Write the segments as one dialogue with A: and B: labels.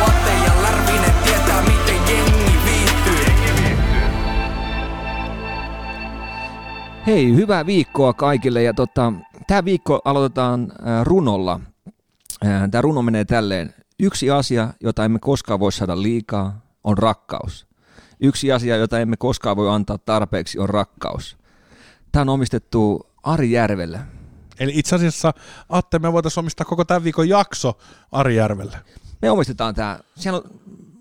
A: Vatte ja Lärvinen tietää miten jengi viihtyy.
B: Hei, hyvää viikkoa kaikille ja tota, tämä viikko aloitetaan äh, runolla. Tämä runo menee tälleen. Yksi asia, jota emme koskaan voi saada liikaa, on rakkaus. Yksi asia, jota emme koskaan voi antaa tarpeeksi, on rakkaus. Tämä on omistettu Ari Järvelle.
C: Eli itse asiassa Atte, me voitaisiin omistaa koko tämän viikon jakso Arijärvelle.
B: Me omistetaan tämä. Siellä on,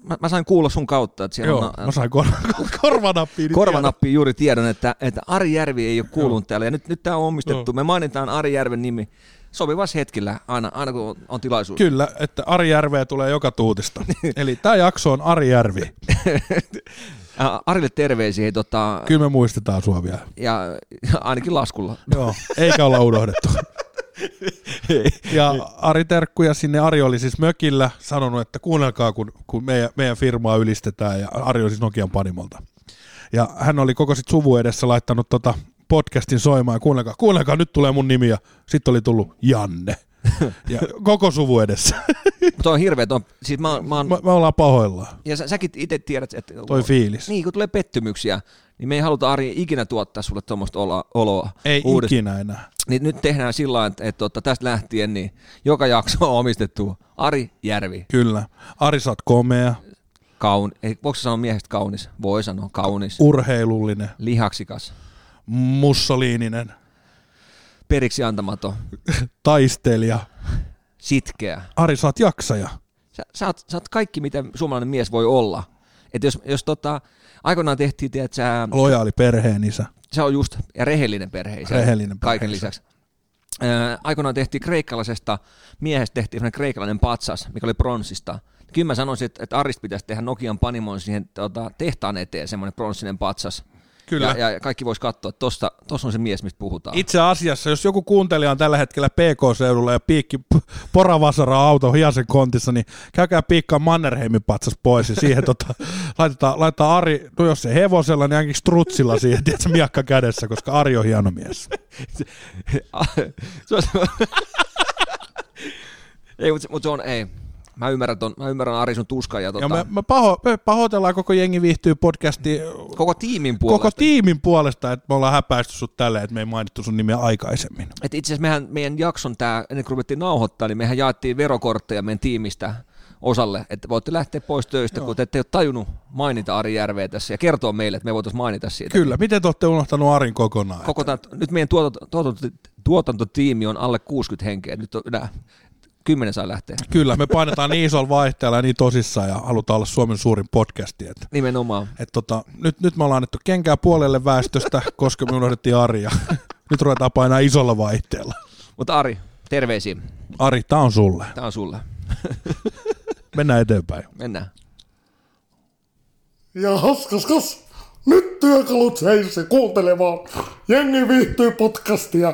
B: mä, mä, sain kuulla sun kautta, että siellä
C: Joo,
B: on äh,
C: mä sain kor- korvanappiin. nyt
B: korvanappi juuri tiedon, että, että Ari Järvi ei ole kuulunut täällä. Ja nyt, nyt tämä on omistettu. Me mainitaan Ari Järven nimi sopivassa hetkellä, aina, aina kun on, on tilaisuus.
C: tiedon. Kyllä, että Arijärveä tulee joka tuutista. Eli tämä jakso on Arijärvi.
B: Ä, Arille terveisiä hei, tota,
C: Kyllä me muistetaan sua vielä.
B: ja, ja ainakin laskulla.
C: Joo, eikä olla unohdettu. Ja Ari Terkkuja sinne, Ari oli siis mökillä sanonut, että kuunnelkaa, kun, kun meidän, meidän firmaa ylistetään, ja Ari oli siis Nokian panimolta. Ja hän oli koko sit suvu edessä laittanut tota podcastin soimaan, ja kuunnelkaa, kuunnelkaa, nyt tulee mun nimi, ja sitten oli tullut Janne. Ja koko suvu edessä.
B: Tuo on hirveä. Tuo, siis mä, oon- mä, oon-
C: Me, me ollaan pahoillaan.
B: ja sä, säkin itse tiedät, että
C: Toi fiilis.
B: niin, kun tulee pettymyksiä, niin me ei haluta Ari ikinä tuottaa sulle tuommoista oloa, oloa
C: Ei
B: uudestaan.
C: ikinä enää.
B: Niin nyt tehdään sillä lailla, että, että, että tästä lähtien niin joka jakso on omistettu Ari Järvi.
C: Kyllä. Ari, sä oot komea,
B: Kaun, ei, voiko sä sanoa miehestä kaunis? Voi sanoa kaunis.
C: urheilullinen,
B: Lihaksikas.
C: mussoliininen,
B: Periksi antamaton.
C: taistelija.
B: Sitkeä.
C: Ari, sä oot jaksaja.
B: Sä, sä, oot, sä oot kaikki, mitä suomalainen mies voi olla. Et jos, jos tota, aikoinaan tehtiin, tiedät, sä,
C: Lojaali perheen isä.
B: se on just, ja rehellinen perheisä.
C: Rehellinen
B: Kaiken
C: perheisä.
B: lisäksi. Ää, Aikoinaan tehtiin kreikkalaisesta miehestä tehtiin sellainen kreikkalainen patsas, mikä oli pronssista. Kyllä mä sanoisin, että, että Arist pitäisi tehdä Nokian panimon siihen tota, tehtaan eteen semmoinen pronssinen patsas.
C: Kyllä.
B: Ja, ja kaikki vois katsoa, että tossa, tossa on se mies, mistä puhutaan.
C: Ah. Itse asiassa, jos joku kuuntelija on tällä hetkellä PK-seudulla ja piikki p- poravasara auto hiasen kontissa, niin käykää piikkaa Mannerheimin patsas pois ja siihen tota, laitetaan, laitetaan Ari, no jos se hevosella, niin ainakin strutsilla siihen, tiedätkö, miakka kädessä, koska Ari on hieno mies.
B: se on se- ei, mutta mut se on, ei. Mä ymmärrän, ton, mä ymmärrän Ari sun tuskan ja, tota,
C: Ja me, me, paho, me pahoitellaan koko jengi viihtyy podcastiin
B: koko tiimin puolesta.
C: koko tiimin puolesta, että me ollaan häpäisty sut tälleen, että me ei mainittu sun nimeä aikaisemmin.
B: Et itse asiassa mehän, meidän jakson tämä, ennen kuin ruvettiin nauhoittaa, niin mehän jaettiin verokortteja meidän tiimistä osalle, että voitte lähteä pois töistä, Joo. kun te ette ole tajunnut mainita Ari Järveä tässä ja kertoa meille, että me voitaisiin mainita siitä.
C: Kyllä, miten te olette unohtanut Arin kokonaan?
B: Koko tää, nyt meidän tuotanto, tuotanto, tuotantotiimi on alle 60 henkeä, nyt on enää 10 saa lähteä.
C: Kyllä, me painetaan niin isolla vaihteella ja niin tosissaan ja halutaan olla Suomen suurin podcasti. Et,
B: Nimenomaan.
C: et tota, nyt, nyt me ollaan annettu kenkää puolelle väestöstä, koska me unohdettiin Aria. Nyt ruvetaan painaa isolla vaihteella.
B: Mutta Ari, terveisiä.
C: Ari, tää on sulle.
B: Tämä on sulle.
C: Mennään eteenpäin.
B: Mennään.
D: Ja haskas kas, nyt työkalut seisi kuuntelemaan Jengi viihtyy podcastia.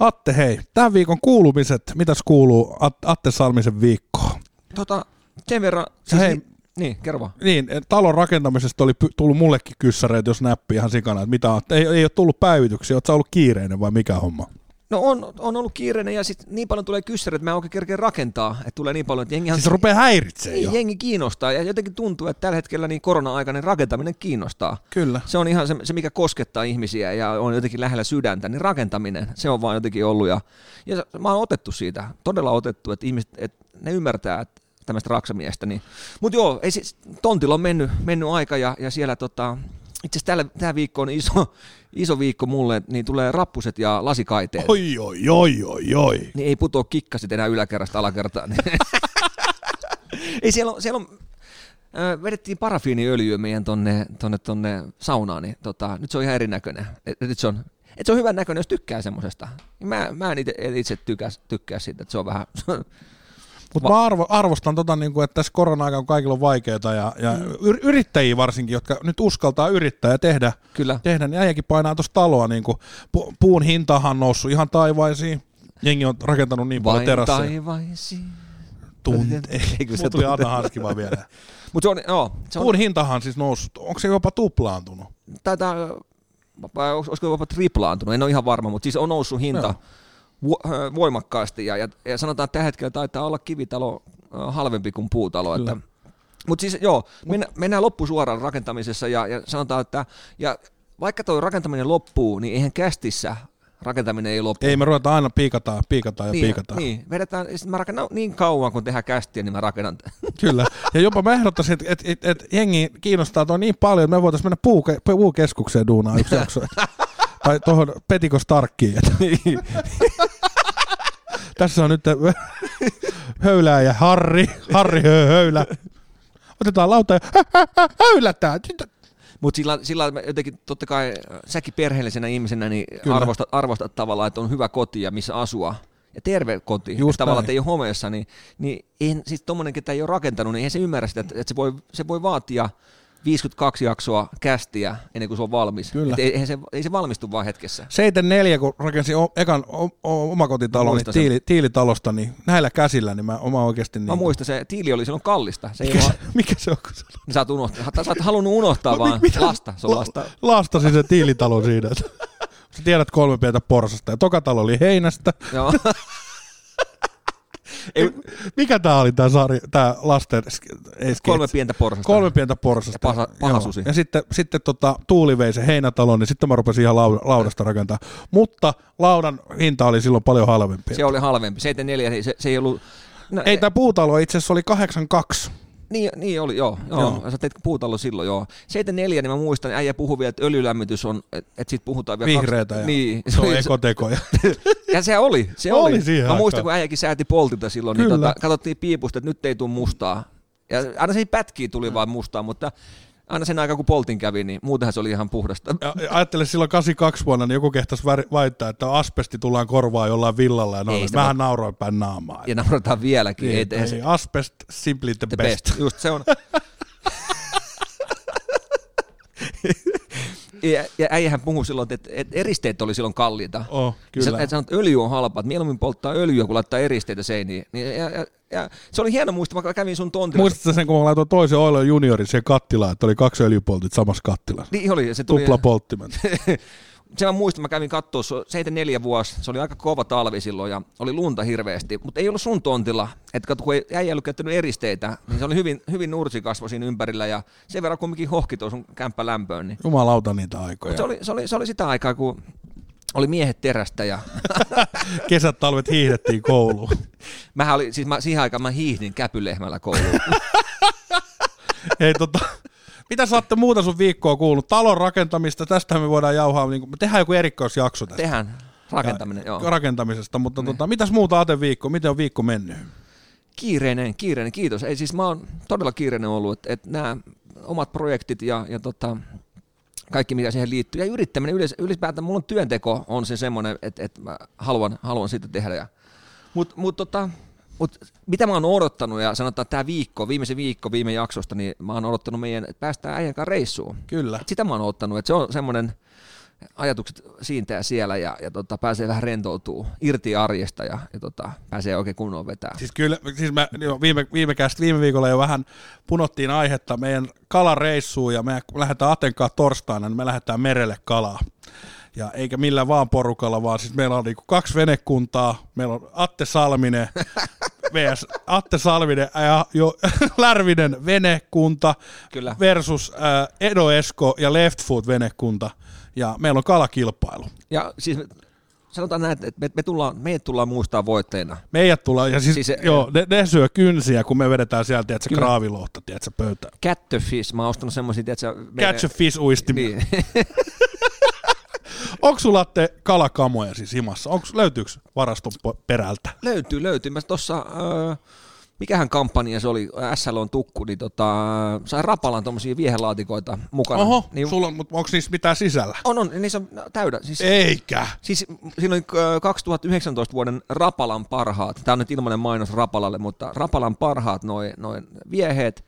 C: Atte, hei. Tämän viikon kuulumiset. Mitäs kuuluu At- Atte Salmisen viikkoon?
B: Tota, sen verran, siis,
C: Hei.
B: Ni, niin, kerro vaan.
C: Niin, et talon rakentamisesta oli py- tullut mullekin kyssäreitä, jos näppi ihan sikana, että mitä Atte- ei, ei ole tullut päivityksiä, oot sä ollut kiireinen vai mikä homma?
B: No on, on ollut kiireinen ja sitten niin paljon tulee kyssäreitä, että mä en oikein kerkeä rakentaa, että tulee niin paljon, että jengi ihan
C: Siis se rupeaa häiritsemään jo.
B: Niin, jengi kiinnostaa ja jotenkin tuntuu, että tällä hetkellä niin korona-aikainen rakentaminen kiinnostaa.
C: Kyllä.
B: Se on ihan se, se, mikä koskettaa ihmisiä ja on jotenkin lähellä sydäntä, niin rakentaminen, se on vaan jotenkin ollut. Ja, ja se- mä oon otettu siitä, todella otettu, että ihmiset, että ne ymmärtää, että tämmöistä raksamiestä. Niin. Mutta joo, ei siis, tontilla on mennyt, mennyt aika ja, ja siellä tota, itse asiassa tämä viikko on iso, iso viikko mulle, niin tulee rappuset ja lasikaiteet.
C: Oi, oi, oi, oi, oi.
B: niin ei putoa kikkasit enää yläkerrasta alakertaan. ei siellä on, siellä on ö, vedettiin parafiiniöljyä meidän tonne, tonne, tonne saunaan, niin tota, nyt se on ihan erinäköinen. Et, et nyt se on, et se on hyvän näköinen, jos tykkää semmosesta. Mä, mä en itse, itse tykkää, tykkää siitä, että se on vähän...
C: Mutta mä arvo, arvostan tota, niin kuin, että tässä korona-aikana kun kaikilla on vaikeaa ja, ja
B: Mm.
C: yr- yrittäjiä varsinkin, jotka nyt uskaltaa yrittää ja tehdä,
B: Kyllä.
C: tehdä niin äijäkin painaa tuossa taloa. Niin kuin, pu- puun hintahan on noussut ihan taivaisiin. Jengi on rakentanut niin paljon
B: Vain
C: terasseja.
B: taivaisiin.
C: Tunte.
B: Ei, kun se
C: Mulla tuli
B: tunte-
C: Anna Hanski vaan vielä.
B: Mutta se on, joo, se on,
C: Puun hintahan siis noussut. Onko se jopa tuplaantunut?
B: taitaa, vai olis- olisiko jopa triplaantunut, en ole ihan varma, mutta siis on noussut hinta vo- ö, voimakkaasti ja, ja, ja sanotaan, että tällä hetkellä taitaa olla kivitalo ö, halvempi kuin puutalo. Että, mutta siis joo, mennä, mennään loppusuoraan rakentamisessa ja, ja sanotaan, että ja vaikka tuo rakentaminen loppuu, niin eihän kästissä rakentaminen ei loppu.
C: Ei, me ruvetaan aina piikataan, piikataan ja
B: niin,
C: piikataan.
B: niin, vedetään, ja sit mä rakennan niin kauan, kun tehdään kästiä, niin mä rakennan.
C: Kyllä. Ja jopa mä ehdottaisin, että et, et, et jengi kiinnostaa toi niin paljon, että me voitaisiin mennä puuke, puukeskukseen duunaan yksi jakso. tai tuohon Petiko Starkkiin. että- niin. Tässä on nyt äh, höylää ja Harri. Harri hö, höylä. Otetaan lauta ja hö, hö, hö, höylätään.
B: Mutta sillä, sillä mä jotenkin, totta kai äh, säkin perheellisenä ihmisenä, niin
C: Kyllä.
B: arvostat, arvostat tavallaan, että on hyvä koti ja missä asua. Ja terve koti,
C: Just
B: Just tavallaan,
C: näin.
B: että ei ole homeessa, niin, niin eihän, siis tommonen, ketä ei ole rakentanut, niin eihän se ymmärrä sitä, että, että se, voi, se voi vaatia 52 jaksoa kästiä ennen kuin se on valmis.
C: Kyllä.
B: Et eihän se, ei se valmistu vaan hetkessä.
C: 74, kun rakensin o- ekan o- o- omakotitalon niin
B: Muistan sen.
C: tiili, tiilitalosta, niin näillä käsillä niin mä oma oikeasti... Niin
B: Mä muistan, se tiili oli silloin kallista. Se ei
C: Mikä,
B: vaan,
C: se, mikä se on? kun se- No,
B: niin sä, oot unohtanut, sä oot halunnut unohtaa vaan lasta. Se on lasta.
C: Laastasi siis se tiilitalo siinä. että Sä tiedät kolme pientä porsasta ja toka talo oli heinästä.
B: Joo. ei,
C: Mikä tää oli tää, sarja, tää lasten... sk- Ei, sketsi.
B: kolme pientä porsasta.
C: kolme pientä porsasta.
B: Ja paha- paha
C: Joo.
B: susi.
C: Ja sitten, sitten tota, Tuuli vei sen heinätalon, niin sitten mä rupesin ihan lau- laudasta rakentaa. Mutta laudan hinta oli silloin paljon halvempi.
B: Se oli halvempi. 74, niin se, se ei ollut... No,
C: Ei tää puutalo itse asiassa oli 82.
B: Niin, niin oli, joo. joo. joo. Sä teit puutalo silloin, joo. 74, niin mä muistan, äijä puhui vielä, että öljylämmitys on, että et siitä puhutaan vielä...
C: Vihreätä ja
B: kaksi- Niin.
C: se on ekotekoja.
B: ja se oli, se
C: Oli
B: oli.
C: siihen
B: mä muistan,
C: aikaan.
B: kun äijäkin sääti poltilta silloin, niin
C: Kyllä.
B: tota, katsottiin piipusta, että nyt ei tule mustaa. Ja aina se pätkiä tuli vaan mustaa, mutta aina sen aikaa, kun poltin kävi, niin muutenhan se oli ihan puhdasta.
C: Ja ja ajattele silloin 82 vuonna, niin joku kehtas väri- väittää, että asbesti tullaan korvaa jollain villalla ja noin.
B: sitä
C: Mähän nauroin päin naamaa.
B: Ja naurataan vieläkin.
C: Niin,
B: no Ei,
C: ei,
B: ei, se,
C: asbest simply the,
B: the
C: best.
B: best.
C: best.
B: Just se on. ja, ja äijähän puhui silloin, että, että eristeet oli silloin kalliita.
C: Oh,
B: Sä,
C: kyllä.
B: et sano, että öljy on halpaa, että mieluummin polttaa öljyä kuin laittaa eristeitä seiniin. Niin, ja, ja, ja, se oli hieno muista, mä kävin sun tontilla.
C: Muistatko sen, kun mä laitoin toisen Oilo juniorin siihen kattilaan, että oli kaksi öljypoltit samassa kattilassa?
B: niin oli, se tuli.
C: Tupla polttimen.
B: Se mä muistan, mä kävin katsoa, se on 74 vuosi, se oli aika kova talvi silloin ja oli lunta hirveästi, mutta ei ollut sun tontilla, että kato, kun ei äijä ollut käyttänyt eristeitä, niin se oli hyvin, hyvin nursikasvo siinä ympärillä ja sen verran kumminkin hohki tuon sun kämppä lämpöön, niin
C: Jumalauta niitä aikoja.
B: se oli, se, oli, se oli sitä aikaa, kun oli miehet terästä ja
C: Kesät, talvet hiihdettiin kouluun.
B: mähän oli, siis mä, siihen aikaan mä hiihdin käpylehmällä kouluun.
C: Ei, tota, mitä sä ootte muuta sun viikkoa kuullut? Talon rakentamista, tästähän me voidaan jauhaa. Niin kuin, me tehdään joku erikoisjakso tästä.
B: Tehän rakentaminen, joo. Niin.
C: rakentamisesta, mutta tota, mitäs muuta Aten viikko? Miten on viikko mennyt?
B: Kiireinen, kiireinen, kiitos. Ei siis mä oon todella kiireinen ollut, että et nämä omat projektit ja, ja tota, kaikki mikä siihen liittyy. Ja yrittäminen yleensä, ylipäätään, mulla on työnteko on se semmoinen, että et mä haluan, haluan sitä tehdä. Ja, mut, mut, tota, mut, mitä mä oon odottanut ja sanotaan että tämä viikko, viimeisen viikko viime jaksosta, niin mä oon odottanut meidän, että päästään äijän kanssa reissuun.
C: Kyllä.
B: Sitä mä oon ottanut, että se on semmoinen ajatukset siitä ja siellä ja, ja tota, pääsee vähän rentoutuu irti arjesta ja, ja tota, pääsee oikein kunnon vetää.
C: Siis kyllä, siis mä, jo viime, viime, kästä, viime viikolla jo vähän punottiin aihetta meidän kalareissuun ja me kun lähdetään Atenkaan torstaina, niin me lähdetään merelle kalaa. Ja eikä millään vaan porukalla, vaan siis meillä on niinku kaksi venekuntaa, meillä on Atte Salminen, VS, Atte Salminen ja jo, Lärvinen venekunta
B: Kyllä.
C: versus äh, Edo Esko ja Left Foot venekunta. Ja meillä on kalakilpailu.
B: Ja siis me- sanotaan näin, että me, me tullaan, meidät tullaan muistaa voittajina.
C: Meidät tullaan, ja siis,
B: Siis
C: siis
B: se-
C: joo, ne, ne, syö kynsiä, kun me vedetään sieltä, tiedätkö,
B: Kyllä.
C: kraavilohta, tiedätkö, pöytään.
B: Cat the fish, mä oon ostanut semmoisia, tiedätkö... meidän-
C: Catch a fish uistimia. Niin.
B: Niin.
C: Onko sulla te kalakamoja siis himassa? Onks, löytyykö varaston po- perältä?
B: löytyy, löytyy. Mä tossa... Öö, mikähän kampanja se oli, SL on tukku, niin tota, sai Rapalan tuommoisia viehelaatikoita mukana.
C: Oho,
B: niin,
C: niin... sulla on, mutta onko niissä mitään sisällä?
B: on, on, niissä on täydä. Siis,
C: Eikä.
B: Siis siinä oli ö, 2019 vuoden Rapalan parhaat, tämä on nyt ilmainen mainos Rapalalle, mutta Rapalan parhaat noin noi vieheet.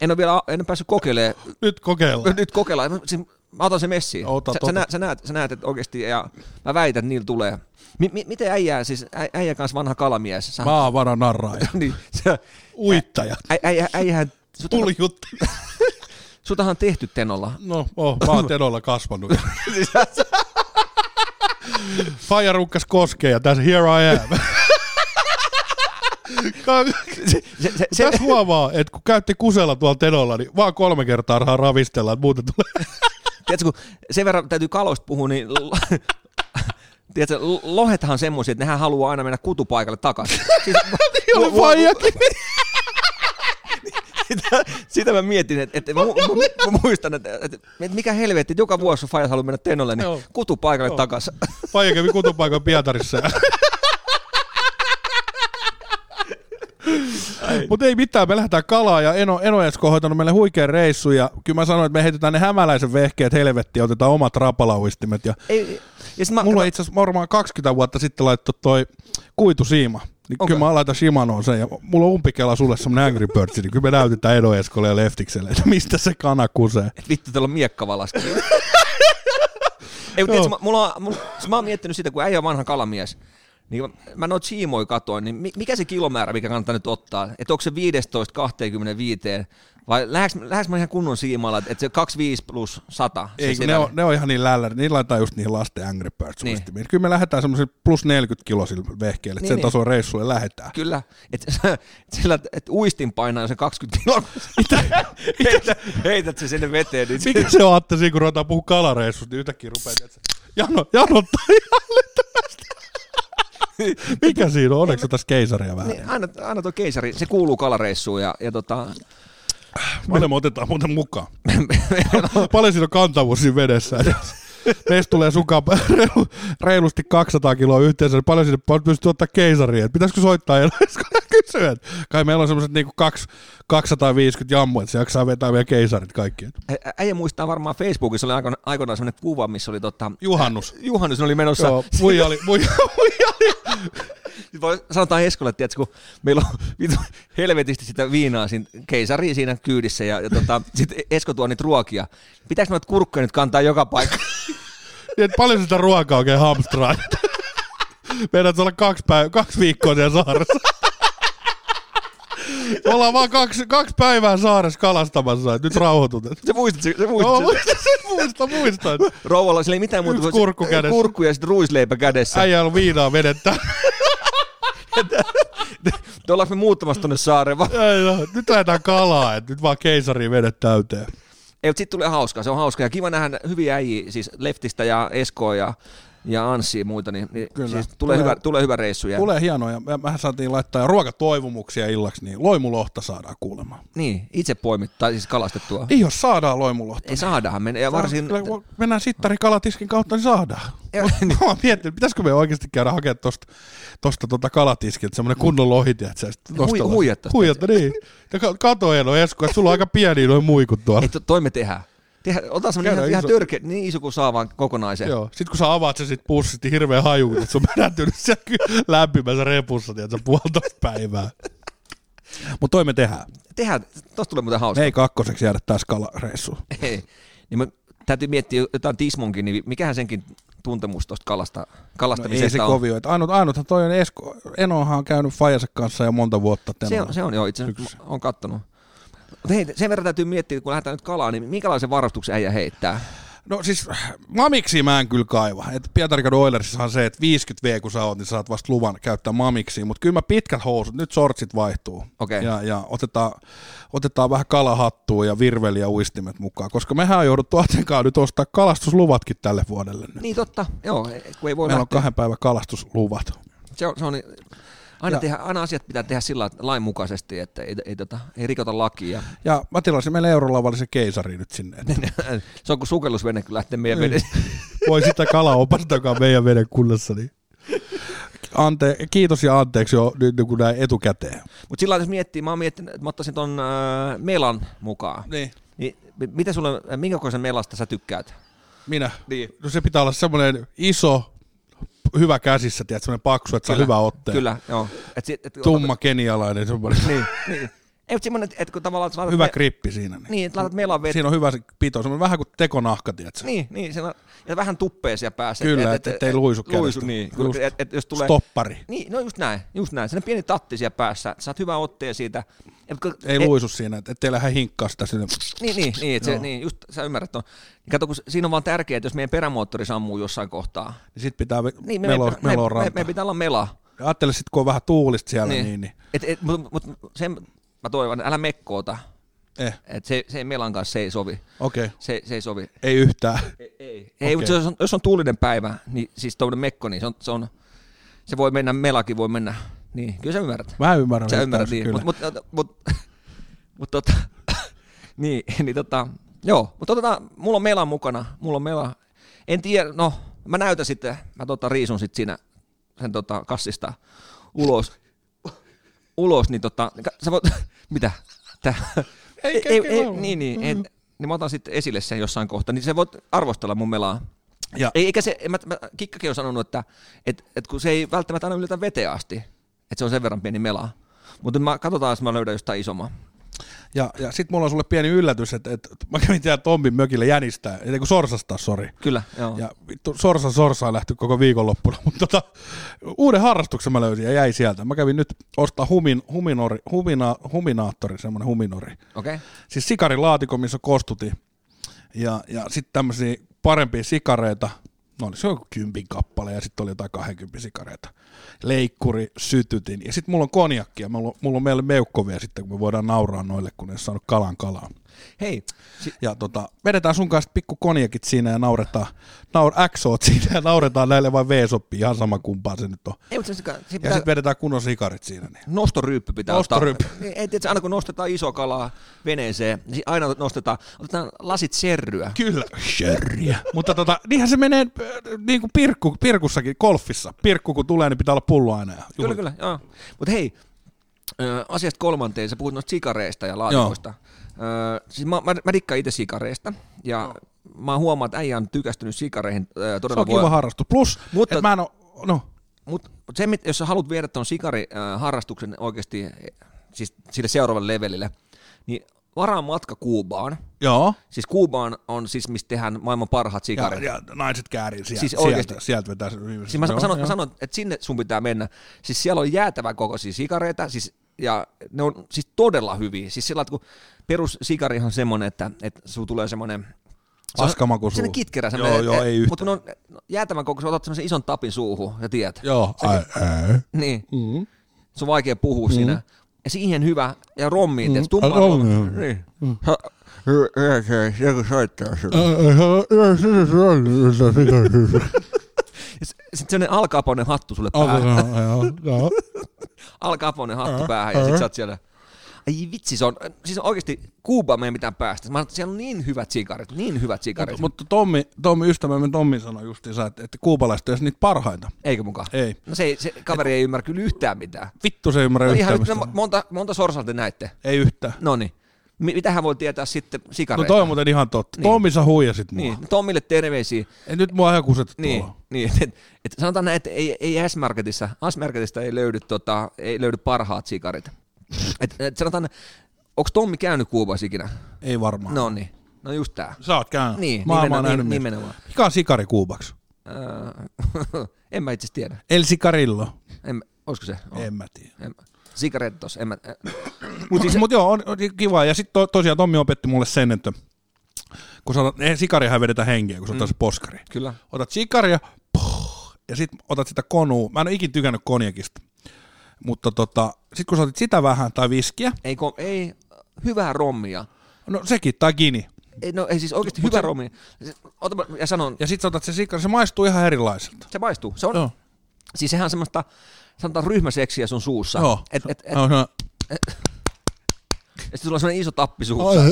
B: En ole vielä en ole päässyt kokeilemaan,
C: Nyt kokeillaan.
B: nyt kokeillaan, Mä- siis mä otan sen messiin.
C: Ota,
B: sä,
C: ota.
B: sä, näet, sä, näet, sä näet, että oikeasti, ja mä väitän, että niillä tulee. Mi, mi, miten äijää, siis ä, äijä kanssa vanha kalamies, sä,
C: Mä oon vara narraaja.
B: niin, sä,
C: Uittaja.
B: ä, äijä, äijähän, sutahan,
C: Tuljutti.
B: sutahan on tehty tenolla.
C: No, oh, mä oon Tenolla kasvanut. Faija rukkas koskee ja tässä here I am. Ka-
B: Se, se, se, se,
C: Tässä huomaa, että kun käytti kusella tuolla Tenolla, niin vaan kolme kertaa rahaa ravistellaan, että muuten tulee.
B: Tiedätkö, kun sen verran täytyy kaloista puhua, niin lo- tiedätkö, lo- lohethan on semmoisia, että nehän haluaa aina mennä kutupaikalle takaisin. Siis,
C: Niin Oli faijakin.
B: sitä, sitä mä mietin, että, että mu, mu, mu, muistan, että, että, että mikä helvetti, että joka vuosi kun Fajas haluaa mennä Tenolle, niin
C: Joo.
B: kutupaikalle takaisin.
C: Faija kävi kutupaikan Pietarissa. Mutta ei mitään, me lähdetään kalaa ja Eno, Eno Esko on hoitanut meille huikean reissu ja kyllä mä sanoin, että me heitetään ne hämäläisen vehkeet helvettiin ja otetaan omat rapalauistimet. Ja
B: Ei, ja sit mä,
C: mulla on itse asiassa varmaan 20 vuotta sitten laittu toi kuitusiima. Niin
B: Onko?
C: kyllä mä laitan Shimanoon sen ja mulla on umpikela sulle semmonen Angry Birds, niin kyllä me näytetään Eno Eskolle ja Leftikselle, että mistä se kana kusee.
B: että vittu, teillä on miekkavalasti. Ei, mutta tiedätkö, mä- mulla, on- mulla, siis mä oon miettinyt sitä, kun äijä on vanha kalamies, niin mä, mä noita siimoja katoin, niin mi- mikä se kilomäärä, mikä kannattaa nyt ottaa? Että onko se 15 25 vai lähdekö, lähdekö mä ihan kunnon siimalla, että se 25 plus 100? se
C: Ei, kun ne,
B: siellä-
C: on, ne on ihan niin lälläri, niillä laitetaan just niihin lasten Angry Birds
B: Niin.
C: niin. Kyllä me lähdetään semmoisen plus 40 kilosille vehkeille, että
B: Niin,
C: sen
B: niin.
C: tason reissulle lähdetään.
B: Kyllä, että et sillä et uistin painaa se 20 kiloa, heität, heität se sinne veteen, niin
C: Mikä se on, Atte, siinä kun ruvetaan puhua kalareissusta, niin yhtäkkiä rupeaa, että jano, janottaa ihan älyttömästi. Mikä siinä on? Onneksi on tässä keisaria vähän.
B: niin aina, aina tuo keisari, se kuuluu kalareissuun ja, ja tota,
C: Paljon me otetaan muuten mukaan. Paljon siinä on kantavuus siinä vedessä. Meistä tulee sunkaan reilu- reilusti 200 kiloa yhteensä, niin paljon sinne pystyy ottaa keisariin. Et Pitäisikö soittaa ja kysyä? et Kai meillä on semmoiset niinku kaksi- 250 jammu, että se jaksaa vetää vielä keisarit kaikki. Et
B: Ä- Äijä muistaa varmaan Facebookissa oli aikana- aikoinaan sellainen kuva, missä oli tota,
C: Juhannus.
B: Juhannus oli menossa.
C: Joo, muija oli, muija, muija oli.
B: Voi- Sanotaan Eskolle, että tiedätkö, kun meillä on vitu helvetisti sitä viinaa siinä, keisari siinä kyydissä ja, ja tota, sit Esko tuo niitä ruokia. Pitääkö noita kurkkuja nyt kantaa joka paikka?
C: Niin, et paljon sitä ruokaa oikein hamstraa. Meidän olla kaksi, päivä, kaksi viikkoa siellä saaressa. Me Ollaan vaan kaksi, kaksi päivää saaressa kalastamassa, et nyt rauhoitut.
B: Se muistat, se, se
C: Joo,
B: muistat.
C: muista, muista, muista.
B: Rouvalla sillä ei mitään muuta
C: Yksi kurkku kädessä.
B: kurkku ja sitten ruisleipä kädessä. Ai.
C: Äijä on viinaa vedettä.
B: Ollaanko me muuttamassa tuonne saareen vaan?
C: Ei, no, Nyt lähdetään kalaa, et nyt vaan keisari vedet täyteen.
B: Ei, mutta sitten tulee hauskaa, se on hauskaa. Ja kiva nähdä hyviä äijiä, siis Leftistä ja Eskoa ja, ja Anssia ja muita, niin, niin
C: Kyllä.
B: siis tulee,
C: Tulee-
B: hyvä, tulee hyvä reissu. Ja,
C: Tulee hienoja. Me- Mehän saatiin laittaa jo ruokatoivomuksia illaksi, niin loimulohta saadaan kuulemaan.
B: Niin, itse poimit, tai siis kalastettua.
C: Ei jos saadaan loimulohta.
B: Ei saadahan mennä, ja varsin...
C: Kyllä, kun mennään sittarikalatiskin kautta, niin saadaan.
B: Joo.
C: Mut Mä oon miettinyt, pitäisikö me oikeasti käydä hakemaan tosta, tosta tota kalatiskiltä semmonen kunnon lohi, tiedätkö?
B: Mm. Hui- huijatta sitä.
C: Huijatta, niin. Ja ka- Kato Eino Esko, että sulla on aika pieni noin muikut tuolla.
B: Ei, to, toi me tehdään. Tehdä, ota semmoinen ihan,
C: Käydään
B: ihan
C: iso-
B: törkeä, niin iso kuin saa vaan kokonaisen.
C: Joo. Sitten kun sä avaat sen sit pussit, niin hirveä haju, että se on menätynyt siellä ky- lämpimässä repussa, tiedätkö, puolitoista päivää. Mutta toi me tehdään.
B: Tehdään, tosta tulee muuten hauska.
C: Me ei kakkoseksi jäädä tässä kalareissuun.
B: Ei. Niin mä, täytyy miettiä jotain Tismonkin, niin mikähän senkin tuntemus tuosta kalasta,
C: No, ei se
B: kalastamisesta on.
C: kovin ole. Et Ainut, ainuthan toi on Esko, Enohan on käynyt Fajansa kanssa jo monta vuotta.
B: Se
C: Tenolla.
B: on, se on joo, itse asiassa mä oon kattonut. Mutta hei, sen verran täytyy miettiä, kun lähdetään nyt kalaan, niin minkälaisen varastuksen äijä heittää?
C: No siis mamiksi mä en kyllä kaiva. Et Pietarikadun Oilersissahan se, että 50 V kun sä oot, niin saat vasta luvan käyttää mamiksi. Mutta kyllä mä pitkät housut, nyt sortsit vaihtuu.
B: Okei.
C: Ja, ja otetaan, otetaan vähän kalahattua ja virveli ja uistimet mukaan. Koska mehän on jouduttu Atenkaan nyt ostaa kalastusluvatkin tälle vuodelle nyt.
B: Niin totta, joo, ei- kun ei voi
C: Meillä on
B: lähteä.
C: kahden päivän kalastusluvat.
B: Se on, se on aina, tehdä, aina asiat pitää tehdä sillä lailla, lainmukaisesti, että ei, ei, tota, ei rikota lakia.
C: Ja mä tilasin meille eurolavallisen keisari nyt sinne. että
B: se on kuin sukellusvene, kun lähtee meidän
C: Niin.
B: vedessä.
C: Voi sitä kalaa opasta, joka on meidän veden kunnossa. Niin. ante, kiitos ja anteeksi jo nyt niin kuin näin etukäteen.
B: Mutta sillä lailla, jos miettii, mä oon miettinyt, että mä ottaisin ton äh, Melan mukaan.
C: Niin.
B: Niin, mi- mitä sulle, äh, minkä kokoisen Melasta sä tykkäät?
C: Minä?
B: Niin.
C: No se pitää olla semmoinen iso, hyvä käsissä, tiedät, semmoinen paksu, että saa hyvä otteen.
B: Kyllä, joo. Et, si- et,
C: Tumma kenialainen, semmoinen
B: Niin, niin. Ei, mutta semmoinen, että kun tavallaan... että sä laitat
C: hyvä
B: me-
C: krippi siinä. Niin.
B: Niin, että laitat Melan vettä.
C: Siinä on hyvä se pito, semmoinen vähän kuin tekonahka, tiedätkö?
B: Niin, niin siinä, on- ja vähän tuppee siellä päässä.
C: Kyllä, et- ettei luisu
B: luisu
C: kädestä.
B: niin,
C: Just.
B: kun, et, et, jos tulee,
C: Stoppari.
B: Niin, no just näin, just näin. Siinä pieni tatti siellä päässä, että saat hyvän otteen siitä. Et, kun,
C: Ei
B: et-
C: luisu siinä, että ettei lähde hinkkaa sitä sinne.
B: Niin, niin, niin, että se, niin just sä ymmärrät ton. Niin Kato, kun siinä on vaan tärkeää, että jos meidän perämoottori sammuu jossain kohtaa.
C: Niin sit pitää niin,
B: Niin,
C: melo,
B: me,
C: melo
B: me, me, me, pitää olla mela.
C: Ajattele sit, kun on vähän tuulista siellä, niin,
B: Niin.
C: niin, niin
B: Et, et, mut, mut sen mä toivon, älä mekkoota.
C: eh,
B: Et se, se ei melan kanssa se ei sovi.
C: okei, okay.
B: Se, se ei sovi.
C: ei yhtään.
B: Ei, okay. mutta
C: Okei.
B: jos on, jos on tuulinen päivä, niin siis tuommoinen mekko, niin se, on, se, on, se voi mennä, melakin voi mennä. Niin, kyllä sä ymmärrät.
C: Mä ymmärrän.
B: Sä
C: nyt
B: ymmärrät,
C: täysin,
B: niin.
C: kyllä.
B: Mutta mut, mut, mut, mut, tota, niin, niin tota, joo, mutta otetaan, mulla on mela mukana, mulla on mela. En tiedä, no, mä näytän sitten, mä tota riisun sitten siinä sen tota kassista ulos, ulos, niin tota, ka- sä voit, mitä? Tää,
C: Ei, ei, ei, ei,
B: niin, niin, en, niin mä otan sitten esille sen jossain kohtaa, niin se voit arvostella mun melaa.
C: Ja-
B: Ja. Ei, eikä se, en mä, mä, Kikkakin on sanonut, että et, et kun se ei välttämättä aina ylitä veteen asti, että se on sen verran pieni melaa. Mutta mä katsotaan, jos mä löydän jostain isomman.
C: Ja, ja sit mulla on sulle pieni yllätys, että, että mä kävin täällä Tommin mökillä jänistää, eli kun sorsastaa, sori.
B: Kyllä, joo.
C: Ja vittu, sorsa sorsaa lähty koko viikonloppuna, mutta tota, uuden harrastuksen mä löysin ja jäi sieltä. Mä kävin nyt ostaa humin, huminori, humina, huminaattori, semmoinen huminori.
B: Okei,
C: Siis sikarilaatikon, missä on kostuti. Ja, ja sitten tämmöisiä parempia sikareita, no oli se joku kympin kappale ja sitten oli jotain 20 sikareita. Leikkuri, sytytin ja sitten mulla on konjakkia, mulla, on- mulla on meille meukkovia sitten, kun me voidaan nauraa noille, kun ne ei ole saanut kalan kalaa.
B: hei. Si-
C: Ja tota, vedetään sun kanssa pikku konjakit siinä ja nauretaan, naur, XOt siinä ja nauretaan näille vai V-soppi, ihan sama kumpaa se nyt on.
B: ei, mutta se, se, se
C: Ja
B: pitää,
C: sitten vedetään kunnon sikarit siinä. Niin.
B: nostoryyppy pitää
C: Nostoryyppy.
B: ottaa. Ei, ei, tiedätkö, aina kun nostetaan iso kalaa veneeseen, niin aina nostetaan, otetaan lasit serryä.
C: Kyllä. Sherryä. Mutta tota, niinhän se menee äh, niin kuin pirkku, pirkussakin, golfissa. Pirkku kun tulee, niin pitää olla pullo aina. Ja
B: Kyllä,
C: juhlit.
B: kyllä, joo. Mutta hei, ö, asiasta kolmanteen, sä puhut noista sikareista ja laatikoista. Ö, siis mä, mä, mä dikkaan itse sikareista, ja mä huomaan, että äijä on tykästynyt sikareihin ö,
C: Se
B: todella
C: on kiva harrastus. Plus, Mutta,
B: Mutta-
C: et mä en oo, no,
B: Mutta mut se, mit- jos sä haluat viedä ton sikariharrastuksen oikeasti siis sille seuraavalle levelille, niin varaa matka Kuubaan.
C: joo.
B: Siis Kuubaan on siis, missä tehdään maailman parhaat
C: Ja,
B: sikarit.
C: ja naiset käärii sieltä,
B: Siis
C: siis sieltä,
B: oikeesti.
C: sieltä vetää se viimeisen.
B: Siis mä,
C: Joo,
B: joo, sanon,
C: joo.
B: mä sanon, että sinne sun pitää mennä. Siis siellä on jäätävän kokoisia sikareita, siis, ja ne on siis todella hyviä. Siis sillä lailla, että kun perussikarihan on semmoinen, että, että sun tulee semmoinen...
C: Paskamaku
B: Semmoinen
C: suuhun.
B: kitkerä.
C: Joo,
B: semmoinen,
C: joo,
B: et-
C: ei
B: et-
C: yhtään.
B: Mutta kun ne on no, jäätävän kokoisia, otat semmoisen ison tapin suuhun ja tiedät.
C: Joo, ai, ai.
B: Niin. Mm-hmm. Se on vaikea puhua mm-hmm. siinä. Ja siihen hyvä, ja rommiin, mm-hmm.
C: Ai,
B: tummaa
C: rommiin,
B: rommiin. Niin. Ha- Joku soittaa sulle. Sitten sellainen alkaapoinen hattu sulle päähän. alkaa Capone hattu päähän ja sit sä oot siellä. Ai vitsi, se on, siis oikeasti Kuuba meidän pitää päästä. Mä, sanon, siellä on niin hyvät sikarit, niin hyvät sikarit.
C: Mutta Tommi, Tommi ystävämme Tommi sanoi justiinsa, että, että kuubalaiset eivät niitä parhaita.
B: Eikö mukaan?
C: Ei.
B: No se, ei- se kaveri ei ymmärrä kyllä yhtään mitään.
C: Vittu se ei ymmärrä
B: No
C: no
B: ihan
C: yhtään.
B: nyt,
C: mistä-
B: no, monta, monta sorsalta näitte.
C: Ei yhtään.
B: No niin. Mitähän voi tietää sitten
C: No
B: sikareista?
C: toi on muuten ihan totta.
B: Niin.
C: Tommi sä huijasit mua.
B: Niin, Tomille terveisiä.
C: Ei nyt mua ihan kuset
B: Niin,
C: tuolla.
B: niin et, et sanotaan näin, että ei, ei S-Marketissa, S-Marketista ei löydy, tota, ei löydy parhaat sikarit. Et, et sanotaan, onko Tommi käynyt Kuubassa ikinä?
C: Ei varmaan.
B: No niin, no just tää.
C: Sä oot käynyt.
B: Niin,
C: mä, mä oon
B: nimenomaan-
C: nähnyt
B: niin-
C: mies.
B: nimenomaan.
C: Mikä on sikari kuubaksi?
B: Öö, en mä itse asiassa tiedä.
C: El sicarillo.
B: En, mä- olisiko se? On.
C: En mä tiedä.
B: En, sikareet tos, en mä.
C: Mut, siis, mut joo, on, on kiva. Ja sit to, tosiaan Tommi opetti mulle sen, että kun sä otat, eh, sikarihan vedetään henkeä, kun sä otat mm. poskari.
B: Kyllä.
C: Otat sikaria, puh, ja sit otat sitä konua. Mä en ole ikinä tykännyt konjakista. Mutta tota, sit kun sä otit sitä vähän, tai viskiä,
B: Ei, ko, ei hyvää rommia.
C: no sekin, tai gini.
B: Ei, no ei siis oikeasti hyvä rommi. Ota, mä- ja sanon,
C: Ja sit sä otat se sikari, se maistuu ihan erilaiselta.
B: se maistuu. Se on,
C: Joo.
B: siis sehän on semmoista, sanotaan ryhmäseksiä sun suussa.
C: Joo.
B: Et, et, et,
C: No, no.
B: ja sitten sulla on semmoinen iso tappi suussa.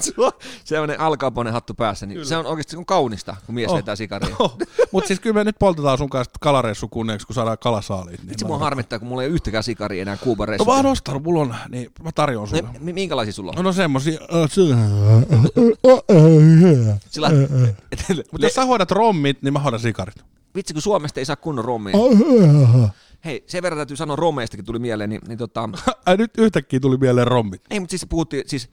B: Sulla on sellainen alkaapoinen hattu päässä, niin se on oikeasti on kaunista, kun mies
C: Oh.
B: vetää sikaria.
C: Mutta siis kyllä me nyt poltetaan sun kanssa kalareissu kunniaksi, kun saadaan kalasaaliit. Niin
B: Itse mua harmittaa, kun mulla ei ole yhtäkään sikaria enää Kuuban
C: No
B: reissulla.
C: mä oon ostanut, mulla on, niin mä tarjoan sulle.
B: Ne- mi- Minkälaisia sulla
C: No,
B: on?
C: no semmosia.
B: Sillä, et, et,
C: Mutta
B: le,
C: jos sä hoidat rommit, niin mä hoidan sikarit.
B: vitsi, kun Suomesta ei saa kunnon romia. Hei, sen verran täytyy sanoa romeistakin tuli mieleen, niin, niin tota,
C: Ai nyt yhtäkkiä tuli mieleen rommit.
B: Ei, mutta siis puhuttiin, siis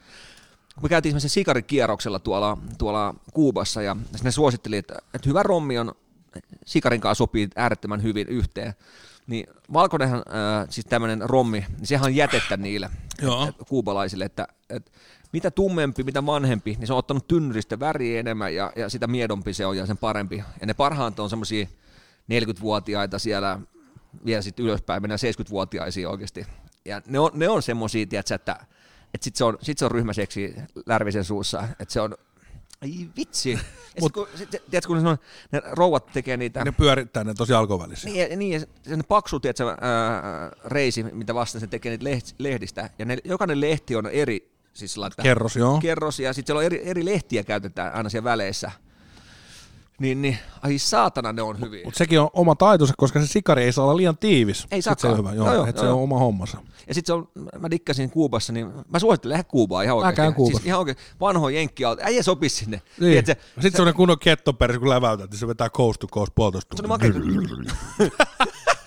B: kun me käytiin semmoisen sikarikierroksella tuolla, tuolla Kuubassa ja sitten ne suositteli, että, että hyvä rommi on, sikarin kanssa sopii äärettömän hyvin yhteen. Niin valkoinenhan, äh, siis tämmöinen rommi, niin sehän on jätettä niille
C: Joo.
B: et- kuubalaisille, että, että mitä tummempi, mitä vanhempi, niin se on ottanut tynnyristä väriä enemmän ja, ja sitä miedompi se on ja sen parempi. Ja ne parhaat on semmoisia 40-vuotiaita siellä vielä sitten ylöspäin, mennään 70-vuotiaisiin oikeasti. Ja ne on, ne on semmoisia, tiedätkö, että, että sit se on, sit se on ryhmäseksi lärvisen suussa, että se on, ai vitsi. Ja sit,
C: Mut-
B: kun, sit, tiedätkö, kun ne, sanoo- ne rouvat tekee niitä,
C: Ne pyörittää ne tosi alkovälisiä.
B: niin, ja, niin, ja se- sen paksu tiedätkö, ää, reisi, mitä vasten se tekee niitä leht- lehdistä, ja ne, jokainen lehti on eri siis sillä lailla, että-
C: Kerros, joo.
B: kerros ja sitten siellä on eri, eri lehtiä käytetään aina siellä väleissä. Niin, niin, ai saatana ne on hyviä.
C: Mutta sekin on oma taitonsa, koska se sikari ei saa olla liian tiivis.
B: Ei
C: Sit se on
B: saakaan.
C: hyvä, joo,
B: Joo,
C: joo,
B: joo,
C: et se
B: joo.
C: on oma hommansa.
B: Ja sitten se on, mä dikkasin Kuubassa, niin mä suosittelen lähde Kuubaan ihan
C: Mä
B: oikeasti.
C: käyn Kuubassa.
B: Siis ihan oikein, vanho jenkkiauto, äijä sopisi sinne.
C: Niin.
B: Tiedätkö,
C: Sitten se, semmoinen kunnon kettoperis, kun läväytät, niin se vetää coast to coast puolitoista
B: se on
C: tuntia.
B: makea,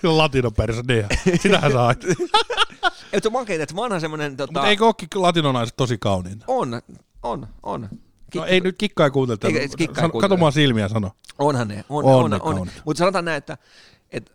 C: Se on latinoperis, niin sitähän saa.
B: et se on makea, että vanha semmoinen, tota,
C: Mutta eikö ookin latinonaiset tosi kauniita?
B: on, on, on. Ki-
C: No ei nyt kikkaa kuuntele.
B: Eikä- eikä kikkaa
C: Sano-
B: kuuntele.
C: Kato mua silmiä ja sano.
B: Onhan ne, on,
C: On
B: on,
C: ne
B: on, on.
C: kauniit.
B: Mutta sanotaan näin, että, että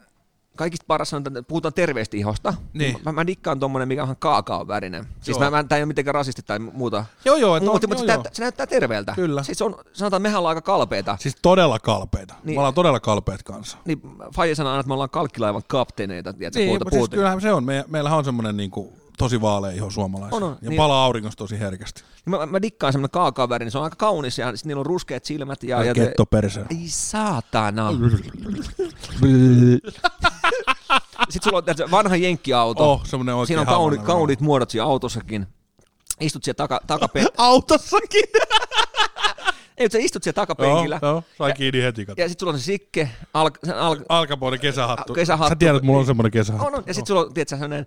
B: kaikista paras on, että puhutaan terveestä ihosta.
C: Niin.
B: Mä, mä dikkaan tommonen, mikä on kaakaon värinen. Siis
C: Joo.
B: mä, mä, tää ei ole mitenkään rasisti tai muuta.
C: Joo, joo, et on-
B: mutta, mutta
C: joo,
B: se,
C: joo.
B: näyttää, se näyttää terveeltä.
C: Kyllä.
B: Siis on, sanotaan, mehän ollaan aika kalpeita.
C: Siis todella kalpeita. Niin.
B: Niin.
C: Me ollaan todella kalpeet kanssa.
B: Niin Faija sanoo aina, että me ollaan kalkkilaivan kapteeneita, tiedätkö,
C: Niin,
B: puolta
C: mutta siis
B: puolta.
C: kyllähän se on. Me, meillähän on semmoinen niinku tosi vaalea iho suomalaisia.
B: On, on,
C: ja
B: niin.
C: palaa auringossa tosi herkästi.
B: Niin Mä, mä dikkaan semmonen kaakaon värinen, se on aika kaunis ja sit niillä on ruskeat silmät. Ja, ja
C: Ja ketto perse.
B: Ei saatana. Sitten sulla on tiedätkö, vanha jenkkiauto.
C: Oh, semmoinen oikein
B: Siinä on kauni,
C: havainnollinen.
B: kauniit muodot siinä autossakin. Istut siellä taka, takapen-
C: Autossakin.
B: Ei, mutta sä istut siellä
C: Joo,
B: takapenkillä.
C: joo, sai kiinni heti. Kato.
B: Ja sit sulla on se sikke, al, sen al,
C: Alkapuolen kesähattu.
B: Kesähattu.
C: Sä tiedät, mulla on semmoinen kesähattu.
B: on, on. Ja sit sulla on tiedätkö, sellainen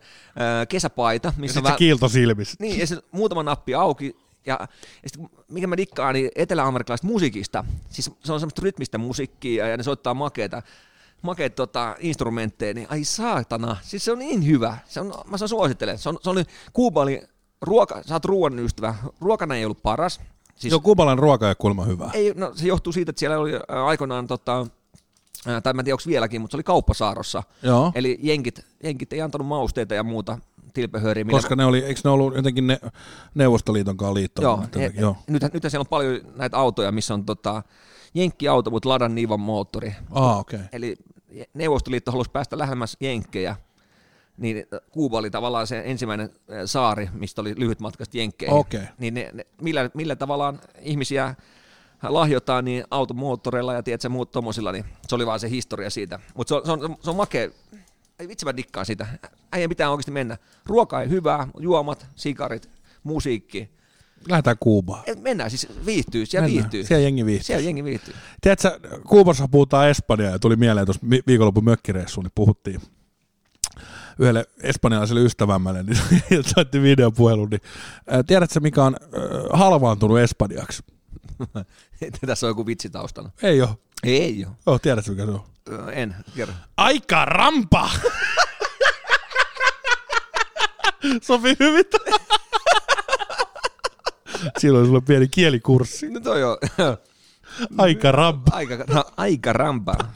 B: ö, kesäpaita,
C: ja
B: missä
C: sit
B: on vähän-
C: se kiilto silmissä.
B: Niin, ja sitten muutama nappi auki. Ja, ja sit, mikä mä dikkaan, niin eteläamerikkalaisesta musiikista. Siis se on semmoista rytmistä musiikkia ja ne soittaa makeita, makeita tota, instrumentteja, niin ai saatana, siis se on niin hyvä. Se on, mä sen suosittelen. Se, on, se oli, Kuuba oli, ruoka, sä oot ruoan ystävä, ruokana ei ollut paras. Siis,
C: Joo, kuubalainen ruoka ja kulma hyvä.
B: ei, no, se johtuu siitä, että siellä oli ä, aikoinaan, tota, ä, tai mä en tiedä onko vieläkin, mutta se oli kauppasaarossa.
C: Joo.
B: Eli jenkit, jenkit ei antanut mausteita ja muuta tilpehööriä. millä-
C: Koska ne oli, eikö ne ollut jotenkin ne Neuvostoliiton kanssa
B: Joo,
C: liittoutuneet? jotenkin?
B: he, joo. Nythän, nythän siellä on paljon näitä autoja, missä on tota, jenkkiauto, mutta Ladan Nivan moottori.
C: Aa, okei.
B: Eli Neuvostoliitto halusi päästä lähemmäs jenkkejä, niin Kuuba oli tavallaan se ensimmäinen eh, saari, mistä oli lyhyt matkasta jenkkeihin.
C: Okei.
B: Niin ne, ne, millä, millä tavallaan ihmisiä lahjotaan niin automoottoreilla ja tiedätkö, muut tommosilla, niin se oli vaan se historia siitä. Mutta se, on- se, on, se on makea. Ei vitsi mä dikkaan sitä. Äijän pitää oikeasti mennä. Ruoka ei hyvää, juomat, sikarit, musiikki.
C: Lähdetään Kuubaan.
B: Et mennään siis, viihtyy, siellä
C: Mennään.
B: viihtyy.
C: Siellä jengi viihtyy.
B: Siellä jengi viihtyy.
C: Tiedätkö, Kuubassa puhutaan Espanjaa ja tuli mieleen tuossa mi- viikonlopun mökkireissuun, niin puhuttiin yhdelle espanjalaiselle ystävämmälle, niin soitti videopuhelun, niin ää, tiedätkö mikä on äh, halvaantunut espanjaksi?
B: Tässä on joku vitsi taustana.
C: Ei ole.
B: Ei ole.
C: Joo, tiedätkö mikä se on?
B: Ö, En, kerro.
C: Aika rampa! Sopi hyvin. Silloin sulla on pieni kielikurssi.
B: No toi on
C: Aika rampa.
B: aika, ra, aika rampaa.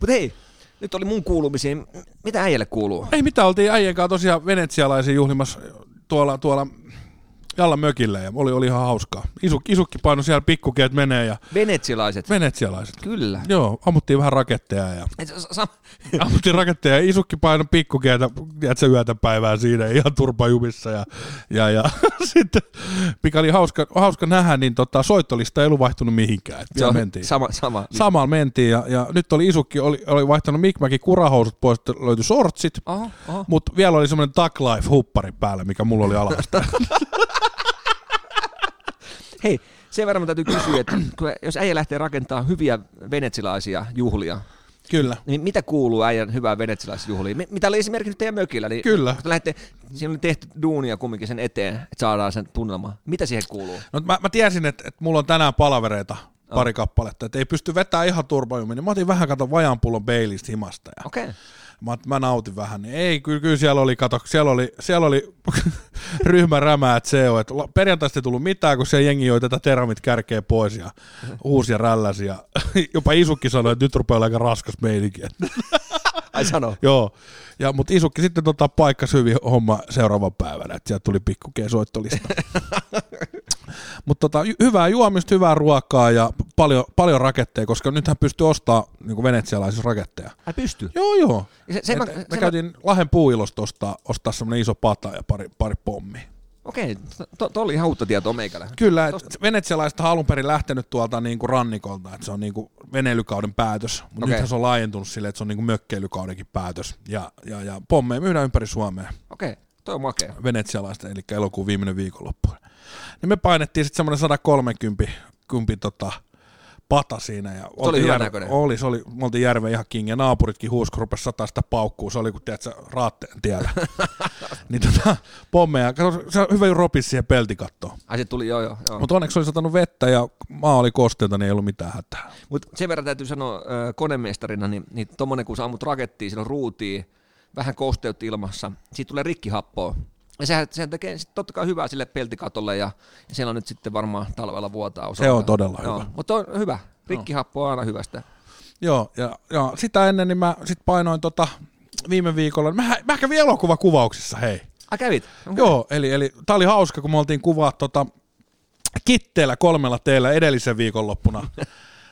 B: Mutta hei, nyt oli mun kuulumisiin. Mitä äijälle kuuluu?
C: Ei mitään, oltiin äijän kanssa tosiaan venetsialaisia juhlimassa tuolla, tuolla Jalla mökillä ja oli, oli ihan hauskaa. Isu, isukki paino siellä, pikkukeet menee ja
B: Venetsilaiset.
C: venetsialaiset.
B: Kyllä.
C: Joo, ammuttiin vähän raketteja ja
B: Et sa- sa-
C: ammuttiin raketteja ja isukki paino pikkukeetä, tiedätkö, yötä päivää siinä ihan turpajumissa ja, ja, ja sitten, mikä oli hauska, hauska nähdä, niin tota, soittolista ei ollut vaihtunut mihinkään. Et
B: se
C: vielä
B: on
C: mentiin.
B: Sama, sama.
C: Samalla mentiin ja, ja, nyt oli isukki, oli, oli vaihtanut Mikmäkin kurahousut pois, että löytyi sortsit.
B: Oho, oho.
C: Mutta vielä oli semmoinen Duck Life huppari päällä, mikä mulla oli alhaista.
B: Hei, sen verran mä täytyy kysyä, että kun- jos äijä lähtee rakentamaan hyviä venetsilaisia juhlia,
C: Kyllä.
B: niin mitä kuuluu äijän hyvään venetsilaisjuhliin? Mi- Mitä oli esimerkiksi nyt teidän mökillä? Niin
C: Kyllä.
B: Kun te lähdette, siinä oli tehty duunia kumminkin sen eteen, että saadaan sen tunnelma. Mitä siihen kuuluu?
C: No, mä, mä tiesin, että, että mulla on tänään palavereita pari kappaletta, että ei pysty vetämään ihan turpajumiin, niin mä otin vähän kato vajaan pullon Baileystä himasta ja
B: Okei. Okay.
C: mä, mä nautin vähän, niin ei, kyllä, kyllä siellä oli, kato, siellä oli, siellä oli ryhmä rämää, että se on, että la- perjantaista ei tullut mitään, kun siellä jengi joi tätä teramit kärkeä pois ja uusia rälläsiä. Jopa Isukki sanoi, että nyt rupeaa olla aika raskas meininki. että-
B: Ai sano.
C: Joo, ja, mutta Isukki sitten tota, paikkas hyvin homma seuraavan päivänä, että sieltä tuli pikku soittolista. mutta tota, hy- hyvää juomista, hyvää ruokaa ja paljon, paljon raketteja, koska nythän pystyy ostamaan niin venetsialaisia raketteja.
B: Ai pysty.
C: Joo, joo.
B: Ja se- se
C: Et
B: mä-
C: me
B: se mä-
C: käytiin Lahden puuilosta ostaa, ostaa semmoinen iso pata ja pari, pari pommi.
B: Okei, okay. tuo oli ihan uutta tietoa meikällä.
C: Kyllä, et venetsialaiset on alun perin lähtenyt tuolta niinku rannikolta, että se on niinku veneilykauden päätös, mutta
B: Okei.
C: okay. nythän se on laajentunut silleen, että se on niinku mökkeilykaudenkin päätös. Ja, ja, ja pommeja myydään ympäri Suomea
B: Okei, okay. toi on makea.
C: venetsialaisten, eli elokuun viimeinen viikonloppu. Niin me painettiin sitten semmoinen 130 kumpi tota, pata siinä. Ja oltiin
B: hyvän
C: järve-
B: näköinen.
C: Oli, se oli, me oltiin järven ihan king ja naapuritkin huus, kun rupesi sataa sitä paukkuu. Se oli kuin, tiedätkö, raatteen tiellä. niin tota, pommeja. Kato, se on hyvä ropis siihen peltikattoon.
B: Ai se tuli, joo joo. joo. Mutta
C: Mutta onneksi oli satanut vettä ja maa oli kosteita, niin ei ollut mitään hätää.
B: Mut sen verran täytyy sanoa ö, konemestarina, niin, niin tommonen kun sä ammut rakettiin, silloin ruutiin, vähän kosteutta ilmassa, siitä tulee rikkihappoa. Ja sehän, sehän tekee sit totta kai hyvää sille peltikatolle ja, ja siellä on nyt sitten varmaan talvella vuotaa osalta.
C: on todella hyvä.
B: Mutta on hyvä. Rikkihappo on aina hyvästä.
C: Joo, ja, ja sitä ennen niin mä sit painoin tota, viime viikolla. Mä, mä kävin elokuvakuvauksissa, hei.
B: Ai kävit? Onko-
C: Joo, eli, eli tämä oli hauska, kun me oltiin kuvaa tota, kitteellä kolmella teillä edellisen viikonloppuna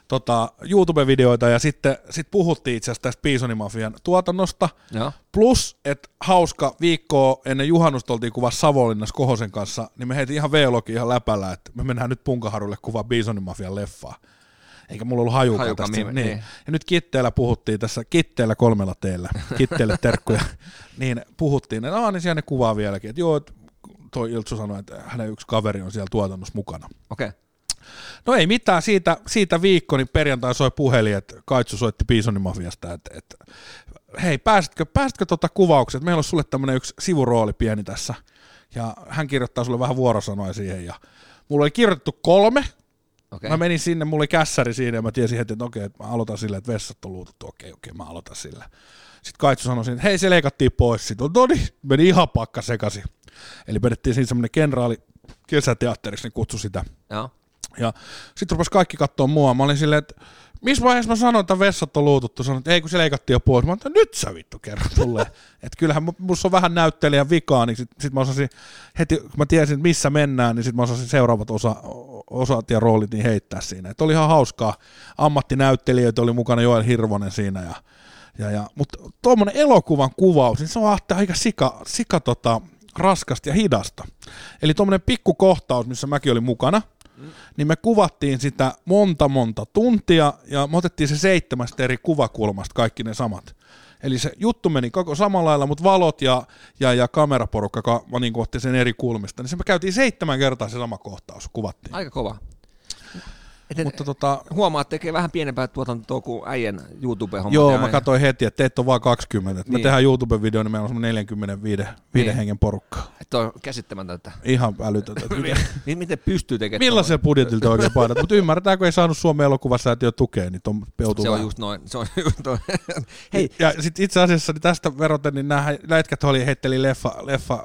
C: tota, YouTube-videoita ja sitten sit puhuttiin itse asiassa tästä Piisonimafian tuotannosta.
B: Joo.
C: Plus, että hauska viikko ennen juhannusta oltiin kuvassa Savonlinnassa Kohosen kanssa, niin me heitin ihan V-logi ihan läpällä, että me mennään nyt Punkaharulle kuvaa Bisonimafian leffaa. Eikä mulla ollut hajukaan
B: Hajukaan,
C: tästä.
B: niin,
C: Niin.
B: niin.
C: niin. Ja nyt Kitteellä puhuttiin tässä, Kitteellä kolmella teillä, Kitteelle terkkuja, niin puhuttiin, että aah, niin siellä ne kuvaa vieläkin, että joo, että toi Iltsu sanoi, että hänen yksi kaveri on siellä tuotannossa mukana.
B: Okei.
C: No ei mitään, siitä, siitä viikko, niin perjantai soi puhelin, että Kaitsu soitti Bisonimafiasta, että, että hei, pääsitkö, pääsitkö tota kuvaukseen, että meillä on sulle tämmöinen yksi sivurooli pieni tässä, ja hän kirjoittaa sulle vähän vuorosanoja siihen, ja mulla oli kirjoitettu kolme,
B: Okei.
C: Mä menin sinne, mulla oli kässäri siinä ja mä tiesin heti, että okei, että mä aloitan sillä, että vessat on luutettu, okei, okei, mä aloitan sillä. Sitten Kaitsu sanoi siinä, että hei, se leikattiin pois. Sitten no niin, meni ihan pakka sekaisin. Eli vedettiin siinä semmoinen kenraali kesäteatteriksi, niin kutsui sitä.
B: Joo.
C: Ja sitten rupesi kaikki katsoa mua. Mä olin silleen, että missä vaiheessa mä sanoin, että vessat on luututtu? Sanoin, että ei kun se leikattiin jo pois. Mä olin, että nyt sä vittu kerro mulle. että kyllähän mu- musta on vähän näyttelijän vikaa, niin sit, sit mä osasin heti, kun mä tiesin, että missä mennään, niin sit mä osasin seuraavat osa, osat ja roolit niin heittää siinä. Et oli ihan hauskaa. Ammattinäyttelijöitä oli mukana Joel Hirvonen siinä ja ja, ja, mutta tuommoinen elokuvan kuvaus, niin se on ahte- aika sika, sika tota, raskasta ja hidasta. Eli tuommoinen pikkukohtaus, missä mäkin olin mukana, niin me kuvattiin sitä monta monta tuntia ja me otettiin se seitsemästä eri kuvakulmasta kaikki ne samat. Eli se juttu meni koko samalla lailla, mutta valot ja, ja, ja kameraporukka joka niin kuin otti sen eri kulmista, niin se me käytiin seitsemän kertaa se sama kohtaus, kuvattiin.
B: Aika kova. Et,
C: Mutta tota,
B: huomaa, että tekee vähän pienempää tuotantoa kuin äijän YouTube-homma.
C: Joo, mä katsoin heti, että teitä on vaan 20. Niin. Me
B: Niin.
C: tehdään YouTube-video, niin meillä on semmoinen 45
B: Niin.
C: niin. hengen porukka.
B: Että on käsittämätöntä.
C: Ihan älytöntä. että miten-
B: Niin miten pystyy tekemään?
C: Millaisen budjetilta oikein painat? Mutta ymmärretään, kun ei saanut Suomen elokuvasäätiö tukea, niin on joutuu
B: Se on
C: vähän-
B: just noin. Se on just noin. Hei,
C: Ja sit itse asiassa niin tästä veroten, niin nämä lätkät oli heitteli leffa, leffa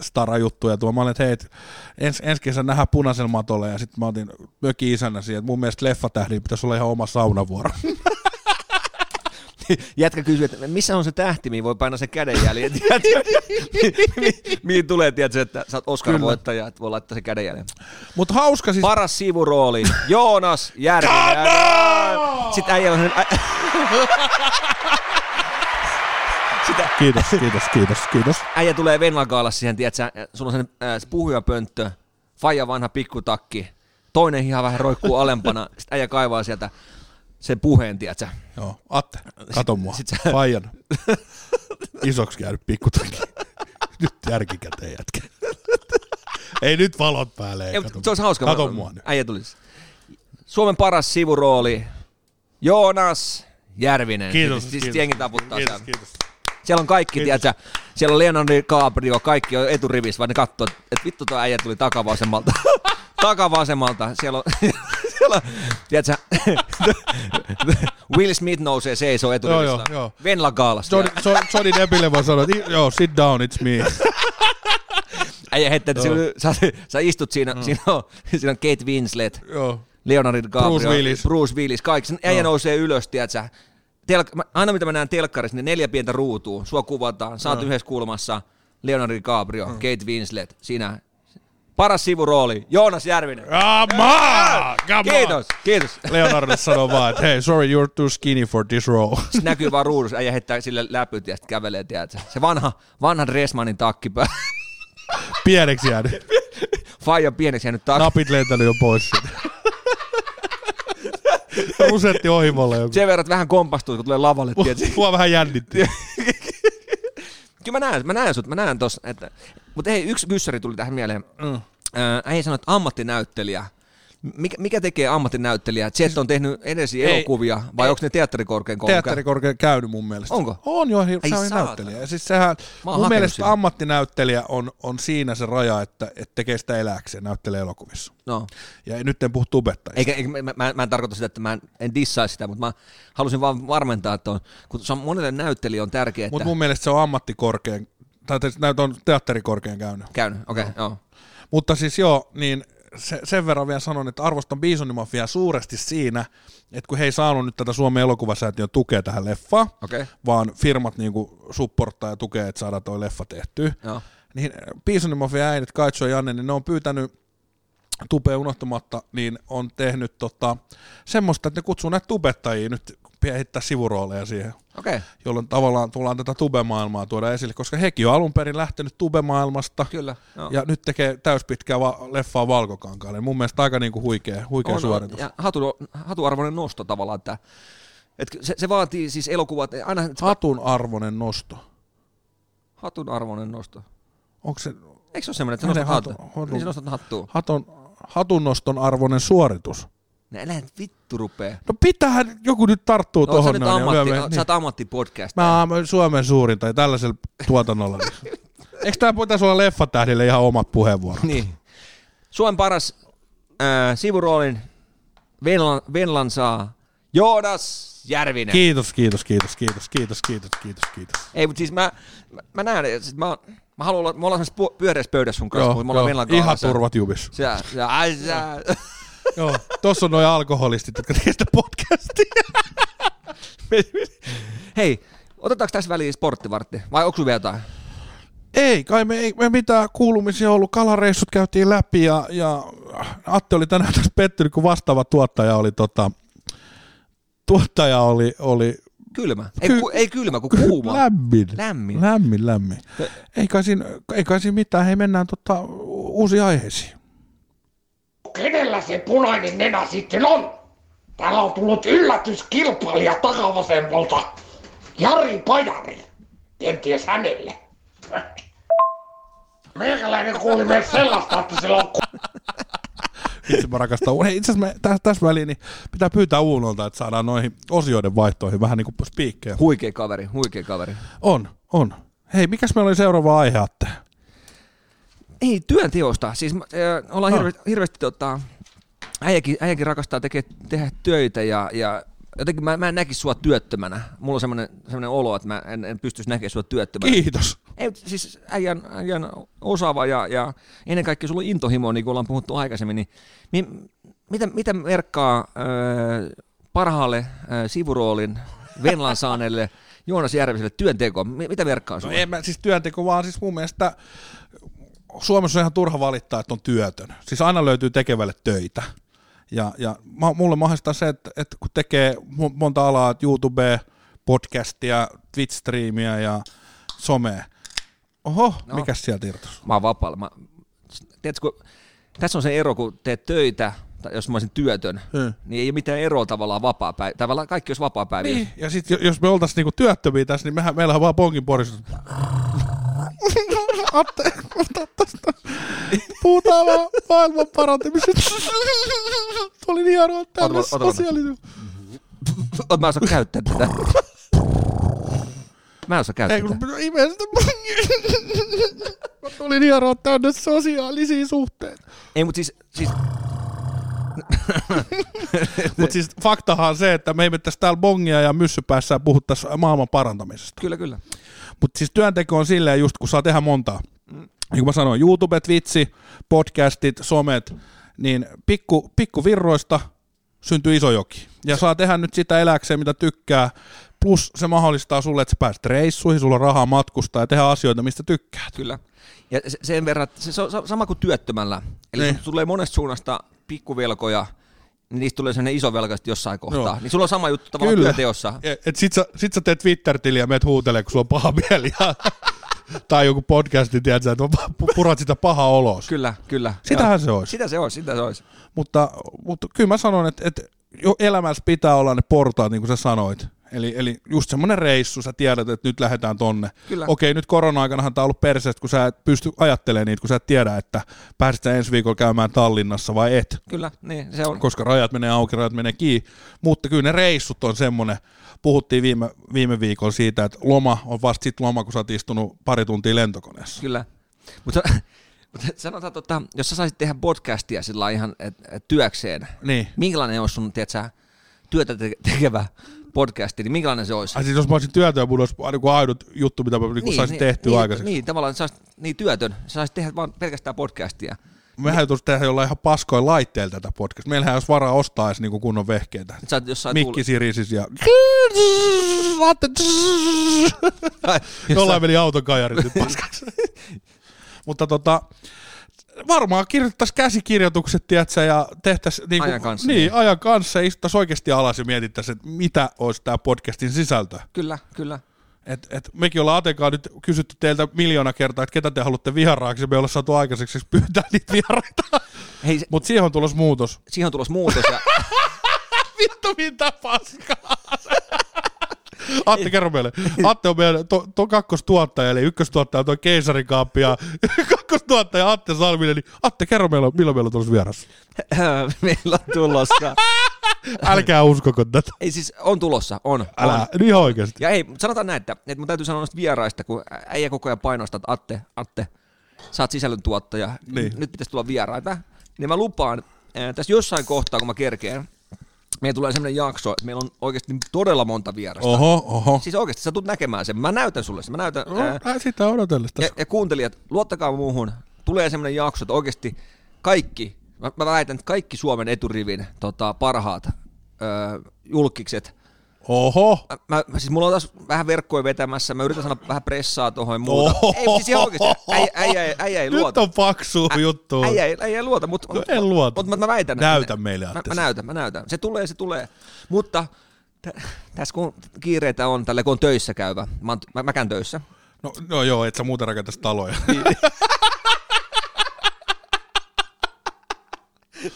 C: stara juttuja tuolla. Mä olin, että hei, et ens, ensi kesä nähdään punaisella matolla ja sitten mä otin mökin isänä siihen, että mun mielestä leffatähdin pitäisi olla ihan oma saunavuoro.
B: jätkä kysyy, että missä on se tähti, mihin voi painaa sen kädenjäljen, tiedätkö? Mi- mi- mihin tulee, tiedätkö, että sä oot Oscar-voittaja, että voi laittaa sen kädenjäljen.
C: Mutta hauska siis...
B: Paras sivurooli, Joonas Järvinen. Sitten äijä on sellainen- ä- Sitä
C: Kiitos, kiitos, kiitos, kiitos.
B: äijä tulee Venlagaalas siihen, tiedätkö, ja sulla on sen äh, se puhujapönttö, faija vanha pikkutakki, toinen hiha vähän roikkuu alempana, sitten äijä kaivaa sieltä sen puheen, tiedätkö.
C: Joo, Atte, kato mua.
B: sit sä-
C: Fajan. Isoksi käynyt pikkutakki. Nyt järkikäteen jätkä. Ei nyt valot päälle.
B: Ei, mutta se olisi hauska. Siis
C: Kato
B: Mä-
C: mua nyt.
B: Äijä tulisi. Suomen paras sivurooli, Joonas Järvinen.
C: Kiitos.
B: Siis
C: kiitos.
B: jengi taputtaa
C: Kiitos,
B: siellä.
C: kiitos.
B: Siellä on kaikki,
C: Kiitos.
B: tiedätkö, siellä on Leonardo DiCaprio, kaikki on eturivissä, vaan ne katsoo, että vittu tuo äijä tuli takavasemmalta. takavasemmalta, siellä on, siellä on tiedätkö, Will Smith nousee seisoo eturivistä.
C: Joo, joo, joo.
B: Venla Gaalas.
C: Johnny, Jo- Johnny Deppille vaan sanoin, että i- joo, sit down, it's me.
B: Äijä heittää, että sä, sä, sä, istut siinä, siinä, on, siinä on Kate Winslet,
C: Mm. joo.
B: Leonardo DiCaprio,
C: Bruce Willis.
B: Bruce Willis kaikki. Sen äijä nousee ylös, tiedätkö? Telk- mä- aina mitä mä näen telkkarissa, niin neljä pientä ruutua, sua kuvataan, sä oot yhdessä kulmassa, Leonardo
C: Mm.
B: DiCaprio, Kate Winslet, siinä. Paras sivurooli, Joonas Järvinen.
C: Come on! Come on!
B: Kiitos, kiitos.
C: Leonardo sanoi vaan, että hei, sorry, you're too skinny for this role.
B: Se näkyy vaan ruudussa, äijä heittää sille läpyt ja sitten kävelee, tiedätkö? Se vanha, vanha Dressmanin takki päällä.
C: Pieneksi jäänyt.
B: Faija on pieneksi jäänyt takki.
C: Napit lentänyt jo pois siitä. Rusetti ohimolla joku.
B: Sen verran, että vähän kompastuu, kun tulee lavalle, tiedätkö?
C: Mua vähän jännitti.
B: Kyllä mä näen, mä näen sut, mä näen tossa, että, mutta hei, yksi byssäri tuli tähän mieleen. Mm. Äijä sanoi, että ammattinäyttelijä. Mikä, mikä tekee ammattinäyttelijää? Jet on tehnyt edesi
C: Ei.
B: elokuvia, vai onko ne teatterikorkean koulun kä-
C: teatterikorkean käynyt mun mielestä.
B: Onko?
C: On jo,
B: Ai
C: se on
B: saatana.
C: näyttelijä. Ja siis sehän,
B: oon
C: mun
B: hakenut
C: mielestä
B: sitä.
C: ammattinäyttelijä on, on siinä se raja, että, että tekee sitä elääkseen, näyttelee elokuvissa.
B: No.
C: Ja nyt en puhu tubettajista.
B: Eikä, eikä, mä, mä, mä, en tarkoita sitä, että mä en, en dissaa sitä, mutta mä halusin vaan varmentaa, että on, kun se on monelle näyttelijä on tärkeää, että
C: Mutta mun mielestä se on ammattikorkean, tai te- näyt on teatterikorkean käynyt.
B: käynyt. Okei, okay, joo.
C: Mutta siis joo, niin se, sen verran vielä sanon, että arvostan Bisonimafiaa suuresti siinä, että kun he ei saanut nyt tätä Suomen elokuvasäätiön tukea tähän leffaan,
B: Okei.
C: vaan firmat niinku supporttaa ja tukee, että saadaan toi leffa tehtyä,
B: Joo.
C: niin Bisonimafian äidit Kaitsu ja Janne, niin ne on pyytänyt tupea unohtamatta, niin on tehnyt tota, semmoista, että ne kutsuu näitä tubettajia nyt heittää sivurooleja siihen
B: Okei, okay,
C: jolloin tavallaan tullaan tätä tubemaailmaa tuoda esille, koska hekin on alun perin lähtenyt tubemaailmasta
B: kyllä. Joo.
C: ja nyt tekee täyspitkää va- leffaa valkokankaalle. Mun mielestä aika niinku huikea, huikea
B: On,
C: suoritus.
B: Ja hatu, hatuarvoinen nosto tavallaan, että, että se, se, vaatii siis elokuvat, aina
C: Hatun arvonen nosto.
B: hatun arvoinen nosto.
C: Onko se
B: Eikö se ole semmoinen, että sä
C: Mene
B: nostat
C: hatu-
B: hattua?
C: hatu-
B: Niin sä nostat hattua.
C: hatun, hatun noston arvonen suoritus?
B: No älä nyt vittu rupee.
C: No pitähän joku nyt tarttuu
B: No, sä,
C: tohon
B: nyt
C: noin. ja
B: ammatti,
C: lyömme-
B: sä
C: niin.
B: oot ammattipodcast.
C: Mä oon Suomen suurin tai tällaisella tuotannolla. niin. Eikö tämä pitäisi olla leffatähdille ihan omat puheenvuorot?
B: Niin. Suomen paras äh, sivuroolin Venlan, Venlan saa Joonas Järvinen.
C: Kiitos, kiitos, kiitos, kiitos, kiitos, kiitos, kiitos, kiitos.
B: Ei, mutta siis mä, mä, mä näen, että siis mä, oon- mä haluan olla, me ollaan semmoisessa pu- pyöreässä pöydässä sun kanssa, mutta me ollaan Venlan kanssa.
C: ihan turvat jubis.
B: Sä, sä, ai, sä.
C: Joo, tossa on noin alkoholistit, jotka tekee sitä podcastia.
B: Hei, otetaanko tässä väliin sporttivartti? Vai onko sun vielä jotain?
C: Ei, kai me ei me mitään kuulumisia ollut. Kalareissut käytiin läpi ja, ja Atte oli tänään tässä pettynyt, kun vastaava tuottaja oli tota, tuottaja oli, oli
B: Kylmä. Ei,
C: Ky-
B: ku, ei kylmä, kun kuuma.
C: lämmin.
B: Lämmin.
C: Lämmin, lämmin. Ei kai siinä, ei kai siinä mitään, hei mennään tota, uusi aiheisiin.
D: Kenellä se punainen nenä sitten on? Täällä on tullut yllätyskilpailija takavasemmalta. Jari Pajari. Kenties hänelle. Meikäläinen kuuli myös sellaista, että sillä on
C: Itse mä rakastan. Hei, itse asiassa me tässä, tässä väliin niin pitää pyytää Uunolta, että saadaan noihin osioiden vaihtoihin vähän niin kuin spiikkejä.
B: Huikea kaveri, huikea kaveri.
C: On, on. Hei, mikäs meillä oli seuraava aihe, Atte?
B: Ei, työnteosta. Siis äh, ollaan no. hirveästi, hirveästi tota, äijäkin, äijäkin rakastaa tekee, tehdä töitä ja, ja jotenkin mä, mä en näkisi sua työttömänä. Mulla on semmoinen, semmoinen olo, että mä en, en pystyisi näkemään sua työttömänä.
C: Kiitos.
B: Ei, mut siis äijän, äijän osaava ja, ja ennen kaikkea sulla on intohimo, niin kuin ollaan puhuttu aikaisemmin, niin mi, mitä, mitä merkkaa ö, parhaalle ö, sivuroolin Venlan saanelle Joonas Järviselle työntekoon? Mi- Mitä merkkaa
C: No
B: sulla?
C: en mä, siis työnteko vaan siis mun mielestä Suomessa on ihan turha valittaa, että on työtön. Siis aina löytyy tekevälle töitä. Ja, ja ma- mulle mahdollistaa se, että, että kun tekee mo- monta alaa, että YouTube, podcastia, Twitch-striimiä ja somea. Oho, no. mikäs sieltä irtos?
B: Mä oon vapaalla. Mä, tiedätkö, kun, tässä on se ero, kun teet töitä, tai jos mä olisin työtön,
C: Hmm.
B: niin ei ole mitään eroa tavallaan vapaa päivä. Tavallaan kaikki olisi vapaa päivä.
C: Niin, ja sitten jos me oltaisiin niinku työttömiä tässä, niin mehän, meillä on vaan pongin poristus. Atte- ota tästä. Puhutaan vaan maailman parantamisesta. Tuo oli niin arvoa tänne
B: Ota- ota- ota.
C: sosiaalisuus.
B: Oot, mä en osaa käyttää tätä. Mä en osaa käyttää
C: Ei kun imee sitä. Mä tulin hieroa täynnä sosiaalisia suhteita.
B: Ei, mutta siis, siis
C: Mutta siis faktahan on se, että me imettäisiin täällä bongia ja myssypäässä ja puhuttaisiin maailman parantamisesta.
B: kyllä, kyllä.
C: Mutta siis työnteko on silleen just, kun saa tehdä montaa. Niin kuin mä sanoin, YouTube, Twitch, podcastit, somet, niin pikku, pikku virroista syntyy iso joki. Ja saa tehdä nyt sitä eläkseen, mitä tykkää. Plus se mahdollistaa sulle, että sä pääset reissuihin, sulla on rahaa matkustaa ja tehdä asioita, mistä tykkää.
B: Kyllä. Ja se- sen verran, että se se on sa- sama kuin työttömällä. Eli
C: Niin.
B: niin. tulee monesta suunnasta pikkuvelkoja, niin niistä tulee sellainen iso velka sitten jossain kohtaa.
C: Joo.
B: Niin sulla on sama juttu tavallaan Kyllä. työteossa.
C: Et, E, et sit, sä, sit sä teet Twitter-tiliä ja meet huutelee, kun sulla on paha mieli. Ja, tai joku podcasti, tiedätkö, että pu- purat sitä pahaa oloa.
B: Kyllä, kyllä.
C: Sitähän se olisi.
B: Sitä se olisi, sitä se olisi.
C: Mutta, mutta kyllä mä sanon, että, että jo elämässä pitää olla ne portaat, niin kuin sä sanoit. Eli, eli just semmoinen reissu, sä tiedät, että nyt lähdetään tonne.
B: Kyllä.
C: Okei, nyt korona-aikanahan tämä on ollut perseestä, kun sä et pysty ajattelemaan niitä, kun sä et tiedä, että pääsit sä ensi viikolla käymään Tallinnassa vai et.
B: Kyllä, niin se on.
C: Koska rajat menee auki, rajat menee kiinni. Mutta kyllä ne reissut on semmoinen, puhuttiin viime, viime viikolla siitä, että loma on vasta sit loma, kun sä oot istunut pari tuntia lentokoneessa.
B: Kyllä. Mutta, mutta sanotaan, tota, jos sä saisit tehdä podcastia sillä lailla ihan et, et, työkseen,
C: Niin.
B: minkälainen olisi sun, tiedät sä, työtä te- tekevä podcasti, niin minkälainen se olisi?
C: Ai siis jos mä olisin työtä ja mulla olisi niinku ainut juttu, mitä mä niinku niin, saisin niin, tehtyä
B: niin,
C: aikaiseksi.
B: Niin, tavallaan sä olisit niin työtön, sä saisit tehdä vaan pelkästään podcastia.
C: Mehän joutuisi tehdä jollain ihan paskoin laitteilla tätä podcast. Meillähän olisi varaa ostaa edes niinku kunnon vehkeitä.
B: Sä oot jossain tuul-
C: Mikki sirisis ja... Vaatte-
B: Ai,
C: Jollain meni auton kajarit nyt paskaksi. Mutta tota, varmaan kirjoittaisiin käsikirjoitukset, tiedätkö, ja tehtäisiin niinku,
B: Ajan kanssa,
C: niin,
B: niin.
C: ajan kanssa ja istuttaisiin oikeasti alas ja mietittäisiin, että mitä olisi tämä podcastin sisältö.
B: Kyllä, kyllä.
C: Et, et mekin ollaan Atekaa nyt kysytty teiltä miljoona kertaa, että ketä te haluatte vieraaksi, ja me ollaan saatu aikaiseksi pyytää niitä vieraita.
B: Hei, se,
C: Mutta siihen on tulossa muutos.
B: siihen on tulossa muutos. Ja,
C: Vittu mitä paskaa. Atte, kerro meille. Atte on meidän to, to kakkostuottaja, eli ykköstuottaja on tuo keisarikaappi ja kakkostuottaja Atte Salminen. Niin Atte, kerro meille, milloin meillä on tulossa vieras.
B: meillä on tulossa.
C: Älkää uskoko tätä.
B: Ei siis, on tulossa, on.
C: Älä,
B: on.
C: niin ihan oikeasti.
B: Ja ei, mut sanotaan näin, että, että mun täytyy sanoa noista vieraista, kun äijä koko ajan painostaa, että Atte, Atte, sä oot sisällöntuottaja,
C: Niin.
B: niin. nyt pitäisi tulla vieraita. Niin mä lupaan, ää, tässä jossain kohtaa, kun mä kerkeen, meillä tulee sellainen jakso, että meillä on oikeasti todella monta vierasta. Oh.
C: Oho, oho.
B: Siis oikeasti, sä tulet näkemään sen. Mä näytän sulle sen. Mä näytän,
C: No,
B: ää,
C: äh, sitä odotellessa.
B: ja, ja kuuntelijat, luottakaa muuhun. Tulee semmoinen jakso, että oikeasti kaikki, mä, mä väitän, että kaikki Suomen eturivin tota, parhaat öö, julkikset.
C: Oho.
B: Mä- Mä, siis mulla on taas vähän verkkoja vetämässä, mä yritän sanoa vähän pressaa tuohon ja muuta.
C: Oho.
B: Ei, siis ihan oikeasti, äijä, äijä, äijä, äijä ei
C: Nyt
B: luota.
C: on paksu juttu.
B: Äijä, ei- äijä ei luota, mutta
C: No, en luota.
B: Mutta mä, mä väitän.
C: Näytä meille,
B: mä,
C: Atte,
B: mä,
C: se.
B: näytän, mä näytän. Se tulee, se tulee. Mutta tä- tässä kun kiireitä on, tällä kun on töissä käyvä, mä, oon- mä, mäkään töissä,
C: No, no joo, et sä muuten rakentaisi taloja.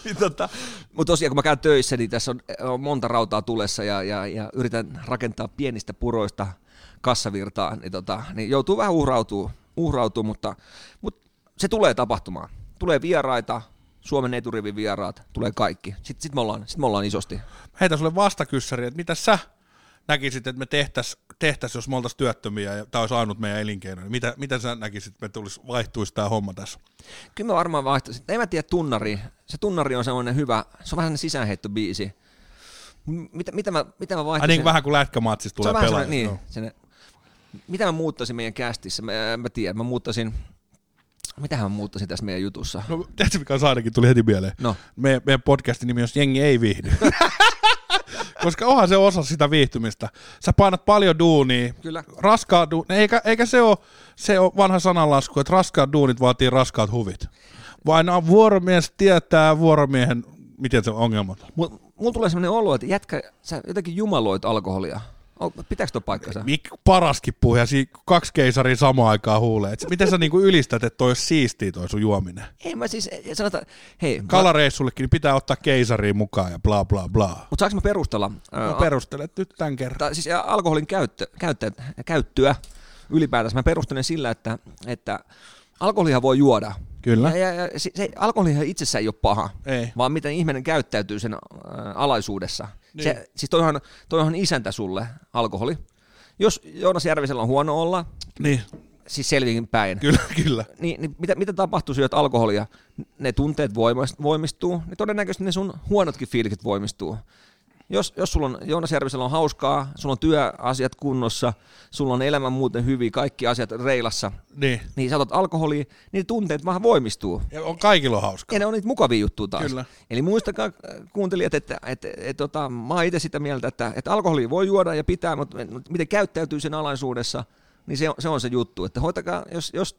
B: niin tota, mutta tosiaan kun mä käyn töissä, niin tässä on, on monta rautaa tulessa ja, ja, ja yritän rakentaa pienistä puroista kassavirtaa, niin, tota, niin joutuu vähän uhrautuu, uhrautuu mutta, mutta, se tulee tapahtumaan. Tulee vieraita, Suomen eturivin vieraat, tulee kaikki. Sitten sit me, ollaan, sit me ollaan isosti.
C: heitä sulle vastakyssäri, että mitä sä näkisit, että me tehtäisiin, tehtäis, jos me oltaisiin työttömiä ja tämä olisi ainut meidän elinkeino. Niin mitä, mitä sä näkisit, että me tulisi, vaihtuisi tämä homma tässä?
B: Kyllä mä varmaan vaihtaisin. En mä tiedä tunnari. Se tunnari on semmoinen hyvä, se on vähän sellainen sisäänheittobiisi. M- Mitä, mitä, mä, mitä mä
C: Ai
B: vaihtaisin?
C: niin kuin vähän kuin lätkämatsissa
B: se
C: tulee
B: on vähän
C: pelaaja.
B: sellainen, niin,
C: Joo.
B: sinne, mitä mä muuttaisin meidän kästissä? Mä, en mä tiedän, mä muuttaisin, mitähän mä muuttaisin tässä meidän jutussa?
C: No, tiedätkö, mikä on ainakin tuli heti mieleen?
B: No.
C: Me, meidän podcastin nimi on Jengi ei viihdy. Koska onhan se osa sitä viihtymistä. Sä painat paljon duunia,
B: Kyllä.
C: raskaa duunia, eikä, eikä se ole se on vanha sananlasku, että raskaat duunit vaatii raskaat huvit. Vain a- vuoromies tietää vuoromiehen, miten se ongelmat. on.
B: Mulla, mulla tulee sellainen olo, että jätkä, sä jotenkin jumaloit alkoholia. O- Pitääkö tuo paikkansa?
C: Mik paraskin puhe, siinä kaksi keisaria samaan aikaan huulee. Et miten sä niinku ylistät, että toi olisi siistiä toi sun juominen?
B: Ei mä siis, ei- sanotaan, hei, Kala-
C: Kalareissullekin niin pitää ottaa keisariin mukaan ja bla bla bla.
B: mutta saanko mä perustella? Äh,
C: No,
B: ää,
C: perustelet nyt tämän kerran.
B: tai siis ja alkoholin käyttö, käyttö, käyttöä ylipäätänsä. Mä perustelen sillä, että, että alkoholia voi juoda.
C: Kyllä.
B: Ja, ja, ja se, se alkoholihan itsessään ei ole paha,
C: Ei.
B: vaan miten ihminen käyttäytyy sen ä, alaisuudessa.
C: Niin.
B: Se, siis toihan, toihan isäntä sulle, alkoholi. Jos Joonas Järvisellä on huono olla,
C: Niin,
B: siis selvinkin päin,
C: kyllä, kyllä.
B: niin, niin mitä, mitä tapahtuu, jos syöt alkoholia? Ne tunteet voimas- voimistuu, niin todennäköisesti ne sun huonotkin fiilikset voimistuu. Jos, jos sulla on, Joonas Järvisellä on hauskaa, sulla on työasiat kunnossa, sulla on elämä muuten hyvin, kaikki asiat reilassa,
C: Niin.
B: niin sä otat alkoholia, niin tunteet vähän voimistuu.
C: Ja on kaikilla on hauska.
B: Ja ne on niitä mukavia juttuja taas.
C: Kyllä.
B: Eli muistakaa äh, kuuntelijat, että, että, että, että, että mä oon itse sitä mieltä, että, että alkoholia voi juoda ja pitää, mutta mutta miten käyttäytyy sen alaisuudessa, niin se on se, on se juttu. Että hoitakaa, jos, jos,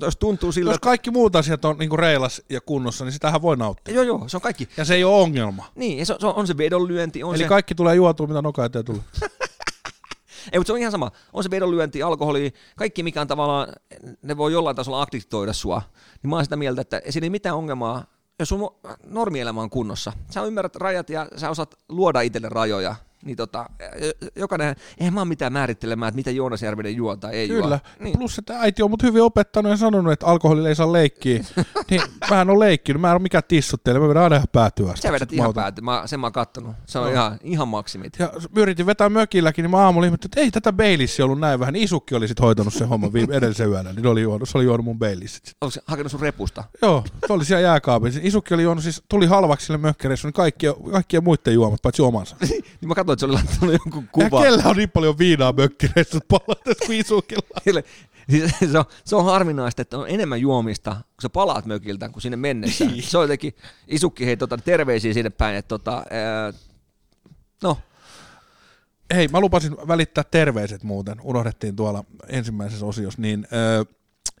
B: jos tuntuu siltä,
C: Hmm. Jos kaikki muut asiat on niinku reilas ja kunnossa, niin sitähän voi nauttia.
B: Joo, joo, se on kaikki.
C: Ja se ei ole ongelma.
B: Niin, ja se, se on, on se vedonlyönti, on
C: Eli
B: se,
C: kaikki tulee juotua, mitä noka eteen tulee.
B: ei, mutta se on ihan sama. On se vedonlyönti, alkoholi, kaikki mikä on tavallaan, ne voi jollain tasolla addiktoida sua. Niin mä oon sitä mieltä, että siinä ei mitään ongelmaa, jos sun normielämä on kunnossa. Sä ymmärrät rajat ja sä osaat luoda itselle rajoja. Niin tota, jokainen, eihän mä ole mitään määrittelemään, että mitä Joonas Järvinen juo tai ei
C: Kyllä.
B: juo.
C: Niin. Plus, että äiti on mut hyvin opettanut ja sanonut, että alkoholilla ei saa leikkiä. niin mähän on leikkinyt, mä en ole mikään tissuttelija, mä vedän aina ihan päätyä. asti.
B: Sä vedät
C: Sit
B: ihan
C: mä otan-
B: päätä, mä, sen mä oon kattonut. Se on ihan, ihan maksimit.
C: Ja yritin vetää mökilläkin, niin mä aamulla ihmettelin, että ei tätä Baileyssi ollut näin vähän. Niin Isukki oli sitten hoitanut sen homman viime edellisen yönä, niin ne oli juonut, se oli juonut mun Baileyssit.
B: Onko se hakenut sun repusta?
C: Joo, se oli siellä jääkaapissa. Isukki oli juonut, siis tuli halvaksi sille mökkäreissä, niin kaikkien, kaikkien muiden juomat, paitsi omansa.
B: niin mä katsoin, että se oli laittanut jonkun
C: Ja
B: kuvan.
C: kellä on niin paljon viinaa mökkireissä palautetta kuin Isukilla.
B: Sille- siis se, on, se on harvinaista, että on enemmän juomista, kun sä palaat mökiltä, kuin sinne mennessä.
C: Niin.
B: Se on jotenkin, Isukki hei tota, terveisiä sinne päin, että tota, ää, no,
C: Hei, mä lupasin välittää terveiset muuten. Unohdettiin tuolla ensimmäisessä osiossa, niin ö,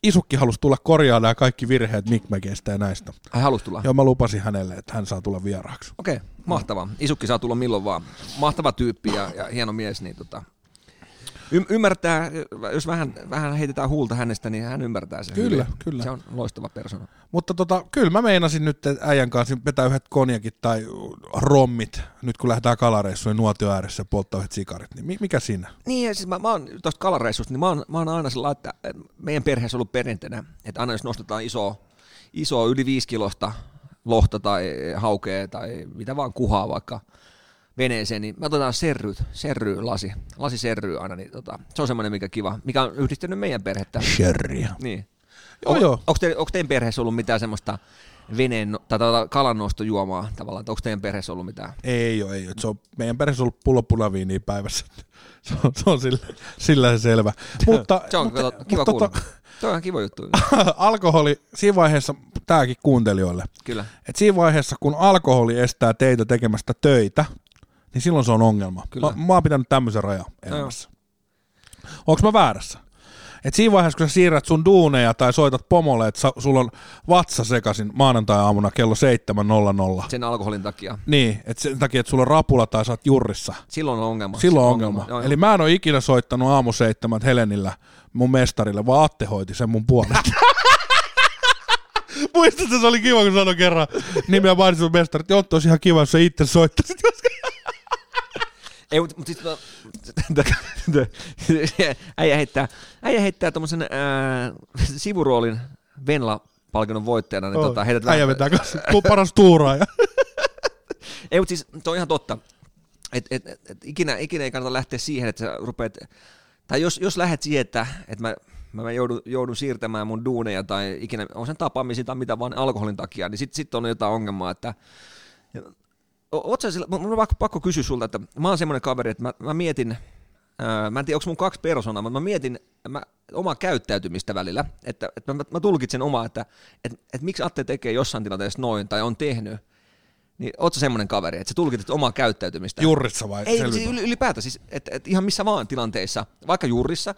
C: Isukki halusi tulla korjaamaan nämä kaikki virheet Mikmekeistä ja näistä.
B: ai halus tulla.
C: Joo, mä lupasin hänelle, että hän saa tulla vieraaksi.
B: Okei, mahtavaa. Isukki saa tulla milloin vaan. Mahtava tyyppi ja, ja hieno mies, niin tota, y- ymmärtää, jos vähän, vähän heitetään huulta hänestä, niin hän ymmärtää sen.
C: Kyllä,
B: hyvin.
C: kyllä.
B: Se on loistava persona.
C: Mutta tota, kyllä mä meinasin nyt että äijän kanssa vetää yhdet konjakit tai rommit, nyt kun lähdetään kalareissuun niin nuotio ääressä ja polttaa yhdet sikarit, niin mi- mikä siinä?
B: Niin, ja siis mä, mä oon tuosta kalareissusta, niin mä oon, mä oon aina sillä lailla, että että meidän perheessä on ollut perinteenä, että aina jos nostetaan iso, iso yli viisi kilosta lohta tai haukea tai mitä vaan kuhaa vaikka veneeseen, niin me otetaan serryt, serry lasi, lasi serry aina, niin tota, se on semmoinen mikä kiva, mikä on yhdistänyt meidän perhettä.
C: Sherryä.
B: Niin.
C: Joo,
B: on,
C: joo.
B: Onko, te, onko teidän perheessä ollut mitään semmoista veneen tai tuota kalannostojuomaa tavallaan, että onko teidän perheessä ollut mitään?
C: Ei ole, ei ole. Se on, meidän perheessä on ollut pullo punaviiniä päivässä. Se on, se on sillä, sillä se selvä. Mutta,
B: Se on
C: mutta,
B: kato, kiva
C: mutta tota,
B: kuulla. Tuo on ihan kiva juttu,
C: alkoholi siinä vaiheessa, tämäkin kuuntelijoille,
B: kyllä.
C: että siinä vaiheessa kun alkoholi estää teitä tekemästä töitä, niin silloin se on ongelma.
B: Kyllä.
C: Mä, mä oon pitänyt tämmöisen rajan elämässä. Onko mä väärässä? Et siinä vaiheessa, kun sä siirrät sun duuneja tai soitat pomolle, että sa- sulla on vatsa sekaisin maanantai-aamuna kello 7.00,
B: Sen alkoholin takia.
C: niin, että sen takia, että sulla on rapula tai sä oot jurrissa,
B: Silloin on ongelma.
C: Silloin on ongelma. ongelma.
B: Joo,
C: Eli
B: Eli...
C: mä en ole ikinä soittanut aamu seitsemät Helenillä mun mestarille, vaan Atte hoiti sen mun puolesta. Muistatko, se oli kiva, kun sanoi kerran nimeä mainitsin sun mestarit. Joo, olisi ihan kiva, jos sä itse soittaisit.
B: Ei, mutta mut, siis, tota- äijä heittää, äijä heittää tommosen ää, sivuroolin Venla-palkinnon voittajana. Niin tota, heität
C: Äijä
B: vähän-
C: vetää kanssa. Tuu paras tuuraaja.
B: Ei, mutta siis toi on ihan totta. Et, et, et, et, ikinä, ikinä ei kannata lähteä siihen, että sä rupeat, tai jos, jos lähdet siihen, että, että mä, mä, mä joudun, joudun, siirtämään mun duuneja tai ikinä, on sen tapaamisia tai mitä vaan alkoholin takia, niin sitten sit on jotain ongelmaa, että O- Oot sä sillä, mun mun on pakko, pakko kysyä sulta, että mä oon semmoinen kaveri, että mä, mä mietin, ää, mä en tiedä, onko mun kaksi persoonaa, mutta mä mietin mä, omaa käyttäytymistä välillä, että, että mä, mä tulkitsen omaa, että, että, että miksi Atte tekee jossain tilanteessa noin tai on tehnyt, niin oot sä semmoinen kaveri, että sä tulkitet omaa käyttäytymistä?
C: Jurrissa vai?
B: Ei,
C: selvitä?
B: siis yli, ylipäätään, siis, että et ihan missä vaan tilanteissa, vaikka jurissa,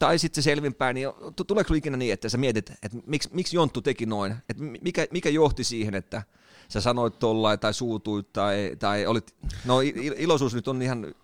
B: tai sitten se selvinpäin, niin tu- tuleeko sulla ikinä niin, että sä mietit, että miksi, miksi Jonttu teki noin, että mi- mikä, mikä johti siihen, että sä sanoit tollain tai suutuit tai, tai olit, no i- il- iloisuus nyt on ihan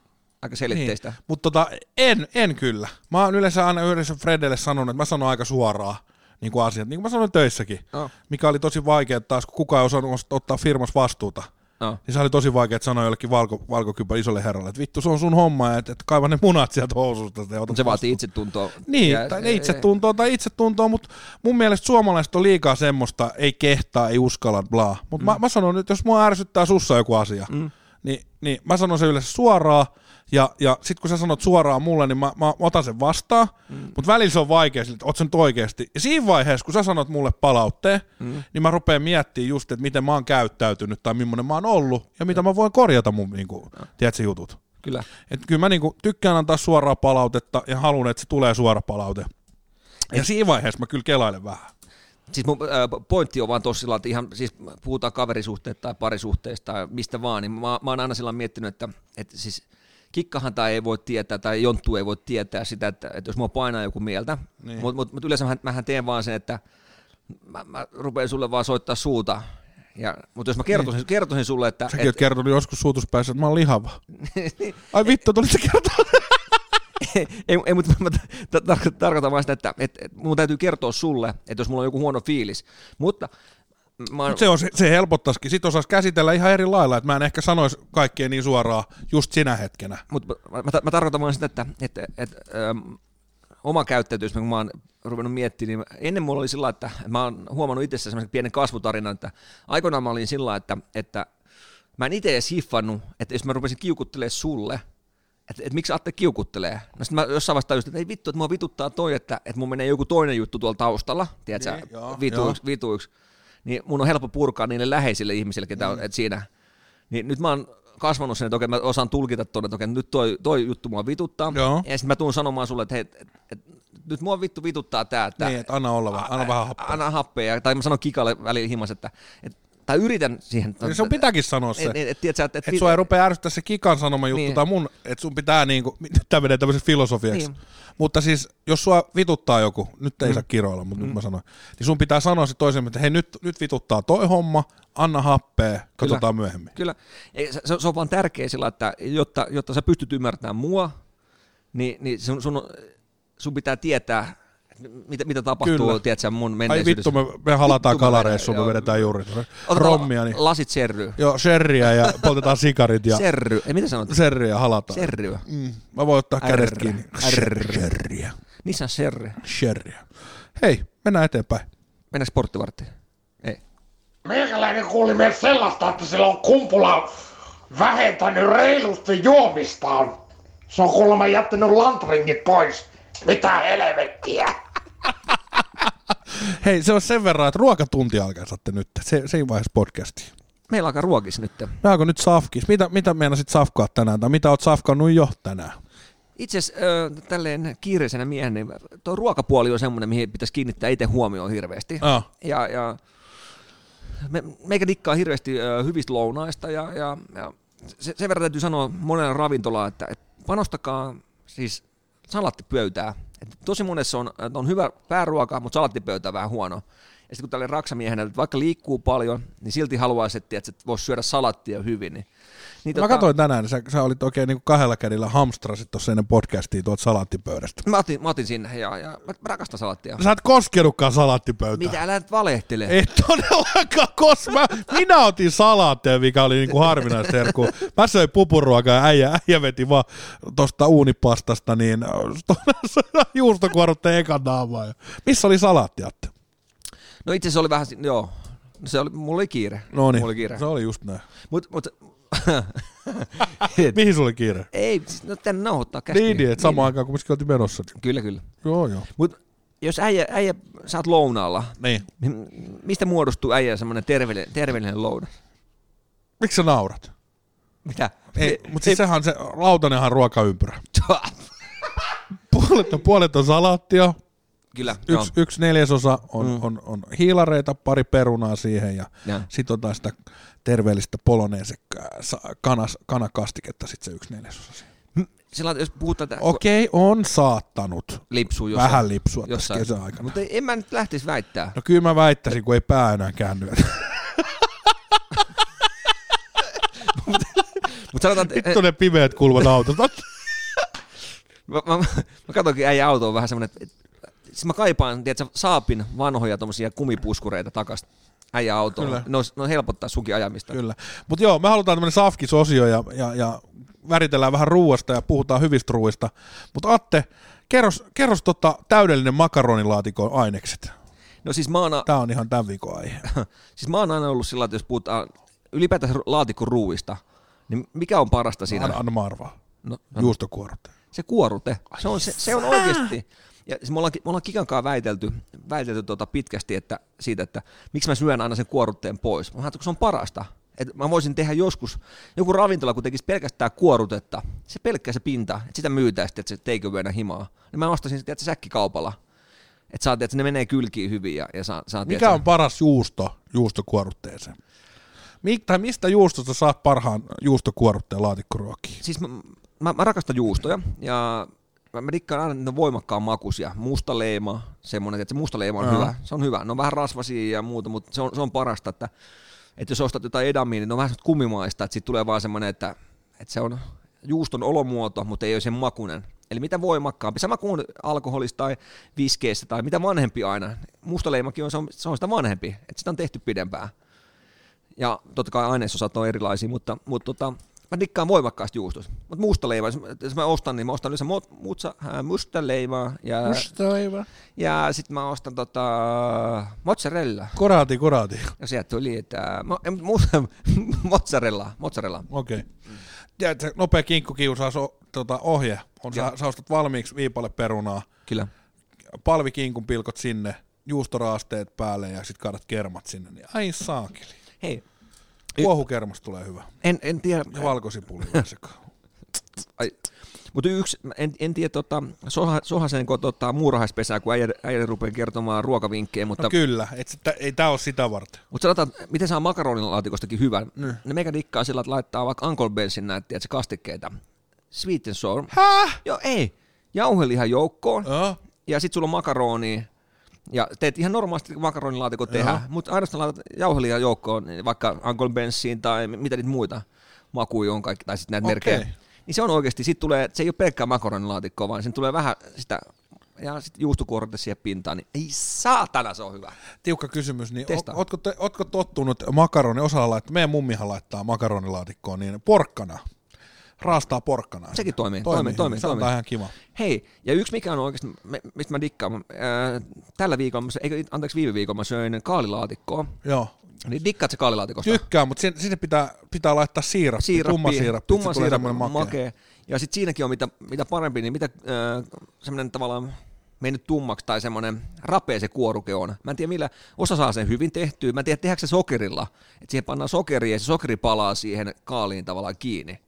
B: aika selitteistä. Niin.
C: Mutta tota, en, en kyllä. Mä oon yleensä aina yleensä Fredelle sanonut, että mä sanon aika suoraan niin kuin asiat, niin kuin mä sanoin töissäkin,
B: Joo.
C: mikä oli tosi vaikea taas, kun kukaan ei osannut ost- ottaa firmas vastuuta.
B: No.
C: Niin se oli tosi vaikea että sanoa jollekin valko, valkokypä isolle herralle, että vittu se on sun homma, että, että kaiva ne munat sieltä housusta. ja ota
B: Mutta se vaatii
C: vastaan.
B: itse tuntoa.
C: Niin, ja, tai itse tuntoa tai itse tuntoa, mutta mun mielestä suomalaiset on liikaa semmoista, ei kehtaa, ei uskalla, bla. Mutta mm. mä, mä sanon, että jos mua ärsyttää sussa joku asia, mm. niin, niin mä sanon se yleensä suoraan, ja, ja sit kun sä sanot suoraan mulle, niin mä, mä otan sen vastaan, mm. mutta välillä se on vaikea, sillä, että oot sä nyt oikeesti. Ja siinä vaiheessa, kun sä sanot mulle palautteen, mm. niin mä rupean miettimään just, että miten mä oon käyttäytynyt tai millainen mä oon ollut, ja mitä mä voin korjata mun niin kuin, tiedätkö, jutut.
B: Kyllä.
C: Et kyllä mä niinku tykkään antaa suoraa palautetta ja haluan, että se tulee suora palaute. Ja siinä vaiheessa mä kyllä kelailen vähän.
B: Siis mun ö, pointti on vaan tossa sillä, lailla, että ihan, siis puhutaan kaverisuhteista tai parisuhteista tai mistä vaan, niin mä, mä oon aina sillä lailla miettinyt, että, että siis kikkahan tai ei voi tietää tai jonttu ei voi tietää sitä, että, että jos mua painaa joku mieltä, niin. mutta mut, mut yleensä mähän, mähän teen vaan sen, että mä, mä rupean sulle vaan soittaa suuta, ja, mutta jos mä kertoisin, niin. kertoisin sulle, että...
C: Säkin oot kertonut joskus suutuspäissä, että mä oon lihava. Ai vittu, tuli se kertoa.
B: ei, ei mutta mä t- tar- tarkoitan vaan sitä, että et, et, mun täytyy kertoa sulle, että jos mulla on joku huono fiilis. Mutta mä oon,
C: Se, on, se, se helpottaisikin. Sitten osaisi käsitellä ihan eri lailla, että mä en ehkä sanoisi kaikkea niin suoraan just sinä hetkenä.
B: mut mä, mä, mä tarkoitan vaan sitä, että et, et, äm, oma käyttäytymys, kun mä oon ruvennut miettimään, niin ennen mulla oli sillä lailla, että mä oon huomannut itsessä semmoisen pienen kasvutarinan, että aikoinaan mä olin sillä lailla, että, että mä en itse edes hiffannut, että jos mä rupesin kiukuttelemaan sulle, että, että miksi Atte kiukuttelee? No sitten mä jossain vaiheessa tajusin, että ei vittu, että mua vituttaa toi, että, että mun menee joku toinen juttu tuolla taustalla, tiedätkö,
C: Niin, joo,
B: niin, vituiksi, vituiksi, niin mun on helppo purkaa niille läheisille ihmisille, ketä
C: Mm.
B: on, että siinä, niin nyt mä oon kasvanut sen, että okei, mä osaan tulkita tuonne, että okei, nyt toi, toi juttu mua vituttaa,
C: Joo.
B: ja sitten mä tuun sanomaan sulle, että hei, et, et, nyt mua vittu vituttaa tää, että
C: Niin, että anna olla vähän, anna vähän happea.
B: anna happea, tai mä sanon kikalle välillä himas, että, et, tai yritän siihen.
C: Niin sun pitääkin sanoa se.
B: Et, et, et, tiedätkö, et, et,
C: Että sua ei rupea ärsyttää se kikan sanoma juttu
B: Niin.
C: niin. tai mun, että sun pitää niinku, nyt tää menee tämmöisen filosofiaksi.
B: Niin.
C: Niin. Mutta siis, jos sua vituttaa joku, nyt ei mm. saa kiroilla, mutta mm. nyt mä sanoin, niin sun pitää sanoa se toiselle, että hei nyt, nyt vituttaa toi homma, anna happea, katsotaan myöhemmin.
B: Kyllä. Ei, Se, se, on vaan tärkeä sillä, että jotta, jotta sä pystyt ymmärtämään mua, niin, niin sun, sun, on- sun pitää tietää, mitä, mitä tapahtuu,
C: Kyllä.
B: tiedätkö, sä, mun
C: Ai
B: menneisyydessä.
C: vittu, me, me halataan
B: Vittu, mä
C: kalareissuun, me
B: vedän,
C: vedetään
B: joo.
C: juuri
B: Otetaan
C: rommia, niin
B: Lasit serryä.
C: joo, sherryä ja poltetaan sikarit ja
B: Serry. Ei, mitä sanot?
C: sherryä halataan.
B: Serryä.
C: Mm, mä voin ottaa
B: Ärr.
C: kädestä kiinni.
B: Ärr.
C: Sherryä.
B: Niissä on serry.
C: Sherryä. Hei, mennään eteenpäin.
B: Mennään sporttivarttiin. Ei.
D: Meikäläinen kuuli myös sellaista, että sillä on kumpula vähentänyt reilusti juomistaan. Se on kuulemma jättänyt lantringit pois. Mitä helvettiä?
C: Hei, se on sen verran, että ruokatunti alkaa saatte nyt. Se, siinä vaiheessa podcastiin.
B: Meillä alkaa ruokis nyt.
C: No onko nyt safkis? Mitä, mitä meinasit safkaa tänään? Tai mitä oot safkannut jo tänään?
B: Itse asiassa ö, tälleen kiireisenä miehen, niin tuo ruokapuoli on semmoinen, mihin pitäisi kiinnittää itse huomioon hirveästi.
C: Ah.
B: Ja, ja me, meikä dikkaa hirveästi ö, hyvistä lounaista ja, ja, ja se, sen verran täytyy sanoa monen ravintolaan, että et panostakaa siis salattipöytää. Et tosi monessa on, et on hyvä pääruoka, mutta salattipöytä on vähän huono. Ja sitten kun tälle raksamiehenä, että vaikka liikkuu paljon, niin silti haluaisi, että et voisi syödä salattia hyvin. Niin, niin
C: No Mä katsoin tänään, sä, sä olit oikein niin kahdella kädellä hamstrasit tuossa ennen podcastia tuolta salaattipöydästä.
B: Mä otin, mä otin sinne ja, ja mä mä rakastan salattia.
C: Sä et koskenutkaan salaattipöytään.
B: Mitä, älä nyt valehtele.
C: Ei todellakaan, koska mä, minä otin salaatteja, mikä oli niinku harvinaista herkkua. Mä söin pupuruokaa ja äijä, äijä veti vaan tosta uunipastasta, niin äh, tuonne juustokuorutteen ekan naamaa. Missä oli salaatti, Atte?
B: No itse asiassa oli vähän, si- joo. No Se oli, mulla oli kiire.
C: No
B: Mulla oli kiire.
C: niin, se oli just näin.
B: Mut, mut,
C: Mihin sulla oli kiire?
B: ei, siis, no tänne nauhoittaa kästiä.
C: Niin, niin, että samaan aikaan kun oltiin menossa. niin-
B: Kyllä, kyllä.
C: Joo, joo.
B: Mut jos äijä, äijä sä oot lounaalla,
C: Niin.
B: niin mistä muodostuu äijä semmoinen terveellinen, terveellinen lounas?
C: Miksi sä naurat?
B: Mitä?
C: Ei, mutta siis sehän on se, lautanenhan on ruokaympyrä. Puolet on, puolet on salaattia,
B: kyllä,
C: yksi,
B: joo.
C: yksi neljäsosa on, mm. on, on hiilareita, pari perunaa siihen ja,
B: Ja.
C: ja. sitten otetaan sitä terveellistä poloneese sa- kanas, kanakastiketta sitten se yksi neljäsosa. siihen.
B: Sillä lailla, jos puhutaan, että
C: Okei, okay, on saattanut
B: lipsuu jossain.
C: vähän lipsua tässä
B: jossain.
C: kesän aikana.
B: Mutta en mä nyt lähtisi väittää.
C: No kyllä mä väittäisin, kun ei pää enää käänny.
B: Mut sanotaan, että...
C: Vittu ne pimeät kulmat autosta.
B: Mä, mä, mä katsoinkin äijä autoon vähän semmoinen, että et- siis mä kaipaan, tiedätkö, Saapin vanhoja tommosia kumipuskureita takas. äijä autoon.
C: Kyllä.
B: Ne, olisi, ne helpottaa sunkin ajamista.
C: Kyllä. Mutta joo, me halutaan tämmöinen safkisosio ja, ja, ja väritellään vähän ruuasta ja puhutaan hyvistä ruuista. Mutta Atte, kerros, kerros tota täydellinen makaronilaatikon ainekset.
B: No siis mä oon,
C: Tämä on ihan tämän viikon aihe.
B: siis mä oon aina ollut sillä lailla, että jos puhutaan ylipäätänsä laatikon ruuista, niin mikä on parasta siinä?
C: Anna, anna mä arvaa.
B: No,
C: Juustokuorot.
B: se kuorute. Se on, se, se on oikeasti. Ja siis me ollaan, me ollaan Kikankaan väitelty, väitelty tuota pitkästi että, siitä, että miksi mä syön aina sen kuorutteen pois. Mä ajattelin, kun se on parasta. Et mä voisin tehdä joskus, joku ravintola kun tekisi pelkästään kuorutetta, se pelkkää se pinta, että sitä myytäisi, sitten, että se teikövöinä himaa. Niin mä ostaisin sitä, että säkkikaupalla. Että saa, että ne menee kylkiin hyvin ja, ja saa, saa
C: Mikä
B: tiedätkö-
C: on paras juusto juustokuorutteeseen? Mik, tai mistä juustosta saat parhaan juustokuorutteen laatikkoruokiin?
B: siis mä, mä, mä rakastan juustoja ja mä, mä dikkaan aina niitä voimakkaan makuisia. Musta leima, semmoinen, että se musta leima on
C: Joo.
B: hyvä. Se on hyvä. Ne on vähän rasvasia ja muuta, mutta se on, se on parasta, että, että jos ostat jotain edamia, niin ne on vähän semmoista kumimaista, että siitä tulee vaan semmoinen, että, että se on juuston olomuoto, mutta ei ole sen makunen. Eli mitä voimakkaampi, sama kuin alkoholista tai viskeissä tai mitä vanhempi aina. Musta leimakin on, se on, se on sitä vanhempi, että sitä on tehty pidempään. Ja totta kai ainesosat on erilaisia, mutta, mutta tota, mä dikkaan voimakkaasti juustosta. Mutta muusta leivää, jos mä- jos mä ostan, niin mä ostan yleensä mu- mutsa, äh, musta leivää ja,
C: Mustaiva.
B: ja sitten mä ostan tota, mozzarella.
C: Koraati, koraati.
B: Ja sieltä tuli, että mo- ei, mut mu- mozzarella, mozzarella.
C: Okei. Okay.
B: Mm.
C: Tiedätkö, nopea kinkkukiusaus o- tota, ohje on, sä,
B: Joo.
C: sä ostat valmiiksi viipale perunaa,
B: Kyllä.
C: palvi kinkun pilkot sinne, juustoraasteet päälle ja sit kaadat kermat sinne. Niin ai saakeli.
B: Hei,
C: Kuohukermasta tulee hyvä.
B: en, en tiedä,
C: Ja valkosipuli vielä sekaan.
B: mutta yksi, mä en, en tiedä, tota, soha, sohasen kun tota, muurahaispesää, kun äijä, äijä rupeaa kertomaan ruokavinkkejä, mutta
C: No kyllä, et, se- tä- ei tää ole sitä varten.
B: Mutta sanotaan, että miten saa makaroninaatikostakin hyvän. Mm. Ne meikä dikkaa sillä, että laittaa vaikka Uncle Bensin näitä tiedätkö, kastikkeita. Sweet and sour.
C: Häh?
B: Joo, ei. Jauhelihan joukkoon.
C: Joo.
B: Ja sit sulla on makaronia. Ja teet ihan normaalisti makaronilaatikon tehdä, mutta ainoastaan laitat jauhelihan joukkoon, niin vaikka Uncle Bensiin tai mitä niitä muita makuja on kaikki, tai sitten näitä
C: Okei.
B: merkejä. Niin se on oikeasti, sit tulee, se ei ole pelkkää makaronilaatikkoa, vaan siinä tulee vähän sitä, ja sitten juustokuorte siihen pintaan, niin ei saatana se on hyvä.
C: Tiukka kysymys, niin
B: Testaa.
C: o- ootko, te, ootko tottunut makaroni osalla laittaa, meidän mummihan laittaa makaronilaatikkoon niin porkkana, raastaa porkkana.
B: Sekin toimii, toimii, toimii,
C: Se on
B: toimii.
C: ihan kiva.
B: Hei, ja yksi mikä on oikeasti, me- mistä mä dikkaan, ää, tällä viikolla, mä sö- eikö, anteeksi viime viikolla mä söin kaalilaatikkoa,
C: Joo,
B: niin dikkaat se kaalilaatikosta?
C: Tykkään, mutta sinne, sinne pitää, pitää laittaa siirappi, siirappi tumma siirappi,
B: tumma
C: tumma siirappi,
B: siirappi,
C: makea. makea.
B: makea. Ja sitten siinäkin on mitä, mitä parempi, niin mitä äh, semmoinen tavallaan mennyt tummaksi tai semmoinen rapea se kuoruke on. Mä en tiedä millä, osa saa sen hyvin tehtyä, mä en tiedä tehdäänkö se sokerilla, että siihen pannaan sokeri ja se sokeri palaa siihen kaaliin tavallaan kiinni.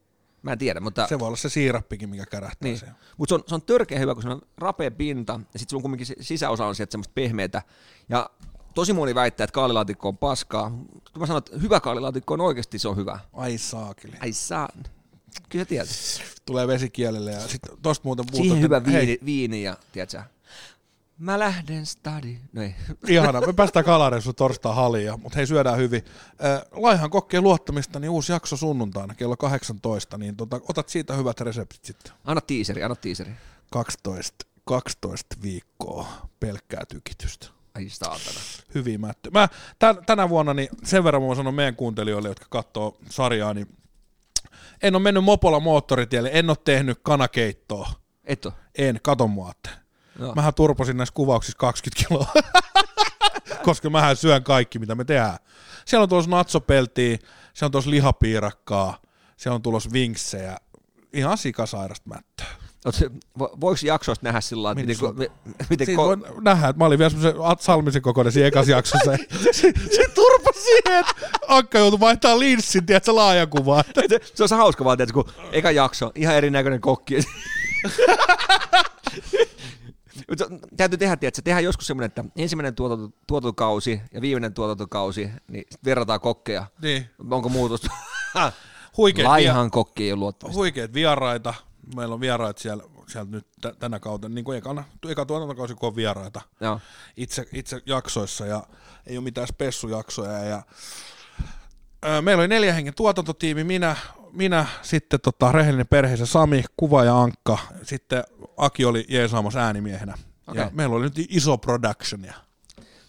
B: Mä en tiedä, mutta...
C: Se voi olla se siirappikin, mikä kärähtää niin.
B: Niin.
C: siihen.
B: Mutta se on, se on törkeä hyvä, kun se on rapea pinta, ja sitten sulla on kumminkin se sisäosa on sieltä semmoista pehmeitä. Ja tosi moni väittää, että kaalilaatikko on paskaa. Kun mä sanon, että hyvä kaalilaatikko on oikeasti, se on hyvä.
C: Ai saakeli.
B: Ai saa. Kyllä sä tiedät.
C: Tulee vesikielelle ja sitten tosta muuten puhutaan.
B: Siihen hyvä
C: että-
B: viini,
C: Hei,
B: viini ja tiedät sä. Mä lähden stadi. No ei.
C: ihana, me päästään kalareissu torstai halia, mutta hei syödään hyvin. Äh, Laihan kokkeen luottamista, niin uusi jakso sunnuntaina kello 18, niin tota, otat siitä hyvät reseptit sitten.
B: Anna tiiseri, anna tiiseri.
C: 12, 12 viikkoa pelkkää tykitystä.
B: Ai saatana.
C: hyviä mätty. Mä tän, tänä vuonna, niin sen verran mä voin sanoa meidän kuuntelijoille, jotka katsoo sarjaa, niin en ole mennyt mopolla moottoritielle, en ole tehnyt kanakeittoa.
B: Et oo.
C: En, kato mua. Atte.
B: Joo.
C: Mähän turposin näissä kuvauksissa 20 kiloa, koska mähän syön kaikki, mitä me tehdään. Siellä on tuossa natsopeltiä, siellä on tuossa lihapiirakkaa, siellä on tulossa vinksejä, ihan sikasairasta mättöä.
B: Oot se- vo- Voiko jaksoista nähdä sillä lailla, että
C: Miten
B: miten, ko- mi- miten
C: Siis
B: ko-
C: voi nähdä, että mä olin vielä semmoisen At- Salmisen kokoinen siinä ekassa jaksossa.
B: siis.
C: se, se turpa siihen, että Akka joutui vaihtaa linssin, tiedätkö, laajakuvaa.
B: se on se hauska vaan, tietysti, kun eka jakso, ihan erinäköinen kokki. Mut se- täytyy tehdä, tiedätkö, tehdään joskus semmoinen, että ensimmäinen tuotanto, tuotantokausi ja viimeinen tuotantokausi, niin sit verrataan kokkeja.
C: Niin.
B: Onko muutosta?
C: Huikeet,
B: Laihan kokki ei ole
C: via-
B: luottamista.
C: huikeet vieraita. Meillä on vieraita siellä, siellä nyt t- tänä kautta, niin kuin ekana, eka tuotantokausi, kun on vieraita
B: Joo.
C: itse, itse jaksoissa ja ei ole mitään spessujaksoja. Ja, Ö, meillä oli neljä hengen tuotantotiimi, minä, minä sitten tota, rehellinen perheessä Sami, kuva ja Ankka, sitten Aki oli jeesaamassa äänimiehenä. Okay.
B: Okei.
C: Ja meillä oli nyt iso productionia.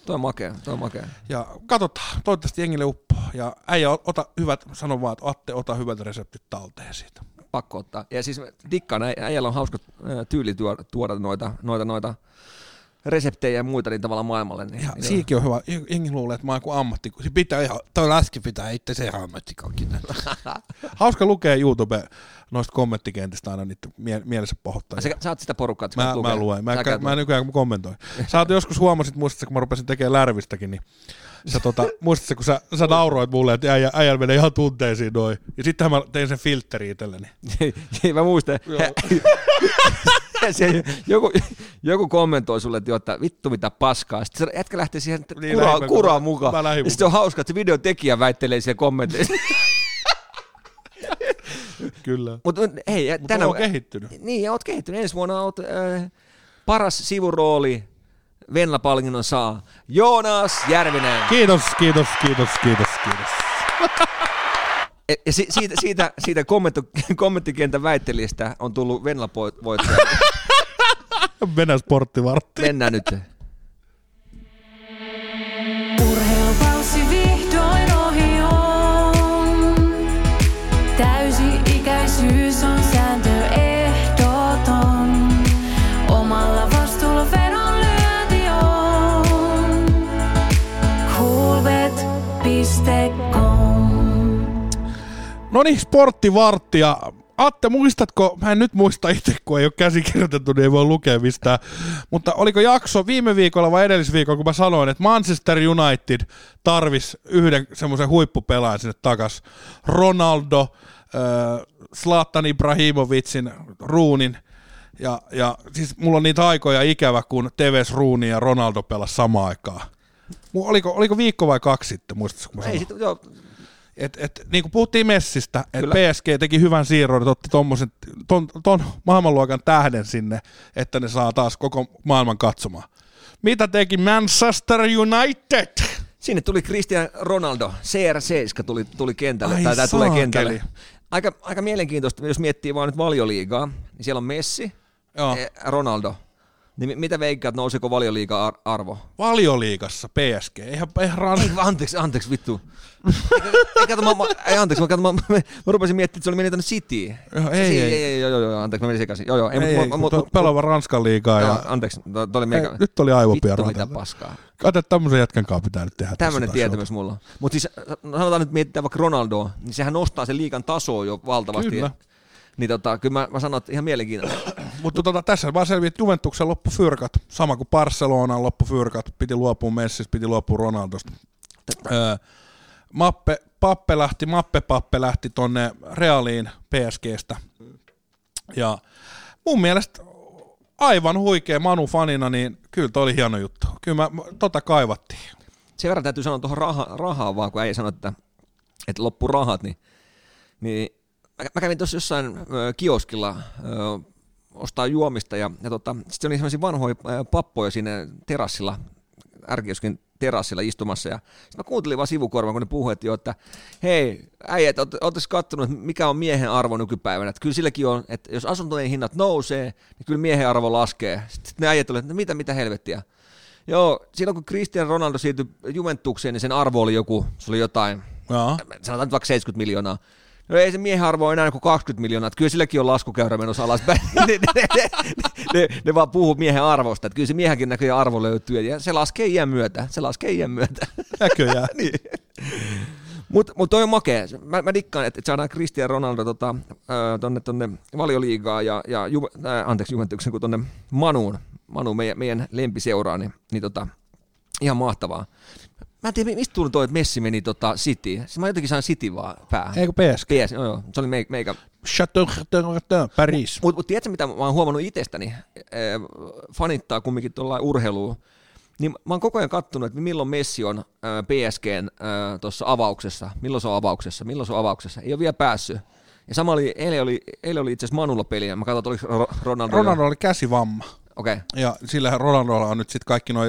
B: Toi on makea, toi on makea.
C: Ja katsotaan, toivottavasti jengille uppoa. Ja äijä, ota hyvät, sano vaan, että Atte, ota hyvät reseptit talteen siitä.
B: pakko ottaa. Ja siis dikkaan, äi- äijällä on hauska ö, tyyli tuoda, tuoda noita, noita, noita reseptejä ja muita niin tavallaan maailmalle. Niin,
C: Ja
B: niin
C: siikin on hyvä. Jengi luulee, että mä oon joku ammatti. Se pitää ihan, toi laski pitää itse se ihan ammattikokin. Hauska lukea YouTube noista kommenttikentistä aina niitä mie- mielessä pahoittaa.
B: Sä, sä oot sitä porukkaa, että
C: Mä, mä luen. Mä, kä- mä nykyään kommentoin. Sä oot joskus huomasit, muistatko, kun mä rupesin tekemään lärvistäkin, niin sä tota, muistatko, kun sä, sä nauroit mulle, että äijä, äijällä menee ihan tunteisiin noin. Ja sittenhän mä tein sen filtteri itselleni.
B: Ei, mä muistan. Se, joku, joku kommentoi sulle, että, joo, että vittu mitä paskaa. Sitten se jätkä lähtee siihen
C: Niin,
B: niin, kuraa,
C: lähin mä-
B: kuraa mukaan.
C: mä lähin
B: Ja sitten on hauska, että se videon tekijä väittelee siellä kommenteissa.
C: Kyllä.
B: Mutta hei, Mut tänä
C: on kehittynyt.
B: Niin, ja oot kehittynyt. Ensi vuonna oot äh, paras sivurooli Venla-palkinnon saa Joonas Järvinen.
C: Kiitos, kiitos, kiitos, kiitos, kiitos.
B: Ja- Ja E, si- siitä, siitä, siitä kommentto- kommenttikentän väittelijästä on tullut Venla-voittaja.
C: Venä sporttivartti.
B: Mennään nyt.
E: Urheilukausi vihdoin ohi on. Täysi-ikäisyys on sääntö ehdoton. Omalla vastuulla vedonlyönti on. Coolbet.com
C: No niin, sporttivartti ja Atte, muistatko, mä en nyt muista itse, kun ei ole käsikirjoitettu, niin ei voi lukea mistään, mutta oliko jakso viime viikolla vai edellisviikolla, kun mä sanoin, että Manchester United tarvis yhden semmoisen huippupelaajan sinne takas. Ronaldo, äh, Zlatan Ibrahimovitsin, Ruunin, ja, ja siis mulla on niitä aikoja ikävä, kun Teves, Ruuni ja Ronaldo pelas samaan aikaan. Mu- Oliko, oliko viikko vai kaksi sitten, muistatko? kun mä
B: Ei
C: sanoin?
B: sit, joo,
C: Et, et, niin kuin puhuttiin Messistä, että
B: Kyllä.
C: PSG teki hyvän siirron, että otti tommosen, ton, ton maailmanluokan tähden sinne, että ne saa taas koko maailman katsomaan. Mitä teki Manchester United?
B: sinne tuli Cristian Ronaldo, CR7 tuli, tuli kentälle.
C: Ai
B: tai tämä tulee
C: saakeli.
B: kentälle. Aika, aika mielenkiintoista, jos miettii vaan nyt valioliigaa, niin siellä on Messi,
C: Joo.
B: eh, Ronaldo. Niin mi- mitä veikkaat, nouseeko valioliiga ar- arvo?
C: Valioliigassa PSG, eihän, eihän
B: Ei,
C: Ranska.
B: vaan anteeksi, anteeksi, vittu. Ei, kato, mä, mä, ei, anteeksi, mä, kato, mä, mä, mä rupesin miettimään, että se oli mennyt tänne City.
C: Joo, ei,
B: ei,
C: ei.
B: ei, ei, joo, joo, joo, anteeksi, mä menin sekaisin. Joo, joo, ei,
C: Ei, ei,
B: mut- mut- mut-
C: pelava Ranskan liigaa.
B: Joo,
C: Ja,
B: anteeksi, toi, toi oli
C: ei,
B: mega.
C: nyt oli
B: Vittu,
C: aivopiero.
B: mitä paskaa.
C: Kato, tämmöisen jätkän kanssa pitää nyt tehdä. tässä
B: Tämmöinen
C: jotain
B: tietämys mulla on. Mutta siis sanotaan nyt, mietitään vaikka Ronaldoa, niin sehän nostaa sen liikan tasoa jo valtavasti.
C: Kyllä.
B: Niin tota, kyllä mä, mä sanon, että ihan mielenkiintoinen.
C: Mutta tota, tässä vaan selvii, että Juventuksen loppu fyrkat, sama kuin Barcelonan loppu fyrkat, piti luopua Messistä, piti luopua Ronaldosta. Öö, Mappe, Pappe lähti, Mappe Pappe lähti tonne Realiin PSGstä. Ja mun mielestä aivan huikea Manu fanina, niin kyllä toi oli hieno juttu. Kyllä mä, mä- tota kaivattiin.
B: sen verran täytyy sanoa tuohon raha, rahaa vaan, kun äijä sanoi, että, että loppu rahat, niin, niin mä, mä kävin tuossa jossain ö, kioskilla ö, ostaa juomista ja, ja tota, sitten oli sellaisia vanhoja ö, pappoja siinä terassilla, ärkioskin terassilla istumassa ja sitten mä kuuntelin vaan sivukorvan, kun ne puhui, että, joo, että hei äijät, ootte kattonut, että mikä on miehen arvo nykypäivänä, että kyllä silläkin on, että jos asuntojen hinnat nousee, niin kyllä miehen arvo laskee. Sitten ne äijät oli, että no mitä, mitä helvettiä. Joo, silloin kun Cristiano Ronaldo siirtyi Juventukseen, niin sen arvo oli joku, se oli jotain,
C: Jaa.
B: sanotaan nyt vaikka 70 miljoonaa. No ei se miehen arvo ole enää kuin 20 miljoonaa, että kyllä silläkin on laskukäyrä menossa alaspäin. ne, ne, ne, ne, ne, vaan puhuu miehen arvosta, että kyllä se miehenkin näköjään arvo löytyy, ja se laskee iän myötä, se laskee iän myötä.
C: Näköjään.
B: niin. Mutta mut toi on makea. Mä, mä dikkaan, että et saadaan Cristiano Ronaldo tota, ö, tonne, tonne valioliigaa ja, ja ju, ää, anteeksi Juventuksen, kun tonne Manuun, Manu meidän, meidän lempiseuraa, niin, niin tota, ihan mahtavaa. Mä en tiedä, mistä tuli toi, että Messi meni tota City. Siis mä jotenkin sain City vaan päähän.
C: Eikö PSG?
B: PS, joo, joo, se oli mei- meikä.
C: Chateau, Chateau, Chateau, Paris.
B: Mutta mut tiedätkö, mitä mä oon huomannut itsestäni? Ee, fanittaa kumminkin tuolla urheilua. Niin mä oon koko ajan kattonut, että milloin Messi on ää, PSGn ää, tuossa avauksessa, milloin se on avauksessa, milloin se on avauksessa. Ei ole vielä päässyt. Ja sama oli, eilen oli, eilen oli itse asiassa Manulla peliä. Mä katsoin, että oliko Ro- Ronaldo. jo-
C: Ronaldo oli käsivamma.
B: Okei.
C: Ja sillä Ronaldolla on nyt sitten kaikki nuo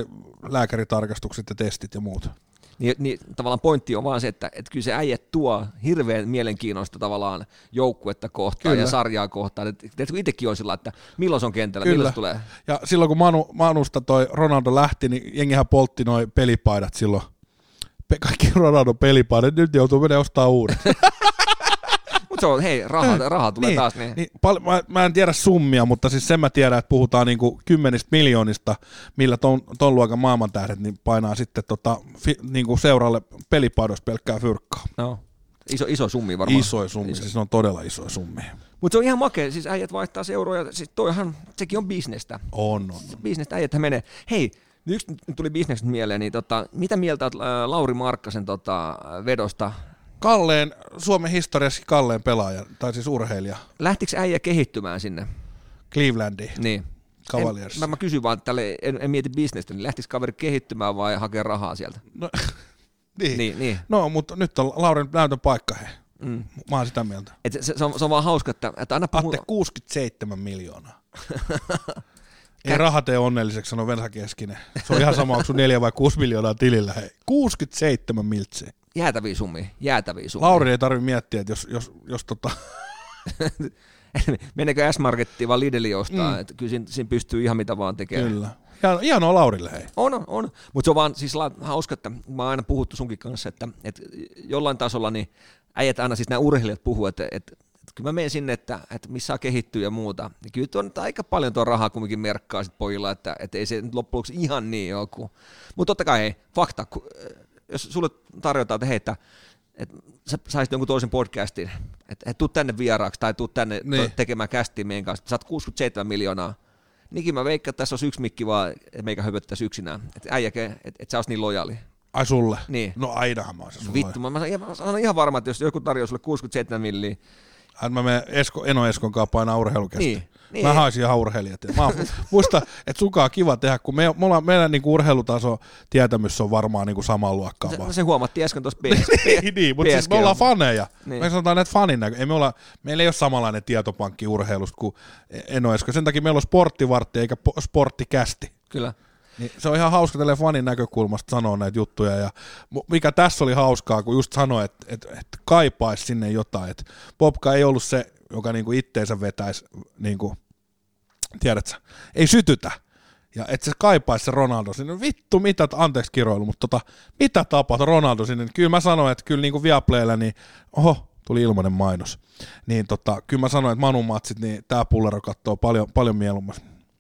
C: lääkäritarkastukset ja testit ja muut.
B: Niin, niin tavallaan pointti on vaan se, että, että kyllä se äijät tuo hirveän mielenkiinnosta tavallaan joukkuetta kohtaan kyllä.
C: Kyllä.
B: ja sarjaa kohtaan. Että et, kun itsekin on sillä, että milloin se on kentällä, Kyllä. milloin
C: Kyllä.
B: se tulee.
C: Ja silloin kun Manu, Manusta toi Ronaldo lähti, niin jengihän poltti noi pelipaidat silloin. Pe- kaikki Ronaldon pelipaidat, nyt joutuu menemään ostaa uudet.
B: Mutta se on, hei, raha, raha tulee taas. Niin.
C: Äh, niin pal- mä, mä, en tiedä summia, mutta siis sen mä tiedän, että puhutaan niinku kymmenistä miljoonista, millä ton, ton luokan maailmantähdet niin painaa sitten tota, fi, niinku seuralle pelipaidosta pelkkää fyrkkaa.
B: No. Iso, iso summi varmaan.
C: Isoja summia, siis ne on todella isoja summia.
B: Mutta se on ihan makea, siis äijät vaihtaa seuroja, siis toihan, sekin on bisnestä.
C: On, on. on.
B: Bisnestä äijäthän menee. Hei, yksi nyt tuli bisneksestä mieleen, niin tota, mitä mieltä olet ää, Lauri Markkasen tota, vedosta?
C: Kalleen, Suomen historiassa Kalleen pelaaja, tai siis urheilija,
B: Lähtikö äijä kehittymään sinne?
C: Clevelandi,
B: Niin.
C: Cavaliers.
B: En, mä, mä kysyn vaan, että tälle, en, en, mieti bisnestä, niin lähtikö kaveri kehittymään vai hakea rahaa sieltä?
C: No, niin.
B: Niin,
C: niin.
B: niin.
C: No, mutta nyt on Lauren näytön paikka he. Mm. Mä oon sitä mieltä.
B: Et se, se, on, se, on, vaan hauska, että, että anna puhua.
C: Atte 67 miljoonaa. Ei raha tee onnelliseksi, sanoi Vensa Keskinen. Se on ihan sama, onko sun 4 vai 6 miljoonaa tilillä. Hei. 67 miltsiä.
B: Jäätäviä summia, jäätäviä summia.
C: Lauri ei tarvi miettiä, että jos, jos, jos tota,
B: Menekö S-Markettiin vai Lidliin ostaa? Mm. Et kyllä siinä, siinä, pystyy ihan mitä vaan tekemään.
C: kyllä. Ja, hienoa Laurille, hei.
B: On, on, on. mutta se on vaan siis la- hauska, että mä oon aina puhuttu sunkin kanssa, että, että jollain tasolla niin äijät aina siis nämä urheilijat puhuu, että, että, että kyllä mä menen sinne, että, että missä saa kehittyä ja muuta. Ja kyllä tuon aika paljon tuo rahaa kumminkin merkkaa sit pojilla, että, että ei se nyt loppujen lopuksi ihan niin joku. Mutta totta kai hei, fakta, ku- eh, jos sulle tarjotaan, että hei, että, että sä saisit jonkun toisen podcastin, että, että tuu tänne vieraaksi tai tuu tänne
C: Niin.
B: niin. tekemään kästiä meidän kanssa, saat 67 miljoonaa. Niinkin mä veikkaan, että tässä olisi yksi mikki vaan, että meikä höpöttäisi yksinään. Että äijäke, että et sä ois niin lojaali.
C: Ai sulle?
B: Niin.
C: No ainahan mä oon se sulle.
B: Vittu, mä, mä, sanon ihan- mä sanon ihan varma, että jos joku tarjoaa sulle 67 milliä,
C: Hän mä menen Esko, Eno Eskon kanssa painaa urheilukästä.
B: Niin, niin.
C: Mä haisin ihan urheilijat. Mä oon- muista, että sunkaan on kiva tehdä, kun me, me ollaan, meidän niinku urheilutaso tietämys on varmaan niinku samaa luokkaa.
B: se,
C: vaan.
B: no se huomattiin äsken tuossa
C: niin, niin, mutta siis me ollaan faneja.
B: Niin.
C: Niin. Me sanotaan näitä fanin näkö. Ei me olla, meillä ei ole samanlainen tietopankki urheilusta kuin Eno Esko. Sen takia meillä on sporttivartti eikä po- sporttikästi.
B: Kyllä.
C: Niin se on ihan hauska tälle fanin näkökulmasta sanoa näitä juttuja. Ja mu- mikä tässä oli hauskaa, kun just sanoi, että et, et kaipaisi sinne jotain. Et Popka ei ollut se, joka niinku itteensä vetäisi, niinku, tiedätkö, ei sytytä. Ja että se kaipaisi se Ronaldo sinne. No Vittu, mitä, t- anteeksi kiroilu, mutta tota, mitä tapahtui Ronaldo sinne? Niin Kyllä mä sanoin, että kyllä niinku Viaplaylla, niin oho, tuli ilmainen mainos. Niin tota, kyllä mä sanoin, että Manun matsit, niin tää pullero kattoo paljon, paljon mieluummin.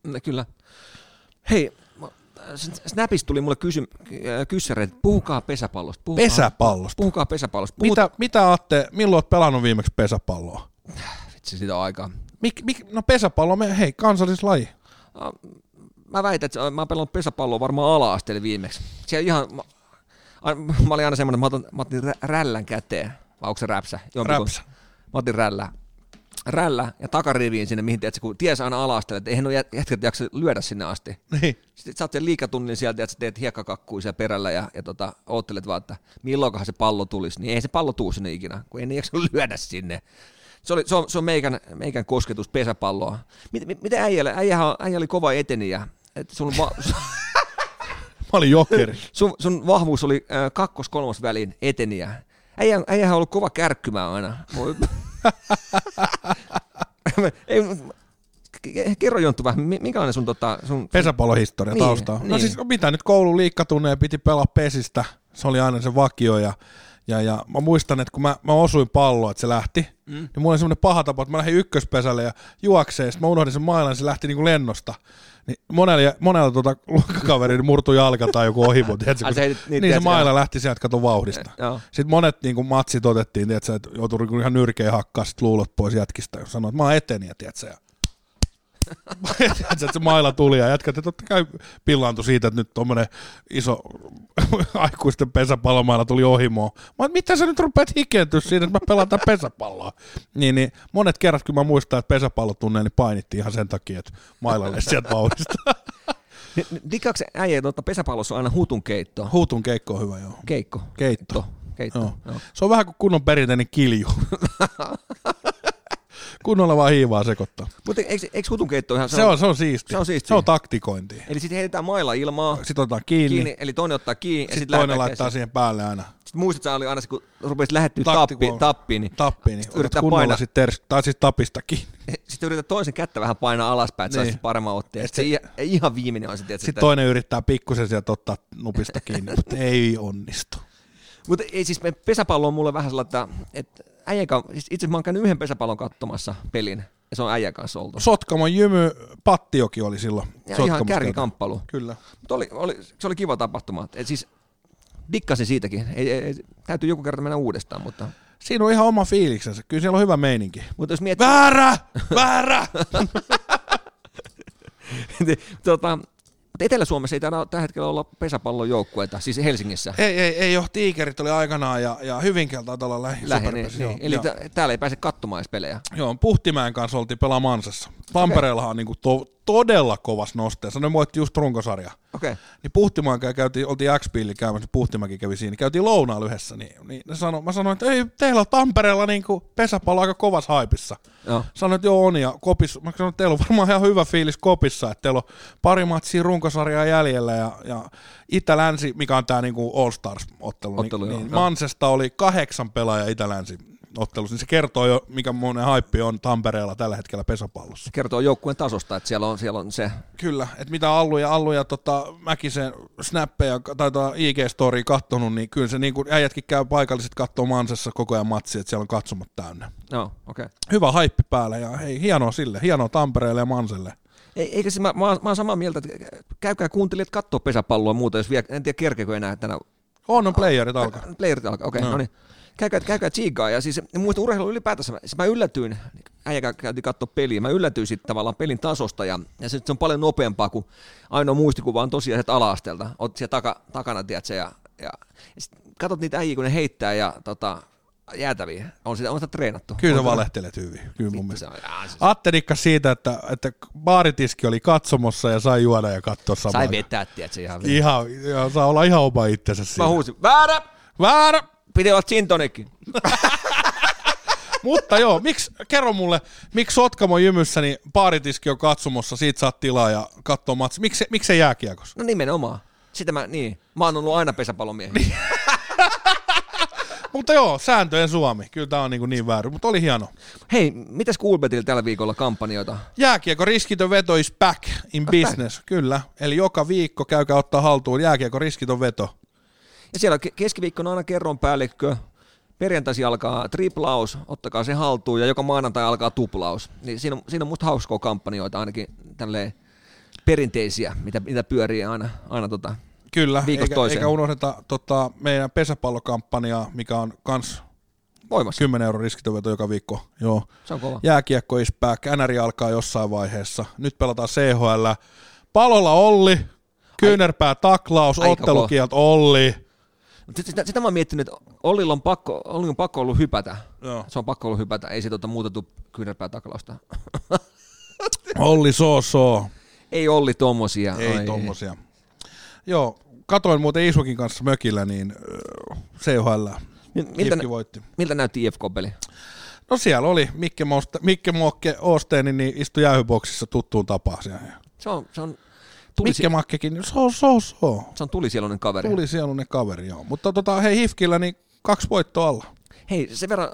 B: No, kyllä. Hei, mä- S- Snapista tuli mulle kysy, kyssäri, että puhukaa pesäpallosta. Puhukaa,
C: Pesäpallosta.
B: Puhukaa pesäpallosta. Puhut,
C: Mitä, mitä Atte, milloin olet pelannut viimeksi pesäpalloa?
B: Vitsi, sitä on aikaa.
C: Mik, mik, no pesäpallo, me, hei, kansallislaji.
B: mä väitän, että se- mä oon pelannut pesäpalloa varmaan ala-asteella viimeksi. Siellä ihan, mä, a- mä olin aina semmoinen, mä, otan, mä otin rä- rällän käteen, vai onko se räpsä? Jompikun.
C: Räpsä.
B: Mä otin rällä. Rällä ja takariviin sinne, mihin tiedät, sä, kun ties aina ala-asteella, että eihän nuo jät- jätkät jaksa lyödä sinne asti.
C: Niin.
B: Sitten sä oot sen liikatunnin sieltä, että sä teet hiekkakakkuja siellä perällä ja, ja tota, oottelet vaan, että milloinkohan se pallo tulisi. Niin ei se pallo tuu sinne ikinä, kun ei ne jaksa lyödä sinne. Se, oli, se, on, se on meikän, meikän kosketus pesäpalloa. Mit, mit, miten äijällä? Äijähän, on- äijä oli kova eteniä. Et sun, va,
C: Mä olin jokeri.
B: sun, sun, vahvuus oli äh, kakkos-kolmos välin eteniä. Äijä, äijähän on ollut kova kärkkymä aina. Voi- ei, mut- ke- kerro Jonttu vähän, mi- minkälainen sun, tota, sun
C: Pesäpallohistoria
B: Niin,
C: niin, taustaa. Niin. No
B: niin.
C: siis mitä nyt koulun liikkatunneja piti pelaa pesistä, se oli aina se vakio ja, ja, ja mä muistan, että kun mä, mä osuin palloa, että se lähti, mm. niin mulla oli semmoinen paha tapa, että mä lähdin ykköspesälle ja juokseen, sitten mä unohdin sen mailan, se lähti niinku lennosta. Niin monella, monella tota luokkakaverilla murtui jalka tai joku ohivu, tiedätkö,
B: Ai
C: kun-
B: sä heitit- niin,
C: niin, se
B: tiedätkö,
C: maila lähti sieltä kato vauhdista.
B: Eh, joo.
C: Sitten monet niin kuin matsit otettiin, tiedätkö, että joutui niinku ihan nyrkeen hakkaa sit luulot pois jätkistä, kun sanoi, että mä oon eteniä, tiedätkö, ja Tiedätkö, että se maila tuli ja jätkät, että totta kai pillaantui siitä, että nyt tuommoinen iso aikuisten pesäpallomailla tuli ohimoon. Mä oon, mitä sä nyt rupeat hikentyä siinä, että mä pelaan tää pesäpalloa. Niin, niin monet kerrat, kun mä muistan, että pesäpallotunneja, niin painittiin ihan sen takia, että mailalle sieltä vauhdista.
B: Dikkaako äijä, että pesäpallossa on aina hutun keitto?
C: Huutun keikko on hyvä, joo.
B: Keikko.
C: Keitto.
B: Keitto. Keitto.
C: Joo. Se on vähän kuin kunnon perinteinen kilju. Kunnolla vaan hiivaa sekoittaa.
B: Mutta eikö, eikö hutunkeitto ihan
C: Se on, se on siisti.
B: se on siistiä.
C: Se on taktikointi.
B: Eli sitten heitetään mailla ilmaa,
C: Sitten otetaan kiinni,
B: kiinni, eli toinen ottaa kiinni, ja
C: sitten
B: sitten
C: niin. toinen laittaa siihen päälle aina.
B: Sitten muistat, sä oli aina se, kun rupesit lähettämään tappiin, tappiin, niin
C: tappiin, niin
B: sit
C: otat
B: yritetään
C: kunnolla
B: painaa,
C: sit ters, tai siis tapistakin.
B: sitten yritetään toisen kättä vähän painaa alaspäin, että
C: Niin.
B: niin. paremman otteen.
C: Et
B: Sitten se, i- ihan viimeinen on se, tietysti.
C: Sitten toinen yrittää pikkusen sieltä ottaa nupista kiinni, mutta ei onnistu.
B: Mutta ei siis me- pesäpallo on mulle vähän sellainen, että, että äijän kanssa, siis itse asiassa mä oon käynyt yhden pesäpallon katsomassa pelin, ja se on äijän kanssa oltu.
C: Sotkamon jymy, Pattiokin oli silloin.
B: Ja ihan
C: Sotkamossa
B: kärkikamppailu.
C: käyty. Kyllä.
B: Mutta oli, oli, se oli kiva tapahtuma. Et siis dikkasin siitäkin. Ei, ei, ei, täytyy joku kerta mennä uudestaan, mutta,
C: Siinä on ihan oma fiiliksensä. Kyllä siellä on hyvä meininki.
B: mutta jos miettii,
C: Väärä! Väärä!
B: tota, mutta Etelä-Suomessa ei taida tällä hetkellä olla pesäpallon joukkueita, siis Helsingissä.
C: ei, ei, ei ole. Tiikerit oli aikanaan ja, ja Hyvinkäältä taitaa olla lähin.
B: Lähinnä,
C: superpesi,
B: niin,
C: joo,
B: niin. Eli
C: joo.
B: tä- täällä ei pääse katsomaan edes pelejä.
C: Joo, Puhtimäen kanssa oltiin pelaa Mansassa. Tampereellahan on niinku to, todella kovas nosteessa. Ne voitti just runkosarja.
B: Okei. Okay.
C: Niin Puhtimaan kanssa käytiin, oltiin x käymässä, Puhtimäki kävi siinä. Käytiin lounaalla yhdessä, niin, niin ne sano, mä sanoin, että ei, teillä on Tampereella niinku pesäpallo aika kovas haipissa.
B: Joo.
C: Sanoin, että joo on, ja kopissa, mä sanoin, että teillä on varmaan ihan hyvä fiilis kopissa, että teillä on pari matsia runkosarjaa jäljellä, ja, ja Itä-Länsi, mikä on tämä niinku All Stars-ottelu,
B: Ottelu,
C: niin,
B: joo,
C: niin
B: joo.
C: Mansesta oli kahdeksan pelaajaa Itä-Länsi ottelussa, niin se kertoo jo, mikä monen haippi on Tampereella tällä hetkellä pesäpallossa.
B: Kertoo joukkueen tasosta, että siellä on, siellä on se.
C: Kyllä, että mitä Allu ja Allu ja tota, Mäkisen snappeja tai tota IG-storia kattonut, niin kyllä se niin kuin äijätkin käy paikalliset kattoo Mansessa koko ajan matsi, että siellä on katsomat täynnä.
B: No, okei. Okay.
C: Hyvä haippi päällä ja hei, hienoa sille, hienoa Tampereelle ja Manselle.
B: Ei, eikä siis, mä, mä, oon- mä oon samaa mieltä, että käykää kuuntelijat katsoa pesäpalloa muuta, jos vielä, en tiedä kerkeekö enää tänä
C: On, on playerit alkaa.
B: Playerit alkaa, okei, okay, no niin. Käykää, käykää tsiigaa. Ja siis muista urheilu ylipäätänsä, mä- siis mä yllätyin, äijä käytiin katsoa peliä, mä yllätyin sitten tavallaan pelin tasosta ja, ja se, se, on paljon nopeampaa kuin ainoa muistikuva on tosiaan sieltä ala-asteelta. Oot siellä taka, takana, tiedätkö, ja, ja, ja sit katot niitä äijiä, kun ne heittää ja tota, jäätäviä. On sitä, on sitä treenattu.
C: Kyllä
B: on
C: sä valehtelet hyvin, kyllä mun
B: Se
C: mielestä.
B: on, jaa, siis,
C: Atte dikkas siitä, että, että baaritiski oli katsomossa ja sai juoda ja katsoa samaan.
B: sai
C: aikaan.
B: vetää, tiedätkö, ihan vielä.
C: Ihan, ja saa olla ihan oma itsensä
B: Mä
C: siinä.
B: huusin, väärä!
C: Väärä!
B: Piti olla gin tonicki.
C: Mutta joo, miksi, kerro mulle, miksi Sotkamon jymyssä niin baaritiski on katsomossa, siitä saat tilaa ja katsoo matsi. Miksi, miksi se jääkiekossa?
B: No nimenomaan. Sitä mä, niin. Mä oon ollut aina pesäpallomiehiä.
C: Mutta joo, sääntöjen Suomi. Kyllä tää on niin, niin väärin, mutta oli hieno.
B: Hei, mitäs Coolbetillä tällä viikolla kampanjoita?
C: Jääkiekko riskitön veto is back in business. Kyllä. Eli joka viikko käykää ottaa haltuun jääkiekko riskitön veto.
B: Ja siellä on ke- keskiviikkona aina kerron päällikkö, perjantaisin alkaa triplaus, ottakaa se haltuun, ja joka maanantai alkaa tuplaus. Niin siinä, on, siinä on musta hauskoa kampanjoita ainakin tälleen perinteisiä, mitä, mitä pyörii aina, aina tota.
C: Kyllä,
B: Viikosta
C: eikä,
B: toiseen.
C: eikä unohdeta tota, meidän pesäpallokampanjaa, mikä on kans
B: voimassa.
C: 10 euron riskitön veto joka viikko. Joo.
B: Se on kova.
C: Jääkiekko is back, NRI alkaa jossain vaiheessa. Nyt pelataan CHL. Palolla Olli, kyynärpää taklaus,
B: Aika
C: ottelukielto Olli.
B: Mut sit- Sitä, sitä, mä oon miettinyt, että Ollilla on pakko, Olli on pakko ollut hypätä.
C: Joo.
B: Se on pakko ollut hypätä, ei se tota muutettu kyynärpää taklausta.
C: Olli Soso.
B: ei Olli tommosia.
C: Ei tommosia. Joo, katoin muuten Isukin kanssa mökillä, niin öö, CHL.
B: Mi- miltä,
C: Miltä
B: nä-
C: voitti.
B: miltä näytti IFK-peli?
C: No siellä oli Mikke, Moste, Mikke Mokke Oosteeni, niin istui jäähyboksissa tuttuun tapaan siellä.
B: Se on, se on, tuli,
C: Mikke Makkekin, niin so, so, so.
B: se on tulisieloinen kaveri.
C: Tuli siellä ne kaveri, joo. Mutta tota, hei Hifkillä, niin kaksi voittoa alla.
B: Hei, sen verran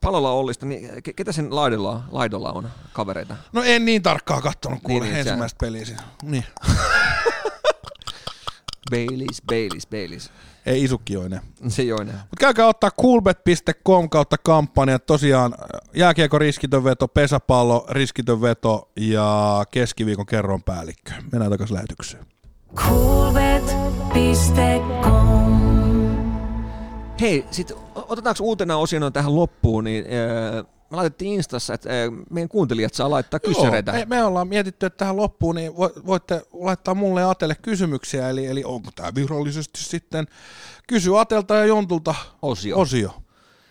B: Palola Ollista, niin ke- ketä sen laidolla, laidolla on kavereita?
C: No en niin tarkkaan kattonut kuule
B: Niin,
C: niin,
B: niin,
C: ensimmäistä peliä siinä. Niin.
B: Baileys, Baileys, Baileys.
C: Ei isukioinen.
B: Se joinen.
C: Mutta käykää ottaa coolbet.com kautta kampanja. Tosiaan jääkiekko riskitön veto, pesäpallo riskitön veto ja keskiviikon kerron päällikkö. Mennään takaisin lähetykseen.
E: Coolbet.com
B: Hei, sit o- otetaanko uutena osina tähän loppuun, niin öö, me laitettiin Instassa, että öö, meidän kuuntelijat saa laittaa kysyreitä.
C: me, me, ollaan mietitty, että tähän loppuun niin vo, voitte laittaa mulle ja Atelle kysymyksiä, eli, eli onko tämä virallisesti sitten kysy Atelta ja Jontulta
B: Osio.
C: osio.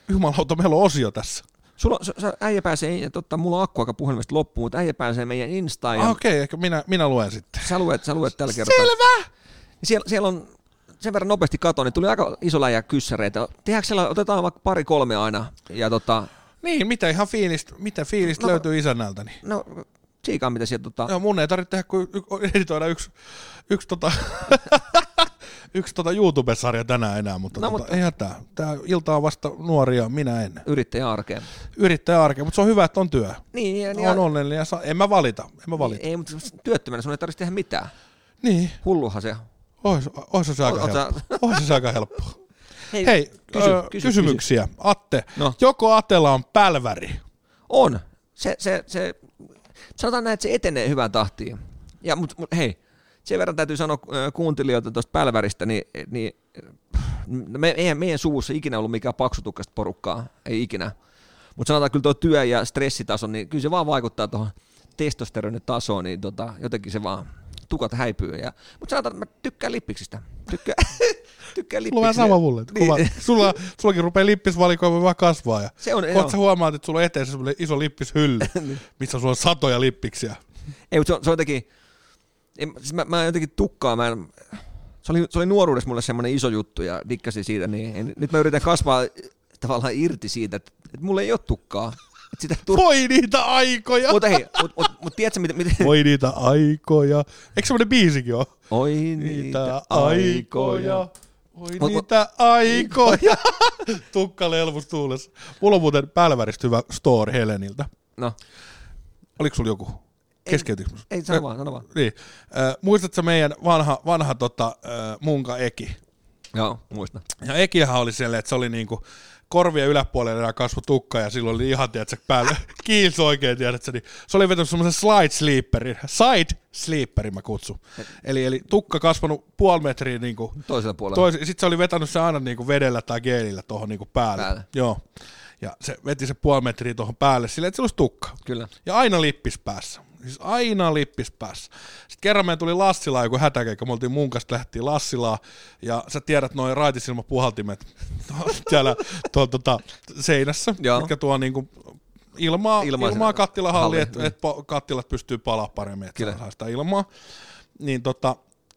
C: Jumalauta, meillä on osio tässä.
B: Sulla, sä, sä äijä pääsee, totta, mulla on akku aika puhelimesta loppuun, mutta äijä pääsee meidän Instaan.
C: Ah,
B: Ja
C: Okei, okay, ehkä minä, minä luen sitten.
B: sä, luet, sä luet tällä kertaa. Selvä! Siellä, siellä on sen verran nopeasti katoin, niin tuli aika iso läjä kyssäreitä. Tehdäänkö siellä, otetaan vaikka pari kolme aina. Ja tota,
C: Niin, mitä ihan fiilistä, mitä fiilistä
B: No-
C: no, löytyy isännältä. Niin.
B: No, siikaa mitä siellä tota...
C: Joo, mun ei tarvitse tehdä kuin y- editoida yksi, yksi, tota, yksi tota YouTube-sarja tänään enää, mutta,
B: No,
C: no, tota,
B: mutta-
C: mutta... eihän tää. Tää ilta on vasta nuoria, minä en.
B: yrittäjän arkeen.
C: Yrittäjä arkea, mutta se on hyvä, että on työ.
B: Niin, ja,
C: Niin, on onnellinen ja saa, en mä valita, en mä valita.
B: Ei, mutta työttömänä sun ei tarvitse tehdä mitään.
C: Niin,
B: Hulluhan se.
C: ois, ois se aika
B: Ota-
C: helppoa. Ois se aika helppoa. Hei,
B: kysy,
C: ö,
B: kysy,
C: kysymyksiä. Atte,
B: No.
C: no. joko Atella on pälväri?
B: Kysy. On. Se, se, se, sanotaan näin, että se etenee hyvään tahtiin. Ja, mut, mut, hei, sen verran täytyy sanoa ö, kuuntelijoita tuosta pälväristä, niin, niin pff, me, eihän meidän suvussa ikinä ollut mikään paksutukkasta porukkaa, ei ikinä. Mutta sanotaan kyllä tuo työ ja stressitaso, niin kyllä se vaan vaikuttaa tuohon testosteronitasoon, niin tota, jotenkin se vaan tukat häipyy. Ja, mutta sanotaan, että mä tykkään lippiksistä. Tykkään, tykkään lippiksistä.
C: Mulla on vähän sama mulle. Että niin.
B: Niin.
C: sulla, sullakin rupeaa lippisvalikoima vaan kasvaa. Ja
B: Se on- joo. Niin.
C: Kohta sä huomaat, että sulla on eteensä semmoinen iso lippishylly, missä sulla on satoja lippiksiä.
B: Ei, mutta se on, se on jotenkin, en, siis mä, mä jotenkin tukkaa, mä en, se, oli, se oli nuoruudessa mulle semmoinen iso juttu ja dikkasin siitä, niin en, nyt mä yritän kasvaa tavallaan irti siitä, että, että mulla ei ole tukkaa. Että sitä tur...
C: Voi niitä aikoja!
B: Mutta hei, mutta mut, mut, tiedätkö, miten... miten...
C: Voi niitä aikoja. Eikö semmoinen biisikin ole?
B: Oi
C: Niitä aikoja. Voi
B: Mut-
C: niitä aikoja. Tukka lelvus tuulessa. Mulla on muuten pälväristä hyvä story Heleniltä.
B: No,
C: Oliko sulla joku? Keskeytikö? musta?
B: ei, sano vaan, sano vaan.
C: Niin. Äh, muistatko meidän vanha, vanha tota, äh, munka Eki?
B: Joo, muista.
C: Ja Ekihän oli sellainen, että se oli niinku korvien yläpuolella enää kasvu tukka ja silloin oli ihan, tiedätkö, päällä kiils oikein, tiedätkö, niin se oli vetänyt semmoisen slide sleeperin, side sleeperin mä kutsun. Eli, eli tukka kasvanut puoli metriä niinku,
B: Toisella puolella.
C: tois, sit se oli vetänyt se aina niinku vedellä tai geelillä tuohon niinku päälle.
B: Päälle.
C: Joo. Ja se veti se puoli metriä tuohon päälle silleen, että sillä olisi tukka.
B: Kyllä.
C: Ja aina lippis päässä. Siis aina lippis päässä. Sitten kerran meillä tuli Lassilaan joku hätäkeikka. Me oltiin mun kanssa, lähtiin Lassilaan. Ja sä tiedät noin raitisilmapuhaltimet siellä tuolla tota, seinässä,
B: Joo.
C: Joo. mitkä tuo niinku ilmaa,
B: Ilmaisen-
C: ilmaa kattilahalliin,
B: hallin,
C: että et po- kattilat pystyy palaa paremmin, että
B: Kyllä.
C: saa sitä ilmaa. Niin tota,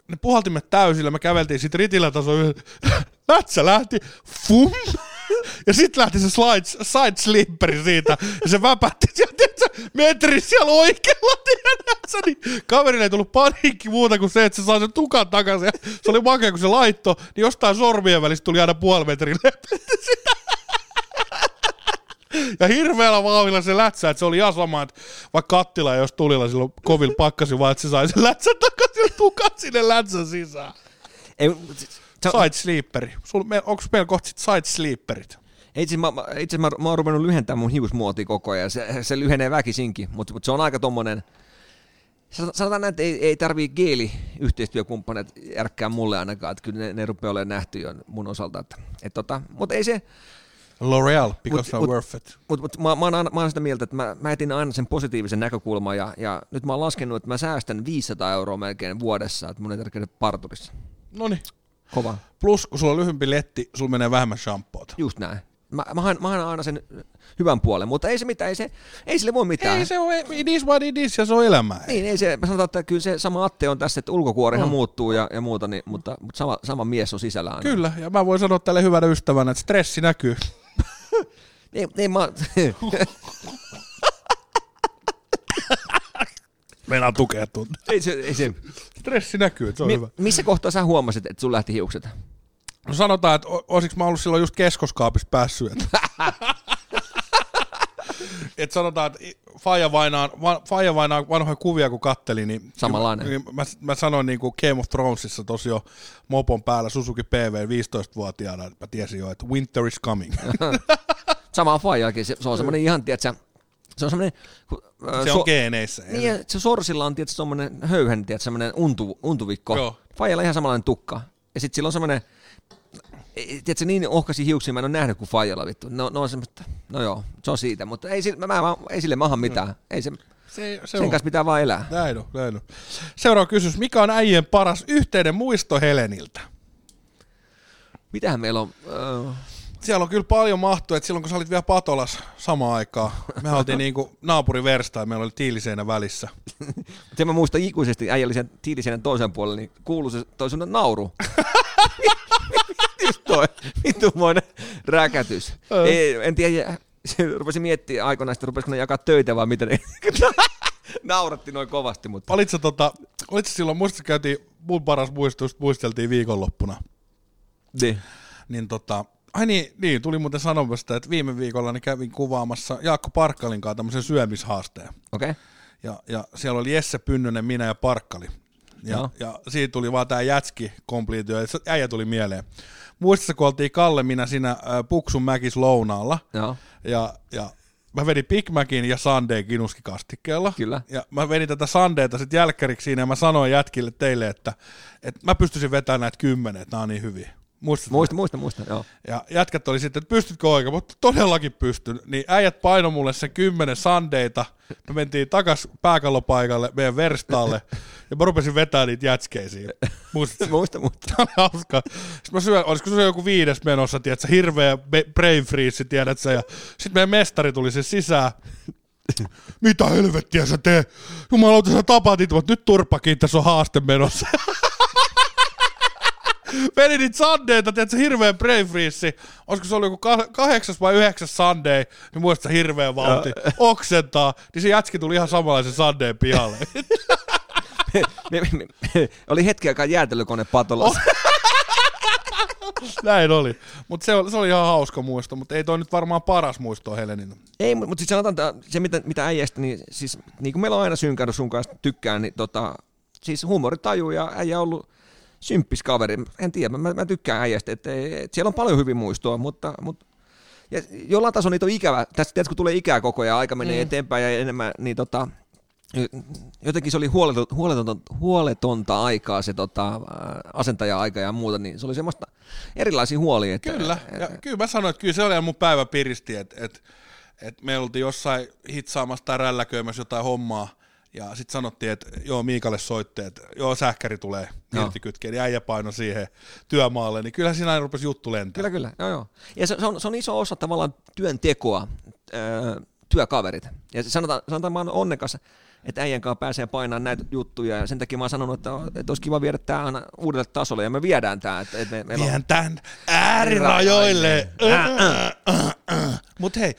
C: ne puhaltimet täysillä, me käveltiin sitten ritillä taso yhdessä. Lätsä lähti, fum! Ja sitten lähti se slide, side slipperi siitä, ja se väpähti sieltä, tiedätkö, metri siellä oikealla, tiedätkö, niin kaverille ei tullut paniikki muuta kuin se, että se saa sen tukan takaisin, ja se oli makea, kun se laitto, niin jostain sormien välistä tuli aina puoli metriä lepettä sitä. Ja hirveällä vauhilla se lätsä, että se oli ihan sama, että vaikka kattila jos tulilla silloin kovin pakkasi, vaan että se sai sen lätsän takaisin ja tukan sinne lätsän sisään.
B: Ei, mut siis- se on-
C: Side sleeperi. Sul, me, onks meillä kohta sit side sleeperit?
B: Ei, Itse mä, mä- itse mä, mä oon ruvennut lyhentämään mun hiusmuotia koko ajan. Se, se lyhenee väkisinkin, mutta, mutta se on aika tommonen... Sano- Sanotaan näin, että ei, ei tarvii geeli-yhteistyökumppanit järkkää mulle ainakaan, että kyllä ne, ne rupeaa olemaan nähty jo mun osalta. Että, et tota, mutta ei se,
C: L'Oreal, because
B: Mut-
C: they're
B: mut-
C: worth it.
B: mutta mut, mä, mä, oon aina- mä oon sitä mieltä, että mä, mä etin aina sen positiivisen näkökulman ja, ja nyt mä oon laskenut, että mä säästän 500 euroa melkein vuodessa, että mun ei tarvitse käydä parturissa.
C: Noniin.
B: Kova.
C: Plus, kun sulla on lyhyempi letti, sulla menee vähemmän shampoota.
B: Just näin. Mä, mä, haen, mä haen aina sen hyvän puolen, mutta ei se mitään, ei, se, ei sille voi mitään.
C: Ei se ole, it is what it is, ja se on elämää.
B: Niin, ei se, mä sanotaan, että kyllä se sama Atte on tässä, että ulkokuorihan mm. muuttuu ja, ja muuta, niin, mutta, mutta sama, sama mies on sisällä aina.
C: Kyllä, ja mä voin sanoa tälle hyvänä ystävänä, että stressi näkyy.
B: Ei, ei, mä,
C: Meillä tukea tunne.
B: ei se, ei se.
C: Stressi näkyy, että se on
B: Mi,
C: hyvä.
B: missä kohtaa sä huomasit, että sun lähti hiukset?
C: No sanotaan, että o- olisiko mä ollut silloin just keskoskaapista päässyt. Että et sanotaan, että Faija vainaan, va- Faija vainaan vanhoja kuvia kun katteli, niin,
B: Samanlainen.
C: niin mä, mä, sanoin niin kuin Game of Thronesissa tosi jo mopon päällä Susuki PV 15-vuotiaana, että mä tiesin jo, että winter is coming.
B: Sama faijakin, se, se on semmoinen ihan, tiedätkö, se on semmoinen... kun, äh,
C: se on geeneissä.
B: Niin, ja se sorsilla on tietysti semmoinen höyhen, tietysti semmoinen untu, untuvikko. Joo.
C: Joo.
B: Fajalla ihan samanlainen tukka. Ja sitten sillä on semmoinen, ei- tiedätkö, niin ohkasi hiuksia, mä en ole nähnyt kuin Fajalla vittu. No, no, on semmoista, no joo, se on siitä, mutta ei, sille, mä, mä, ei sille maha
C: Mm.
B: mitään. Ei se,
C: se, se
B: sen
C: on.
B: kanssa pitää vaan elää.
C: Näin on, näin on. Seuraava kysymys. Mikä on äijien paras yhteinen muisto Heleniltä?
B: Mitähän meillä on? Öö,
C: Siellä on kyllä paljon mahtua, että silloin kun sä olit vielä Patolas samaan aikaan, me oltiin niinku naapuriverstaa ja meillä oli tiiliseinä välissä.
B: sen mä muistan ikuisesti äijällisen tiilisen toisen puolen, niin kuului se toi sun nauru. Just toi, vittumoinen räkätys. Ei, en tiedä, se rupesi miettimään aikoinaan, että rupesin jakaa töitä vai miten. Nauratti noin kovasti, mutta
C: Olitko tota, olit sä silloin, muistatko käytiin, mun paras muistuus, muisteltiin viikonloppuna.
B: niin.
C: Niin tota, ai niin, niin tuli muuten sanomasta, että viime viikolla niin kävin kuvaamassa Jaakko Parkkalin kanssa tämmöisen syömishaasteen.
B: okei. Okay.
C: Ja, ja siellä oli Jesse Pynnönen, minä ja Parkkali. Ja,
B: Joo.
C: ja siitä tuli vaan tämä jätski kompliitio, ja se äijä tuli mieleen. Muistatko, kun oltiin Kalle, minä siinä ää, Puksun mäkis lounaalla,
B: Joo.
C: ja, ja mä vedin Big Macin ja Sundayn kinuskikastikkeella.
B: Kyllä.
C: Ja mä vedin tätä Sundayta sitten jälkkäriksi siinä, ja mä sanoin jätkille teille, että, että mä pystyisin vetämään näitä kymmenen, että nämä on niin hyviä. Muistatko?
B: Muista, muista, muista. Joo.
C: Ja jätkät oli sitten, että pystytkö oikein, mutta todellakin pystyn. Niin äijät paino mulle sen kymmenen sandeita. Me mentiin takas pääkallopaikalle, meidän verstaalle, ja mä rupesin vetämään niitä jätskeisiä. Musta
B: Muista, muista.
C: oli hauska. Sitten mä syön, olisiko se joku viides menossa, tiedätkö, hirveä be- brain freeze, tiedätkö, ja sitten meidän mestari tuli sen sisään. Mitä helvettiä sä tee? Jumalauta sä tapaat niitä, mutta nyt turpakin, tässä on haaste menossa. Veli niitä sandeita, tiedätkö, hirveä brain freeze. Olisiko se ollut joku ka- kahdeksas vai yhdeksäs sandei, niin muista hirveä vauhti. Oksentaa, niin se jätski tuli ihan samanlaisen sandeen pihalle.
B: Me- me- me- Oli hetki aikaa jäätelökone patolassa.
C: Näin oli. Mutta se, oli- se oli ihan hauska muisto, mutta ei toi nyt varmaan paras muisto Helenin.
B: Ei, mutta mut sitten sanotaan, että se mitä, mitä äijästä, niin siis niin kuin meillä on aina synkännyt sun kanssa tykkään, niin tota, siis huumoritaju ja äijä on ollut symppis kaveri. En tiedä, mä, mä tykkään äijästä, että et, siellä on paljon hyvin muistoa, mutta, mutta ja jollain tasolla niitä on ikävä. Tässä tiedätkö, kun tulee ikää koko ajan, aika menee mm. eteenpäin ja enemmän, niin tota, jotenkin se oli huoletonta, huoletonta, huoletonta aikaa se tota, asentaja-aika ja muuta, niin se oli semmoista erilaisia huolia. Että,
C: Kyllä, ja kyllä mä sanoin, että kyllä se oli ihan mun päivä piristi, että et, et me oltiin jossain hitsaamassa tai rälläköimässä jotain hommaa, ja sitten sanottiin, että joo, Miikalle soitte, että joo, sähkäri tulee
B: Joo.
C: irtikytkeen, niin äijä paino siihen työmaalle, niin kyllähän siinä aina rupesi juttu lentää.
B: Kyllä, kyllä. Joo, joo. Ja se, se, on, se on iso osa tavallaan työntekoa, öö, työkaverit. Ja se sanotaan, sanotaan, mä oon onnekas, että äijän kanssa pääsee painamaan näitä juttuja, ja sen takia mä oon sanonut, että, että olisi kiva viedä tämä aina uudelle tasolle, ja me viedään tämä. Että, että me, meillä on,
C: Vien tämän äärirajoille. Mutta hei,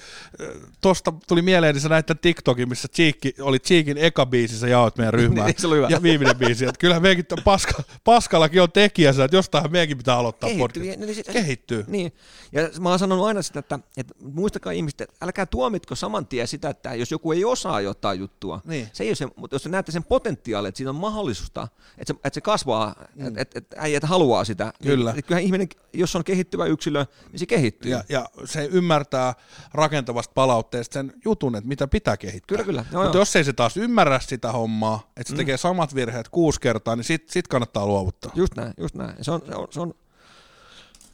C: tuosta tuli mieleen, niin sä näit tämän TikTokin, missä Cheekki, oli Cheekin eka biisi, sä jaoit meidän ryhmään.
B: Niin, se oli hyvä.
C: Ja viimeinen biisi. Että kyllähän meikin, tämän paska, Paskallakin on tekijänsä, että jostain meidänkin pitää aloittaa podcast.
B: No niin sit-
C: Kehittyy.
B: Niin. Ja mä oon sanonut aina sitä, että, että muistakaa ihmiset, että älkää tuomitko saman tien sitä, että jos joku ei osaa jotain juttua,
C: Niin.
B: se ei ole se, mutta jos te näette sen potentiaalin, että siinä on mahdollisuutta, että se, että se kasvaa, mm. että, että, että äijät haluaa sitä.
C: Kyllä.
B: Niin, että kyllähän ihminen, jos on kehittyvä yksilö, niin se kehittyy.
C: Ja, ja se ymmärtää rakentavasta palautteesta sen jutun, että mitä pitää kehittää.
B: Kyllä, kyllä. Joo,
C: Mutta
B: joo. Mm.
C: jos ei se taas ymmärrä sitä hommaa, että se tekee samat virheet kuusi kertaa, niin sit, sit kannattaa luovuttaa.
B: Just näin, just näin. Se on, se on, se on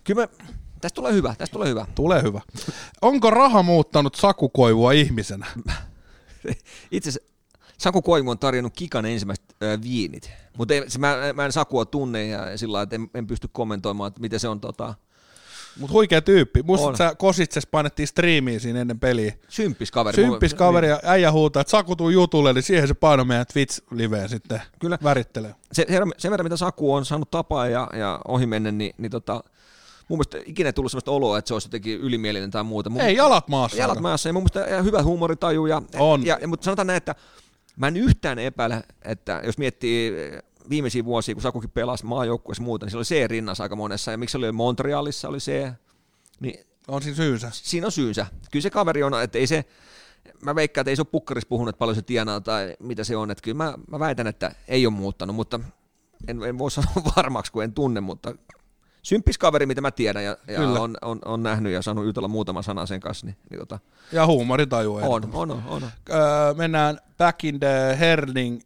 B: kyllä mä, tästä tulee hyvä, tästä tulee hyvä.
C: Tulee hyvä. Onko raha muuttanut sakukoivua ihmisenä?
B: Itse asiassa Saku Koivu on tarjonnut kikan ensimmäiset ö, viinit, mutta mä, mä en Sakua tunne ja sillä lailla, että en, en pysty kommentoimaan, että miten se on tota,
C: Mutta huikea tyyppi. Muistat,
B: On.
C: sä kositses painettiin striimiin siinä ennen peliä.
B: symppis kaveri.
C: Symppis
B: Mulla-
C: kaveri ja äijä huutaa, että Saku tuu jutulle, niin siihen se paino meidän Twitch-liveen sitten
B: Kyllä.
C: värittelee.
B: niin, se, se- sen verran, mitä Saku on saanut tapaa ja, ja ohi mennen, niin, niin tota, mun mielestä ikinä ei tullut sellaista oloa, että se olisi jotenkin ylimielinen tai muuta. Mun,
C: Ei, jalat maassa.
B: jalat maassa ja mun mielestä ihan hyvä huumorintaju. Ja,
C: On.
B: Ja, ja, mutta sanotaan näin, että mä en yhtään epäile, että jos miettii eh, viimeisiä vuosia, kun Sakukin pelasi maajoukkueessa ja muuta, niin sillä oli C rinnassa aika monessa. Ja miksi se oli Montrealissa, oli C. Niin
C: On siinä syynsä.
B: siinä on syynsä. Kyllä se kaveri on, että ei se, mä veikkaan, että ei se ole pukkarissa puhunut, että paljon se tienaa tai mitä se on. Että kyllä mä, mä väitän, että ei ole muuttanut, mutta en, en voi sanoa varmaksi, kun en tunne, mutta symppis kaveri, mitä mä tiedän ja, ja
C: Kyllä.
B: on, on, on, nähnyt ja saanut jutella muutaman sanan sen kanssa, niin, niin tota,
C: Ja huumoritaju.
B: on, on, on, on.
C: öö, mennään back in the herning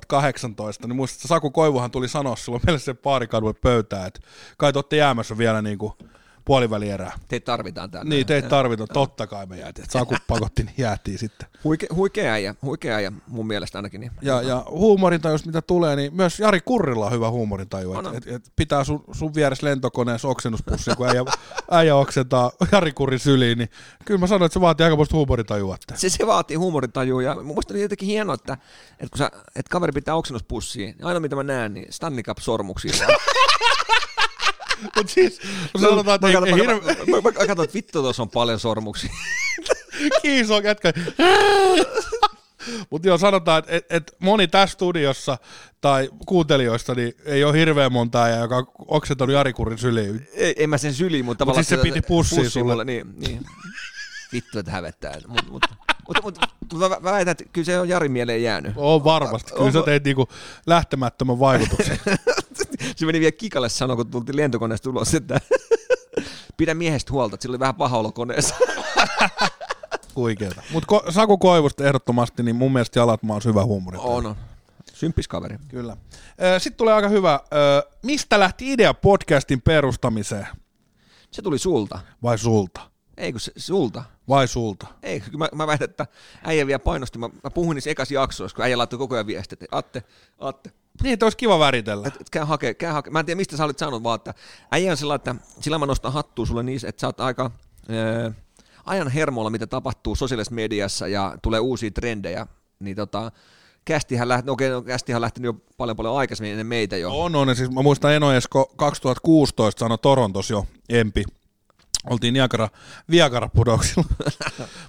C: 2018, niin muistatko, Saku Koivuhan tuli sanoa silloin meille se paarikadun pöytään, että kai te olette jäämässä vielä niin kuin puolivälierää.
B: Teitä tarvitaan täällä.
C: Niin, teitä tarvitaan, totta kai me jäätiin. että Saku pakotti, niin jäätiin sitten.
B: Huike, huikea äijä, huikea äijä mun mielestä ainakin. Niin.
C: Ja, ja huumorintajuus, mitä tulee, niin myös Jari Kurrilla on hyvä huumorintaju.
B: On, on.
C: Et, et, et pitää sun, sun vieressä lentokoneessa oksennuspussi, kun äijä, äijä oksentaa Jari Kurrin syliin, niin kyllä mä sanoin, että se vaatii aikamoista huumorintajua. että-
B: se, se vaatii huumorintajua ja mun mielestä oli jotenkin hienoa, että, että kun sä, että kaveri pitää oksennuspussia, niin aina mitä mä näen, niin Stanley Cup sormuksia.
C: Mut siis, sanotaan, että
B: Mä
C: ei,
B: katson,
C: ei
B: mä,
C: hirveä
B: mä, mä, mä katson, että vittu tuossa on paljon sormuksia.
C: kiiso jätkä. Mutta joo, sanotaan, että et, et moni tässä studiossa tai kuuntelijoista niin ei ole hirveän montaa, ja joka on oksentanut Jarikurin syliin.
B: Ei, en mä sen syliin, mutta tavallaan...
C: siis se piti pussiin sulle.
B: mulle, Niin, niin. Vittu, että hävettää. Mutta mut, mut, mut, mut, mä mä väitän, että kyllä se on Jari mieleen jäänyt.
C: On varmasti. Kyllä sä teit niinku lähtemättömän vaikutuksen.
B: Se meni vielä kikalle sanoa, kun tultiin lentokoneesta ulos, että pidä miehestä huolta, että sillä oli vähän paha olo koneessa.
C: Kuikeeta. Mutta ko- Saku Koivusta ehdottomasti, niin mun mielestä jalat maan syvä huumori.
B: on, on. Symppis kaveri.
C: Kyllä. Sitten tulee aika hyvä. Ö, Mistä lähti idea podcastin perustamiseen?
B: Se tuli sulta.
C: Vai sulta?
B: Eikö se sulta?
C: Vai sulta?
B: Ei, kyllä mä, mä väitän, että äijä vielä painosti. Mä, mä puhuin niissä ekas jaksoissa, kun äijä laittoi koko ajan viestit, että Atte, Atte,
C: Niin, että olisi kiva väritellä.
B: et, et käy hakee, käy hakee. Mä en tiedä, mistä sä olit saanut, vaan että äijä on sillä, että sillä mä nostan hattua sulle niin, että sä oot aika ää, ajan hermolla, mitä tapahtuu sosiaalisessa mediassa ja tulee uusia trendejä, niin tota, Kästihän lähti, okei, no kästihän on lähtenyt jo paljon paljon aikaisemmin ennen meitä jo.
C: On, on. Ja siis mä muistan Eno Esko 2016 sanoi Torontos jo, Empi. Oltiin Niagara, Viagara pudoksilla.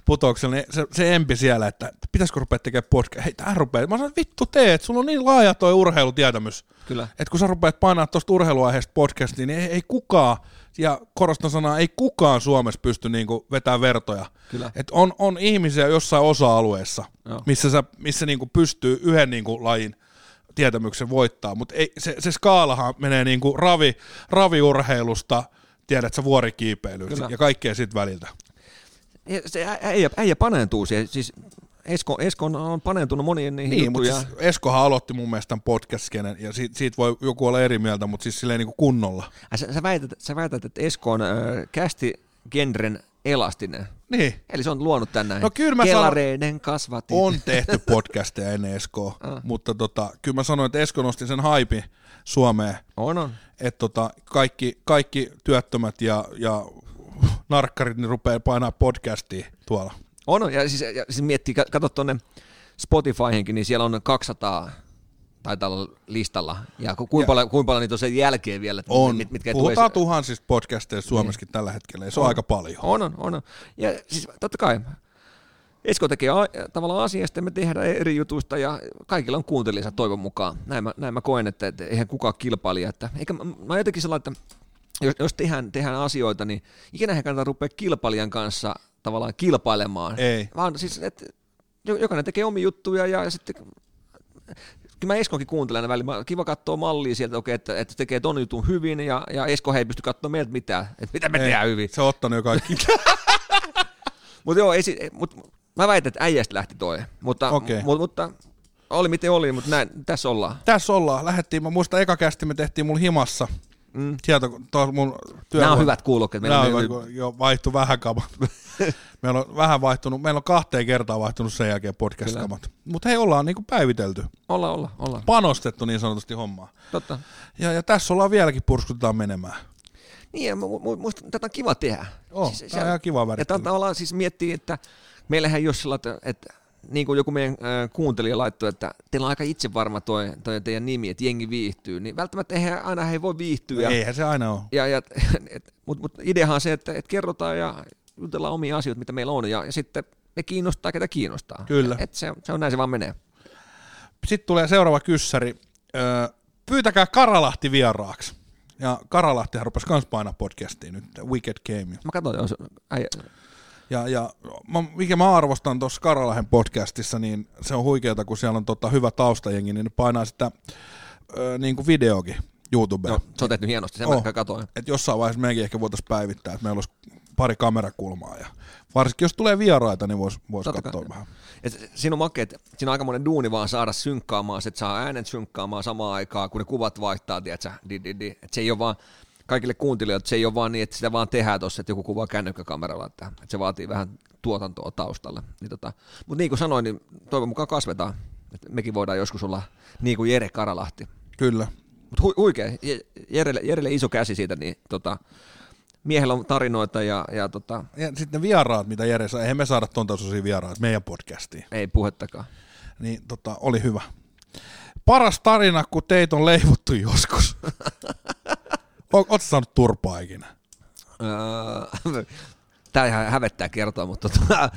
C: pudoksilla niin se, se, Empi siellä, että pitäisikö rupea tekemään podcast. Hei, tää rupeaa. Mä sanoin, että vittu teet, sulla on niin laaja toi urheilutietämys.
B: Kyllä.
C: Että kun sä rupeat painaa tuosta urheiluaiheesta podcastiin, niin ei, ei kukaan, ja korostan sanaa, ei kukaan Suomessa pysty niinku vetämään vertoja.
B: Kyllä.
C: Et on, on ihmisiä jossain osa-alueessa,
B: Joo.
C: missä, sä, missä niinku pystyy yhden niinku lajin tietämyksen voittaa, mutta se, se skaalahan menee niinku ravi, raviurheilusta, tiedät sä vuorikiipeilyyn
B: Kyllä.
C: ja kaikkea sit väliltä.
B: Ja se ä- äijä, äijä paneentuu siihen, siis Esko, Esko on- on paneentunut moniin niihin
C: Niin, mutta
B: juttuihin.
C: siis Eskohan aloitti mun mielestä tämän podcast ja siitä, siitä voi joku olla eri mieltä, mutta siis silleen niinku kunnolla.
B: Ai Sä, sä, väität, sä väität, että Esko on äh, kästi genren elastinen.
C: Niin.
B: Eli se on luonut tänään.
C: No kyllä mä
B: Kelareiden kasvatti.
C: On tehty podcasteja ennen Eskoa,
B: Ah.
C: mutta tota, kyllä mä sanoin, että Esko nosti sen haipi Suomeen,
B: on, on.
C: että tota, kaikki, kaikki työttömät ja, ja narkkarit niin rupeaa painaa podcastia tuolla.
B: On, on. Ja siis, ja siis miettii, kat- kato tuonne Spotifyhenkin, niin siellä on 200 taitaa olla listalla. Ja ku- kuinka paljon, kuinka paljon niitä on sen jälkeen vielä, että
C: On.
B: mit- mitkä ei tule
C: Puhutaan
B: edes-
C: tuhansista podcasteista Suomessakin tällä hetkellä, ja se on, aika paljon.
B: On, on, on. on. Ja siis totta kai, Esko tekee a- tavallaan asiasta, me tehdään eri jutuista ja kaikilla on kuuntelijansa toivon mukaan. Näin mä, näin mä koen, että, että eihän kukaan kilpailija. Että, eikä, mä, mä oon jotenkin sellainen, että jos, jos tehdään, tehdään asioita, niin ikinä ei kannata rupea kilpailijan kanssa tavallaan kilpailemaan.
C: Ei.
B: Vaan siis, että jo- jokainen tekee omia juttuja ja sitten kyllä mä Eskonkin kuuntelen aina välillä. Mä- Kiva katsoa mallia sieltä, okei, että, että tekee ton jutun hyvin ja, ja Esko ei pysty katsoa meiltä mitään, että mitä me
C: Ei,
B: tehdään hyvin.
C: Se on ottanut jo kaikki.
B: Mutta joo, ei, si- ei- mut, mä väitän, että äijästä lähti toi. Mutta,
C: Okei.
B: mut, mutta oli miten oli, mutta näin, tässä ollaan.
C: Tässä ollaan. Lähettiin, mä muistan, eka kästi me tehtiin mulla himassa. Mm. Sieltä, tuossa mun
B: Nämä on
C: työhuone-
B: hyvät kuulokkeet.
C: Meillä
B: Meillä
C: on, niin
B: on,
C: hyvä, kun jo vaihtu vähän kamat. meillä on vähän vaihtunut, meillä on kahteen kertaan vaihtunut sen jälkeen podcast-kamat. Mutta hei, ollaan niinku päivitelty,
B: olla, olla, olla.
C: panostettu niin sanotusti hommaa.
B: Totta.
C: Ja, ja tässä ollaan vieläkin purskutetaan menemään.
B: Niin, ja mu, mu, musta, tätä on kiva tehdä.
C: Oo, Oh, tää on ihan kiva
B: Ja
C: värittely.
B: tää on tavallaan siis miettii, että meillähän ei ole sillä, että, että niin kuin joku meidän äh, kuuntelija laittoi, että teillä on aika itsevarma toi, toi teidän nimi, että jengi viihtyy, niin välttämättä eihän, aina he voi viihtyä.
C: Eihän se aina ole.
B: ja, ja, mutta mut ideahan on se, että et kerrotaan ja jutellaan omia asioita, mitä meillä on, ja, ja sitten ne kiinnostaa, ketä kiinnostaa.
C: Kyllä.
B: Et se, se on näin se vaan menee.
C: Sitten tulee seuraava kyssäri. Öö, pyytäkää Karalahti vieraaksi. Ja Karalahtihan rupesi kans painaa podcastiin nyt, Wicked Game.
B: Mä katsoin, jos äijä,
C: Ja, ja mä, mikä mä arvostan tuossa Karalahen podcastissa, niin se on huikeeta, kun siellä on tota hyvä taustajengi, niin ne painaa sitä ö, niin kuin videokin YouTubeen.
B: no, se on tehty hienosti, sen
C: Oh.
B: mä katsoin.
C: Et jossain vaiheessa mekin ehkä voitaisiin päivittää, että meillä olisi pari kamerakulmaa. Ja varsinkin jos tulee vieraita, niin voisi vois
B: Totta kai.
C: katsoa vähän.
B: Et siinä on makea, että siinä on aikamoinen duuni vaan saada synkkaamaan, se, että saa äänen synkkaamaan samaan aikaan, kun ne kuvat vaihtaa, tiedätkö, di, di, di. Et se ei ole vaan, kaikille kuuntelijoille, että se ei ole vaan niin, että sitä vaan tehdään tuossa, että joku kuvaa kännykkäkameralla, että, että se vaatii vähän tuotantoa taustalle. Niin tota. Mutta niin kuin sanoin, niin toivon mukaan kasvetaan. Et mekin voidaan joskus olla niin kuin Jere Karalahti.
C: Kyllä.
B: Mutta hu, huikea, Je- Jerelle, Jerelle, iso käsi siitä, niin tota, miehellä on tarinoita ja, ja tota,
C: Ja sitten ne vieraat, mitä Jere saa, eihän me saada ton tasoisia vieraat meidän podcastiin.
B: ei puhettakaan.
C: Niin tota, oli hyvä. Paras tarina, kun teit on leivottu joskus. Oletko saanut turpaa ikinä?
B: Öö, Tää ihan hävettää kertoa, mutta tota,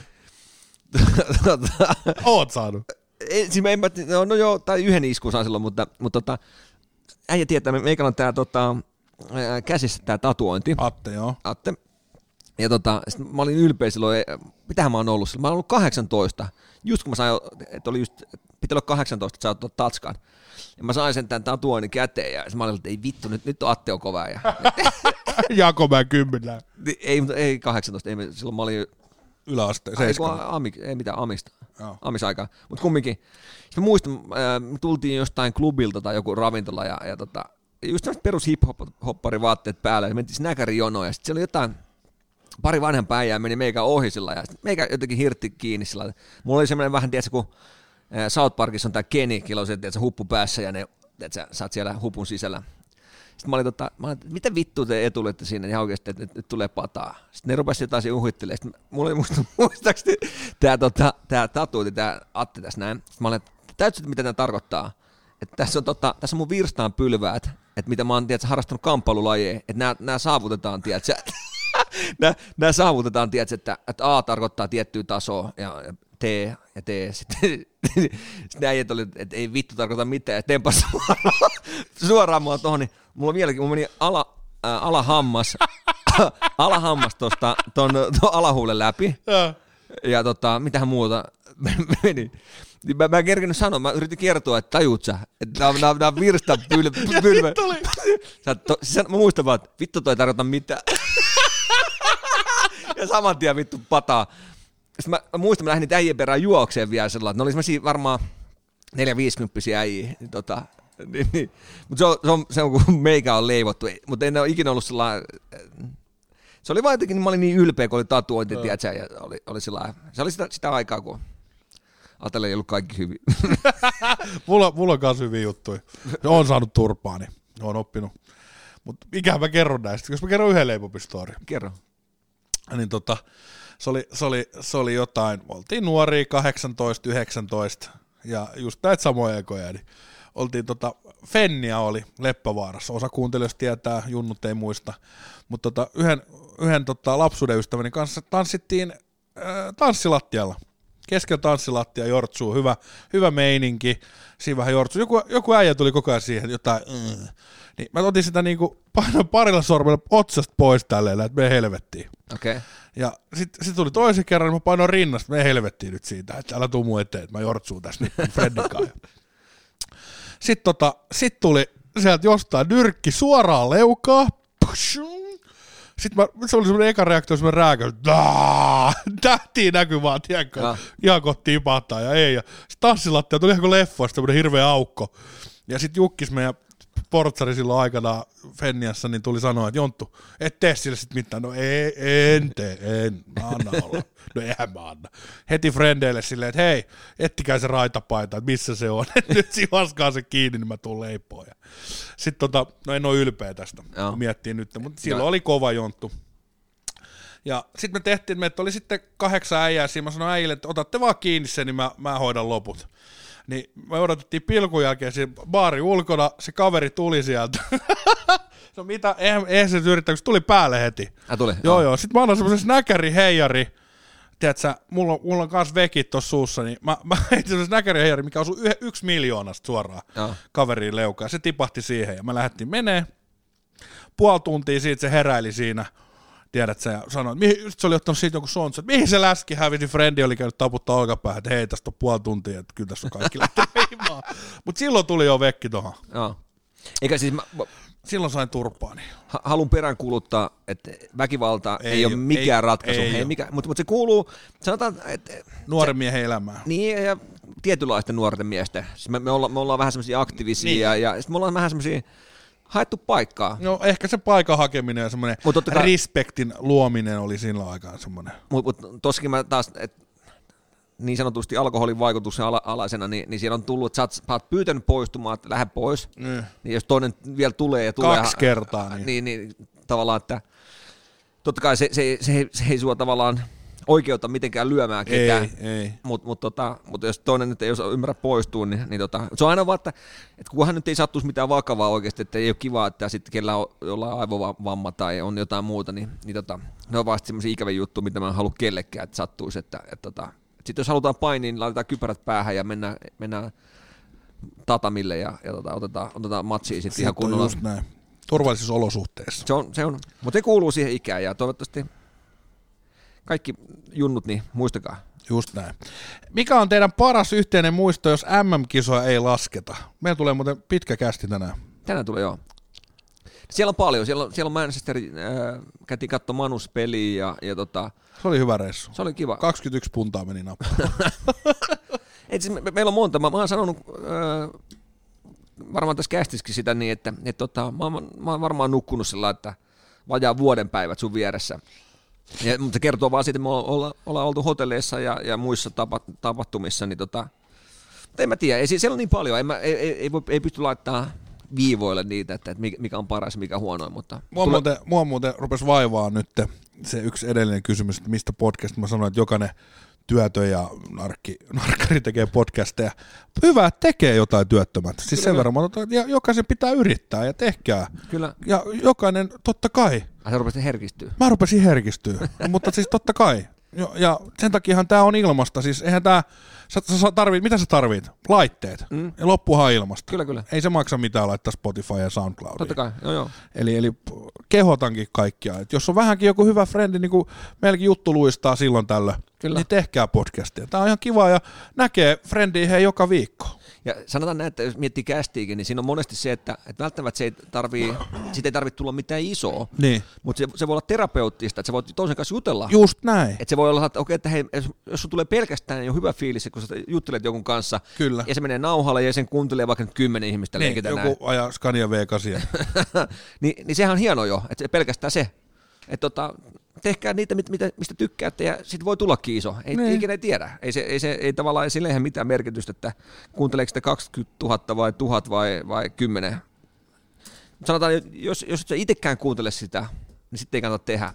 B: tota,
C: Oot saanut.
B: en- siis mä en, mä- no, no joo, tai yhden iskun sain silloin, mutta, mutta tota, äijä tietää, me- meikällä on tää tota, ää, käsissä tää tatuointi.
C: Atte, joo.
B: Atte. Ja tota, sit mä olin ylpeä silloin, eh, mitähän mä oon ollut silloin, mä oon ollut 18, just kun mä sain, että oli just, piti olla 18, että saa ottaa tatskan. Ja mä sain sen tämän tatuoinnin käteen ja sit mä olin, että ei vittu, nyt, nyt on Atte on kova. Ja,
C: Jakomäen kymmenellä.
B: Niin, ei, mutta ei 18, ei, me- silloin mä olin
C: Yläasteen,
B: Ei, kun
C: seiskan.
B: Ami, ei mitään amista.
C: Joo.
B: Amisaikaa. Mutta kumminkin. Sitten mä muistan, ää, me tultiin jostain klubilta tai joku ravintola ja, ja tota, just tämmöiset perus hip-hoppari vaatteet päällä. Ja mentiin snäkärijonoon ja sitten siellä oli jotain pari vanhempaa äijää meni meikä ohi sillä lailla, ja sit meikä jotenkin hirtti kiinni sillä lailla. Mulla oli semmoinen vähän, tiedätkö, kun ää, South Parkissa on tämä Kenny, kello se, tiedätkö, huppu päässä ja ne, tiedätkö, sä oot siellä hupun sisällä. Sitten mä olin, tota, mä olin, että mitä vittu te etulette sinne ihan oikeasti, että nyt, nyt tulee pataa. Sitten ne rupesi jotain siinä uhuittelemaan. Sitten mulla oli muista, muistaakseni tämä tota, tää tatuointi, tämä Atte tässä näin. Sitten mä olin, että täytyy, mitä tämä tarkoittaa. Että tässä on, tota, tässä on mun virstaan pylväät, että mitä mä oon tiedätkö, harrastanut kamppailulajeja, että nämä saavutetaan, tiedätkö, nämä, nämä saavutetaan, tiedätkö, että, että A tarkoittaa tiettyä tasoa ja ja T ja T. Sitten, sitten ne äijät oli, että ei vittu tarkoita mitään, ja tempas suoraan, suoraan mua tuohon, niin mulla vieläkin, mulla meni ala, ää, alahammas, alahammas tuosta ton, ton alahuulen läpi.
C: Joo.
B: Ja tota, mitähän muuta meni. Niin Mä, mä en kerkinyt sanoa, mä yritin kertoa, että tajut sä, että nää, on- nää, on- nää on virsta pylvä. pylvä. Sä, to, siis sä, mä muistan vaan, että vittu toi ei tarkoita mitään. ja saman tien vittu pataa. Sitten mä, mä muistan, mä lähdin niitä äijien perään juokseen vielä sillä lailla, että ne oli semmosia varmaan 450 äijiä. Niin tota, niin, niin. Mutta se on, se, on, se on, kun meikä on leivottu, mutta en ole ikinä ollut sillä se oli vaan jotenkin, niin mä olin niin ylpeä, kun oli tatuointi, no. tiedätkö, ja oli, oli sillä lailla- Se oli sitä, sitä aikaa, kun Atelle ei ollut kaikki hyvin.
C: Mulla, mulla on kans hyviä juttuja. Oon saanut turpaa, niin oon oppinut. Mutta mikähän mä kerron näistä, jos mä kerron yhden leipopistoori.
B: Kerro.
C: niin tota, se oli, se oli, se oli jotain, oltiin nuoria 18, 19 ja just näitä samoja ekoja, niin oltiin tota, Fennia oli Leppävaarassa, osa kuuntelijoista tietää, junnut ei muista, mutta tota, yhden, yhden tota, lapsuuden ystäväni kanssa tanssittiin ää, tanssilattialla. Keskellä tanssilattia jortsuu, hyvä, hyvä meininki, siinä vähän jortsuu. Joku, joku äijä tuli koko ajan siihen jotain, mm. niin mä otin sitä niinku, painoin parilla sormella otsasta pois tälleen, että me helvettiin.
B: Okei. Okay.
C: Ja sitten sit tuli toisen kerran, niin mä painoin rinnasta, me helvettiin nyt siitä, että älä tuu mun eteen, että mä jortsuun tässä nyt mun friendin kanssa. Sitten tota, sit tuli sieltä jostain nyrkki suoraan leukaa. Sitten mä, se oli semmoinen eka reaktio, semmoinen rääkäys. Daa! Tähtiä näkyy vaan, tiedätkö?
B: Joo.
C: Ihan kohti tipahtaa ja ei. Ja sitten tanssilattia tuli ihan kuin leffoista, semmoinen hirveä aukko. Ja sitten Jukkis meidän portsari silloin aikana Fenniassa, niin tuli sanoa, että Jonttu, et tee sille sitten mitään. No ei, en tee, en, mä anna olla. No eihän mä anna. Heti frendeille silleen, että hei, ettikää se raitapaita, että missä se on. Et nyt sivaskaa se kiinni, niin mä tuun leipoon. Ja Sitten tota, no en ole ylpeä tästä,
B: Joo.
C: kun miettii nyt, mutta silloin
B: Joo.
C: oli kova Jonttu. Ja sitten me tehtiin, meitä oli sitten kahdeksan äijää, siinä mä sanoin äijille, että otatte vaan kiinni sen, niin mä, mä hoidan loput. Niin me odotettiin pilkun jälkeen siinä baari ulkona, se kaveri tuli sieltä. no mitä, eihän, eihän se nyt yrittää, kun se tuli päälle heti.
B: Äh, tuli.
C: Joo, joo. Sitten mä annan semmoisen näkäri heijari. Tiedätkö, mulla, on- mulla on kans vekit tuossa suussa, niin mä, mä heitin semmoisen näkäri heijari, mikä osui yhe, yksi miljoonasta suoraan
B: Joo.
C: kaveriin leukaan. Se tipahti siihen ja mä lähdettiin menee. Puoli tuntia siitä se heräili siinä. Tiedät sä, ja sanoi, että mihin, just se oli ottanut siitä joku sonsa, että mihin se läski hävisi, frendi oli käynyt taputtaa olkapäähän, että hei, tästä on puoli tuntia, että kyllä tässä on kaikki lähtenyt himaan. Mutta silloin tuli jo vekki tuohon.
B: Joo. Eikä siis, mä, mä
C: Silloin sain turpaa, niin
B: ha- haluan perään kuluttaa, että väkivalta ei,
C: Ei
B: ei ole
C: oo,
B: mikään
C: ei-
B: ratkaisu.
C: ei
B: Ei, ei
C: oo.
B: mikä, mutta, mutta se kuuluu, sanotaan, että
C: nuoren miehen elämään.
B: niin ja tietynlaisten nuorten miesten. Siis me, me, olla, me ollaan vähän semmoisia aktiivisia niin. ja, ja sit me ollaan vähän semmoisia haettu paikkaa.
C: No ehkä se paikan hakeminen ja semmoinen
B: Mut totta kai-
C: respektin luominen oli silloin aikaan semmoinen.
B: Mutta mut, tossakin mä taas, et, niin sanotusti alkoholin vaikutuksen ala, alaisena, niin, niin siellä on tullut, että sä oot, sä oot pyytänyt poistumaan, että lähde pois. Mm. Niin jos toinen vielä tulee ja tulee.
C: Kaksi kertaa, niin.
B: Niin, niin tavallaan, että totta kai se, se, se, se, ei sua tavallaan oikeutta mitenkään lyömään
C: Ei,
B: ketään.
C: ei.
B: Mutta mut tota, mut jos toinen nyt ei osaa ymmärrä poistua, niin, niin tota, se on aina vaan, että, että kunhan nyt ei sattuisi mitään vakavaa oikeasti, että ei ole kivaa, että sitten kellä on jollain aivovamma tai on jotain muuta, niin, niin tota, ne on vasta semmoisia ikäviä juttuja, mitä mä en halua kellekään, että sattuisi. Että, että, tota, sitten jos halutaan painia, niin laitetaan kypärät päähän ja mennään, mennään tatamille ja, ja tota, otetaan, otetaan matsia sitten ihan
C: Sitten on
B: kunnolla.
C: just näin. Turvallisissa olosuhteissa.
B: Se on, se on, mutta se kuuluu siihen ikään ja toivottavasti kaikki junnut, niin muistakaa.
C: Just näin. Mikä on teidän paras yhteinen muisto, jos MM-kisoja ei lasketa? Meillä tulee muuten pitkä kästi tänään.
B: Tänään tulee joo. Siellä on paljon. Siellä on, siellä on Manchester, äh, käytiin katsoa Manus peliä ja, ja tota,
C: Se oli hyvä reissu.
B: se oli kiva. Ka-
C: 21 puntaa meni nappaan.
B: Et siis me, me, meillä on monta. Mä, mä oon sanonut äh, varmaan tässä kästiskin sitä niin, että et tota, mä, oon- mä oon varmaan nukkunut sillä lailla, että vajaa vuoden päivät sun vieressä. Ja, mutta se kertoo vaan siitä, että me olla- olla, ollaan oltu hotelleissa ja, ja muissa tapa, tapahtumissa, niin tota, mutta en mä tiedä, ei, si- siellä on niin paljon, ei, mä, ei, ei, ei, voi, ei pysty laittaa viivoille niitä, että, että mikä- mikä on paras, mikä huonoin, mutta
C: Mua, muuten, mua muuten rupesi vaivaa nyt se yksi edellinen kysymys, että mistä podcast. Mä sanoin, että jokainen työtö ja narkki, narkkari tekee podcasteja. Hyvä, että tekee jotain työttömät. Siis sen verran, mä otan, että ja jokaisen pitää yrittää ja tehkää.
B: Kyllä.
C: Ja jokainen, totta kai,
B: Ai sä rupesit herkistyä.
C: Mä rupesin herkistyä, mutta siis totta kai. Jo, ja sen takiahan tämä on ilmasta. Siis eihän tää, sä, sä, sä tarvit, mitä sä tarvit? Laitteet. Mm. Ja loppuhan on ilmasta.
B: Kyllä, kyllä.
C: Ei se maksa mitään laittaa Spotify ja SoundCloudiin.
B: Totta kai, joo joo.
C: Eli, eli p- kehotankin kaikkia. Et jos on vähänkin joku hyvä frendi, niin kuin meilläkin juttu luistaa silloin tällöin,
B: Kyllä.
C: niin tehkää podcastia. Tämä on ihan kiva ja näkee frendiä hei joka viikko.
B: Ja sanotaan näin, että jos miettii kästiikin, niin siinä on monesti se, että, että välttämättä se ei tarvii, siitä ei tarvitse tulla mitään isoa,
C: Niin.
B: mutta se, se voi olla terapeuttista, että sä voit toisen kanssa jutella.
C: Just näin.
B: Ah, Että se voi olla, että okei, että hei, jos- jos sun tulee pelkästään jo hyvä fiilis, kun sä juttelet jonkun kanssa,
C: Kyllä.
B: ja se menee nauhalle ja sen kuuntelee vaikka nyt kymmenen ihmistä niin, leikitään
C: joku ajaa Scania V8.
B: näin, niin, niin sehän on hieno jo, että se- pelkästään se. Että tota, tehkää niitä, mit- mitä, mistä tykkäätte, ja sitten voi tulla iso. Ei niin. ikinä ei tiedä. Ei, se, ei, se, ei tavallaan ei sille ihan mitään merkitystä, että kuunteleeko sitä 20 000 vai 1000 vai, vai 10. Mut Sanotaan, jos, jos et sä itsekään kuuntele sitä, niin sitten ei kannata tehdä.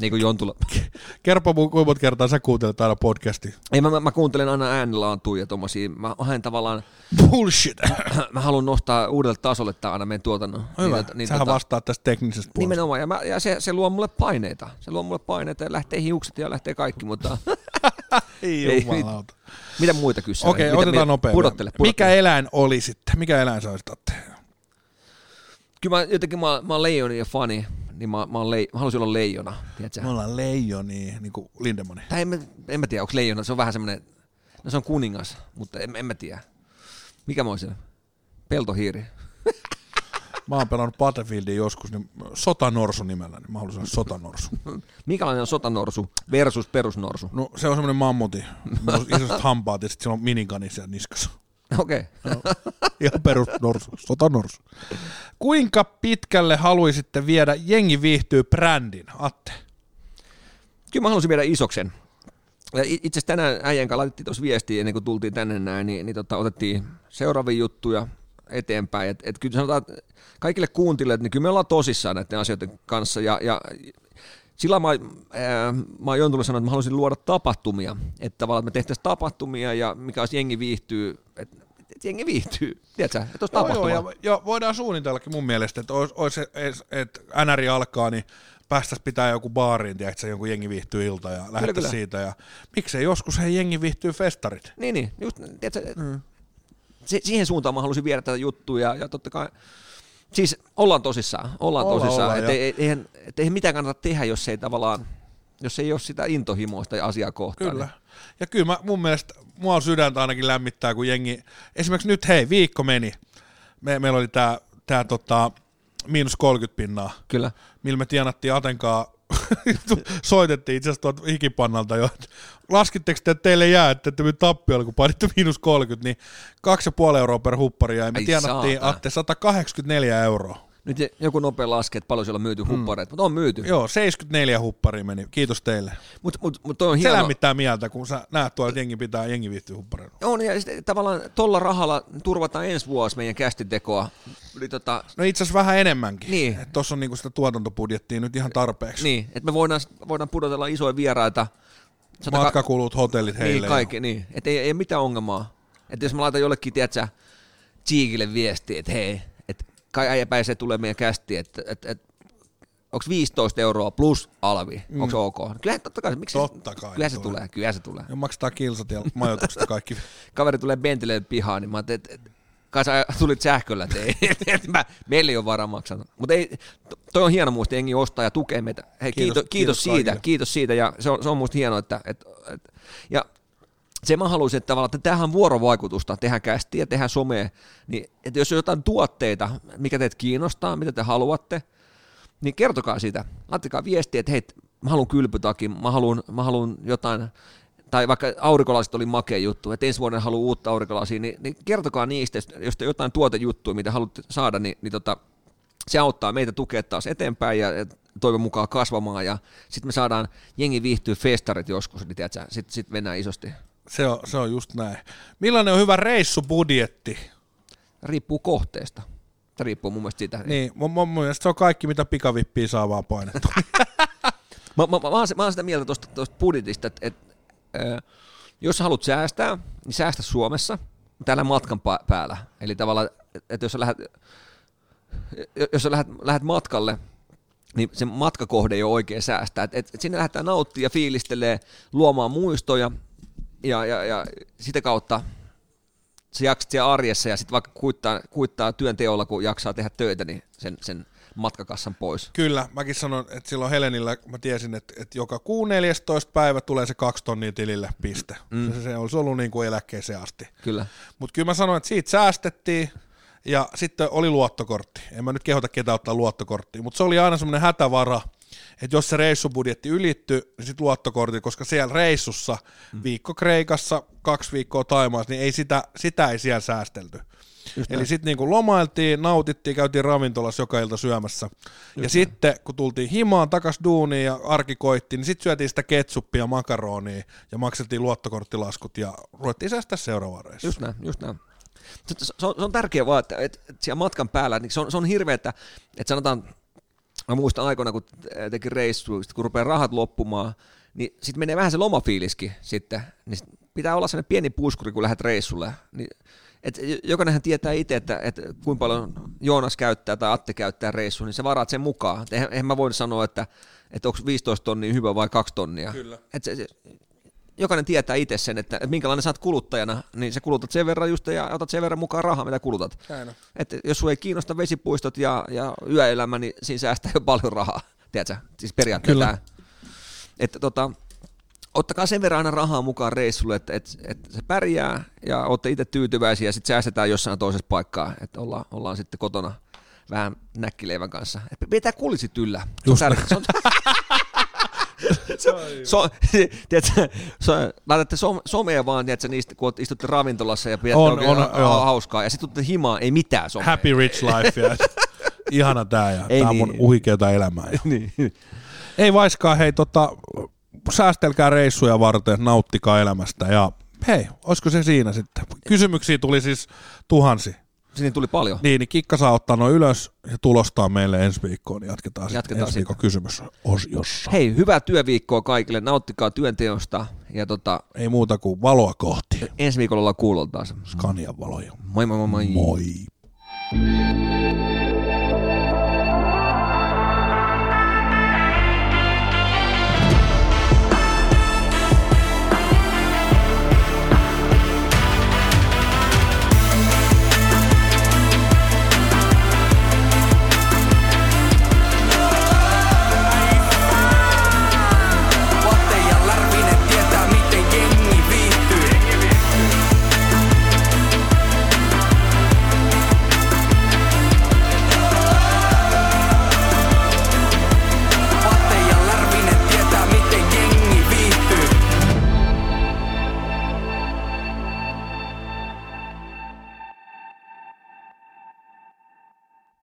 B: Niin kuin Jontula.
C: Kerro mu- kuinka monta kertaa sä kuuntelet aina podcastia.
B: Ei, mä, mä, mä kuuntelen aina äänenlaantua ja tommosia. Mä haen tavallaan,
C: Bullshit.
B: mä haluan nostaa uudelle tasolle tää aina meidän tuotannon.
C: Hyvä.
B: tota-
C: Niin, Sähän tota... vastaat tästä teknisestä puolesta.
B: Nimenomaan, ja, mä, ja se, se, luo mulle paineita. Se luo mulle paineita ja lähtee hiukset ja lähtee kaikki, mutta
C: Ei
B: Ei
C: jumalauta.
B: mitä muita kysyä?
C: Okei,
B: mitä,
C: otetaan
B: mitä-
C: nopeasti.
B: Pudottele, pudottele.
C: Mikä
B: Mikä
C: eläin oli sitten? Mikä eläin sä olisit ottanut?
B: Kyllä mä, jotenkin mä, oon- mä oon leijonin ja fani, niin mä, mä, oon lei, mä haluaisin olla leijona, tiedätkö?
C: Me ollaan leijoni, niin kuin Lindemani.
B: Tai en mä, en mä tiedä, onko leijona, se on vähän semmoinen, no se on kuningas, mutta en, en mä tiedä. Mikä mä olisin? Peltohiiri.
C: Mä oon pelannut Battlefieldia joskus, niin sotanorsu nimellä, niin mä haluaisin olla sotanorsu.
B: Minkälainen on sotanorsu versus perusnorsu?
C: No se on semmoinen mammuti, Mulla on isoiset hampaat ja sitten sillä on minikani siellä niskassa.
B: No, Okei. Okay.
C: Ihan perus norsu, sotanorsu. Kuinka pitkälle haluaisitte viedä jengi viihtyy brändin, Atte?
B: Kyllä mä halusin viedä isoksen. Ja i- Itse asiassa tänään äijän kanssa laitettiin tuossa viestiä ennen kuin tultiin tänne näin, niin, niin tota, otettiin seuraavia juttuja eteenpäin. Et, et kyllä sanotaan että kaikille kuuntelijoille, niin kyllä me ollaan tosissaan näiden asioiden kanssa. Ja, ja sillä mä, ää, mä oon Jontulle sanonut, että mä haluaisin luoda tapahtumia. Että tavallaan me tehtäisiin tapahtumia ja mikä olisi jengi viihtyy. Että et jengi viihtyy, tiedätkö? Että olisi tapahtuma.
C: ja, ja voidaan suunnitellakin mun mielestä, että ois, ois, es- että NRI alkaa, niin päästäisiin pitää joku baariin, tiedätkö, jonkun jengi viihtyy ilta ja lähteä
B: kyllä.
C: siitä. Ja miksei joskus he jengi viihtyy festarit.
B: Niin, niin. Just, tiedätkö, mm. se, siihen suuntaan mä halusin viedä tätä juttua ja, ja totta kai, siis ollaan tosissaan, ollaan
C: Ollaan,
B: olla, tosissaan,
C: ollaan,
B: olla, et,
C: joo.
B: ei, eihän, et eihän mitään kannata tehdä, jos ei tavallaan, jos ei ole sitä intohimoista ja asiaa kohtaan.
C: Kyllä. Ja kyllä mä, mun mielestä mua sydäntä ainakin lämmittää, kun jengi, esimerkiksi nyt hei, viikko meni, me, meillä oli tää, tää tota, miinus 30 pinnaa,
B: Kyllä.
C: millä me tienattiin Atenkaa, soitettiin itse asiassa tuolta hikipannalta jo, että laskitteko te, että teille jää, että te tappiolla, kun painitte miinus 30, niin 2,5 euroa per huppari ja me
B: Ai
C: tienattiin
B: saatana.
C: Atte 184 euroa.
B: Nyt se- joku nopea laske, että paljon siellä on myyty huppareita, mutta on myyty.
C: Mm. Joo, 74 huppari meni, kiitos teille.
B: Mutta mut, mut toi on
C: Se
B: hienoa.
C: lämmittää mieltä, kun sä näet tuolla, että jengi pitää, jengi viihtyy hupparilla.
B: On, ja sitten tavallaan tuolla rahalla turvataan ensi vuosi meidän kästitekoa. Eli tota,
C: No itse asiassa vähän enemmänkin.
B: Niin.
C: Että Tuossa on niinku sitä tuotantobudjettia nyt ihan tarpeeksi.
B: Niin, että me voidaan, voidaan pudotella isoja vieraita sataka-
C: Matkakulut, hotellit heille.
B: Niin,
C: ja-
B: kaikki, niin. Että ei, ei ole mitään ongelmaa. Että jos mä laitan jollekin, tiedätkö, Cheekille viestiä, että hei, että kai äijä pääsee tulee meidän kästi, että et, et, onko 15 euroa plus alvi, mm. onko se ok? Kyllähän totta kai, miksi
C: Totta kai
B: kyllä se
C: tulee.
B: tulee. tulee, kyllä se tulee.
C: Ja maksetaan kilsat ja majoituksesta kaikki.
B: Kaveri tulee Bentileen pihaan, niin mä ajattelin, että et, kai sä tulit sähköllä, että ei, et, et, mä, meillä ei ole varaa maksaa. Mutta ei, to- toi on hieno muista, jengi ostaa ja tukee meitä. Hei,
C: Kiitos-
B: kiitos, kiitos,
C: kiitos
B: kiitos siitä,
C: kaikille.
B: kiitos siitä ja se on, se on musta hienoa, että, että, että ja se mä haluaisin, että tavallaan, että tämähän on vuorovaikutusta, tehdään kästiä, tehdään somea, niin että jos on jotain tuotteita, mikä teitä kiinnostaa, mitä te haluatte, niin kertokaa siitä, laittakaa viestiä, että hei, mä haluan kylpytakin, mä haluan, mä haluan jotain, tai vaikka aurinkolasit oli makea juttu, että ensi vuonna haluan uutta aurinkolasia, niin, niin kertokaa niistä, jos- jos te jotain tuotejuttua, mitä haluatte saada, niin, niin tota, se auttaa meitä tukea taas eteenpäin ja, ja toivon mukaan kasvamaan, ja sitten me saadaan jengi viihtyä festarit joskus, niin tiedätkö, sitten sit mennään isosti.
C: Se on, se on just näin. Millainen on hyvä reissubudjetti?
B: Riippuu kohteesta. Tämä riippuu mun mielestä siitä.
C: Niin, mun, mun mielestä se on kaikki, mitä pikavippiä saa vaan painettua.
B: Mä, mä, mä, mä, oon, se- mä oon sitä mieltä tuosta, tuosta budjetista, että et, ö, jos sä haluat säästää, niin säästä Suomessa, mutta älä matkan pa- päällä. Eli tavallaan, että et jos sä lähdet, jo- jos sä lähdet, lähdet matkalle, niin se matkakohde ei ole oikein säästää. Et, et, et sinne lähdetään nauttia, fiilistelee, luomaan muistoja ja, ja, ja sitä kautta sä jaksat siellä arjessa ja sitten vaikka kuittaa, kuittaa työnteolla, kun jaksaa tehdä töitä, niin sen, sen matkakassan pois.
C: Kyllä, mäkin sanon, että silloin Helenillä mä tiesin, että, että joka kuun 14 päivä tulee se kaksi tonnia tilille, piste. Mm. Se, se olisi ollut niin kuin eläkkeeseen asti.
B: Kyllä.
C: Mutta kyllä mä sanoin, että siitä säästettiin ja sitten oli luottokortti. En mä nyt kehota ketään ottaa luottokorttia, mutta se oli aina semmoinen hätävara, että jos se reissubudjetti ylittyi, niin sitten luottokortti, koska siellä reissussa viikko Kreikassa, kaksi viikkoa Taimaassa, niin ei sitä, sitä ei siellä säästelty. Eli sitten niinku lomailtiin, nautittiin, käytiin ravintolassa joka ilta syömässä. ja sitten kun tultiin himaan takas duuniin ja arki koitti, niin sitten syötiin sitä ketsuppia, makaronia ja maksettiin luottokorttilaskut ja ruvettiin säästää seuraavaan reissuun.
B: Just näin, just näin. Se- Se se on, se on tärkeää vaan, että, että että siellä matkan päällä, niin se on, se on hirveä, että, että sanotaan, mä muistan aikoina, kun teki reissu, sit kun rupeaa rahat loppumaan, niin sitten menee vähän se lomafiiliskin sitten, niin sit pitää olla sellainen pieni puskuri, kun lähdet reissulle. Niin, et jokainenhan tietää itse, että, että kuinka paljon Joonas käyttää tai Atte käyttää reissuun, niin sä varaat sen mukaan. Et Eihän, eihän mä voi sanoa, että, että onko 15 tonnia hyvä vai 2 tonnia. Kyllä. Et se, se, jokainen tietää itse sen, että, että minkälainen sä oot kuluttajana, niin sä kulutat sen verran just ja otat sen verran mukaan rahaa, mitä kulutat. Et jos sua ei kiinnosta vesipuistot ja, ja yöelämä, niin siinä säästää jo paljon rahaa, tiedätkö? Siis periaatteessa.
C: Kyllä.
B: tää. Että tota, ottakaa sen verran aina rahaa mukaan reissulle, että et, et se pärjää ja olette itse tyytyväisiä ja sitten säästetään jossain toisessa paikkaa, että olla, ollaan sitten kotona vähän näkkileivän kanssa. Et Pitää kulisit yllä. Se on tärkeää. Se on, se on, tiedätkö, se on, laitatte som, somea vaan, tiedätkö, niistä, kun oot- istutte ravintolassa ja pidätte
C: On,
B: on, oikein
C: on,
B: on,
C: joo.
B: hauskaa, ja sitten tuutte himaan, ei mitään somea.
C: Happy Rich Life. Ja ihana tää ja
B: Ei
C: tää on
B: niin.
C: mun uhikeeta elämää. niin. Ei vaiskaan, hei tota, säästelkää reissuja varten, nauttikaa elämästä ja hei, olisiko se siinä sitten? Kysymyksiä tuli siis tuhansi.
B: Siinä tuli paljon.
C: Niin, niin Kikka saa ottaa noin ylös ja tulostaa meille ensi viikkoon, niin jatketaan, jatketaan
B: Jatketaan
C: ensi viikon kysymysosiossa.
B: Hei, hyvää työviikkoa kaikille, nauttikaa työnteosta, ja tota,
C: Ei muuta kuin valoa kohti,
B: ensi viikolla ollaan kuulolla taas.
C: Scanian valoja.
B: Moi moi moi moi.
C: Moi!
F: Thank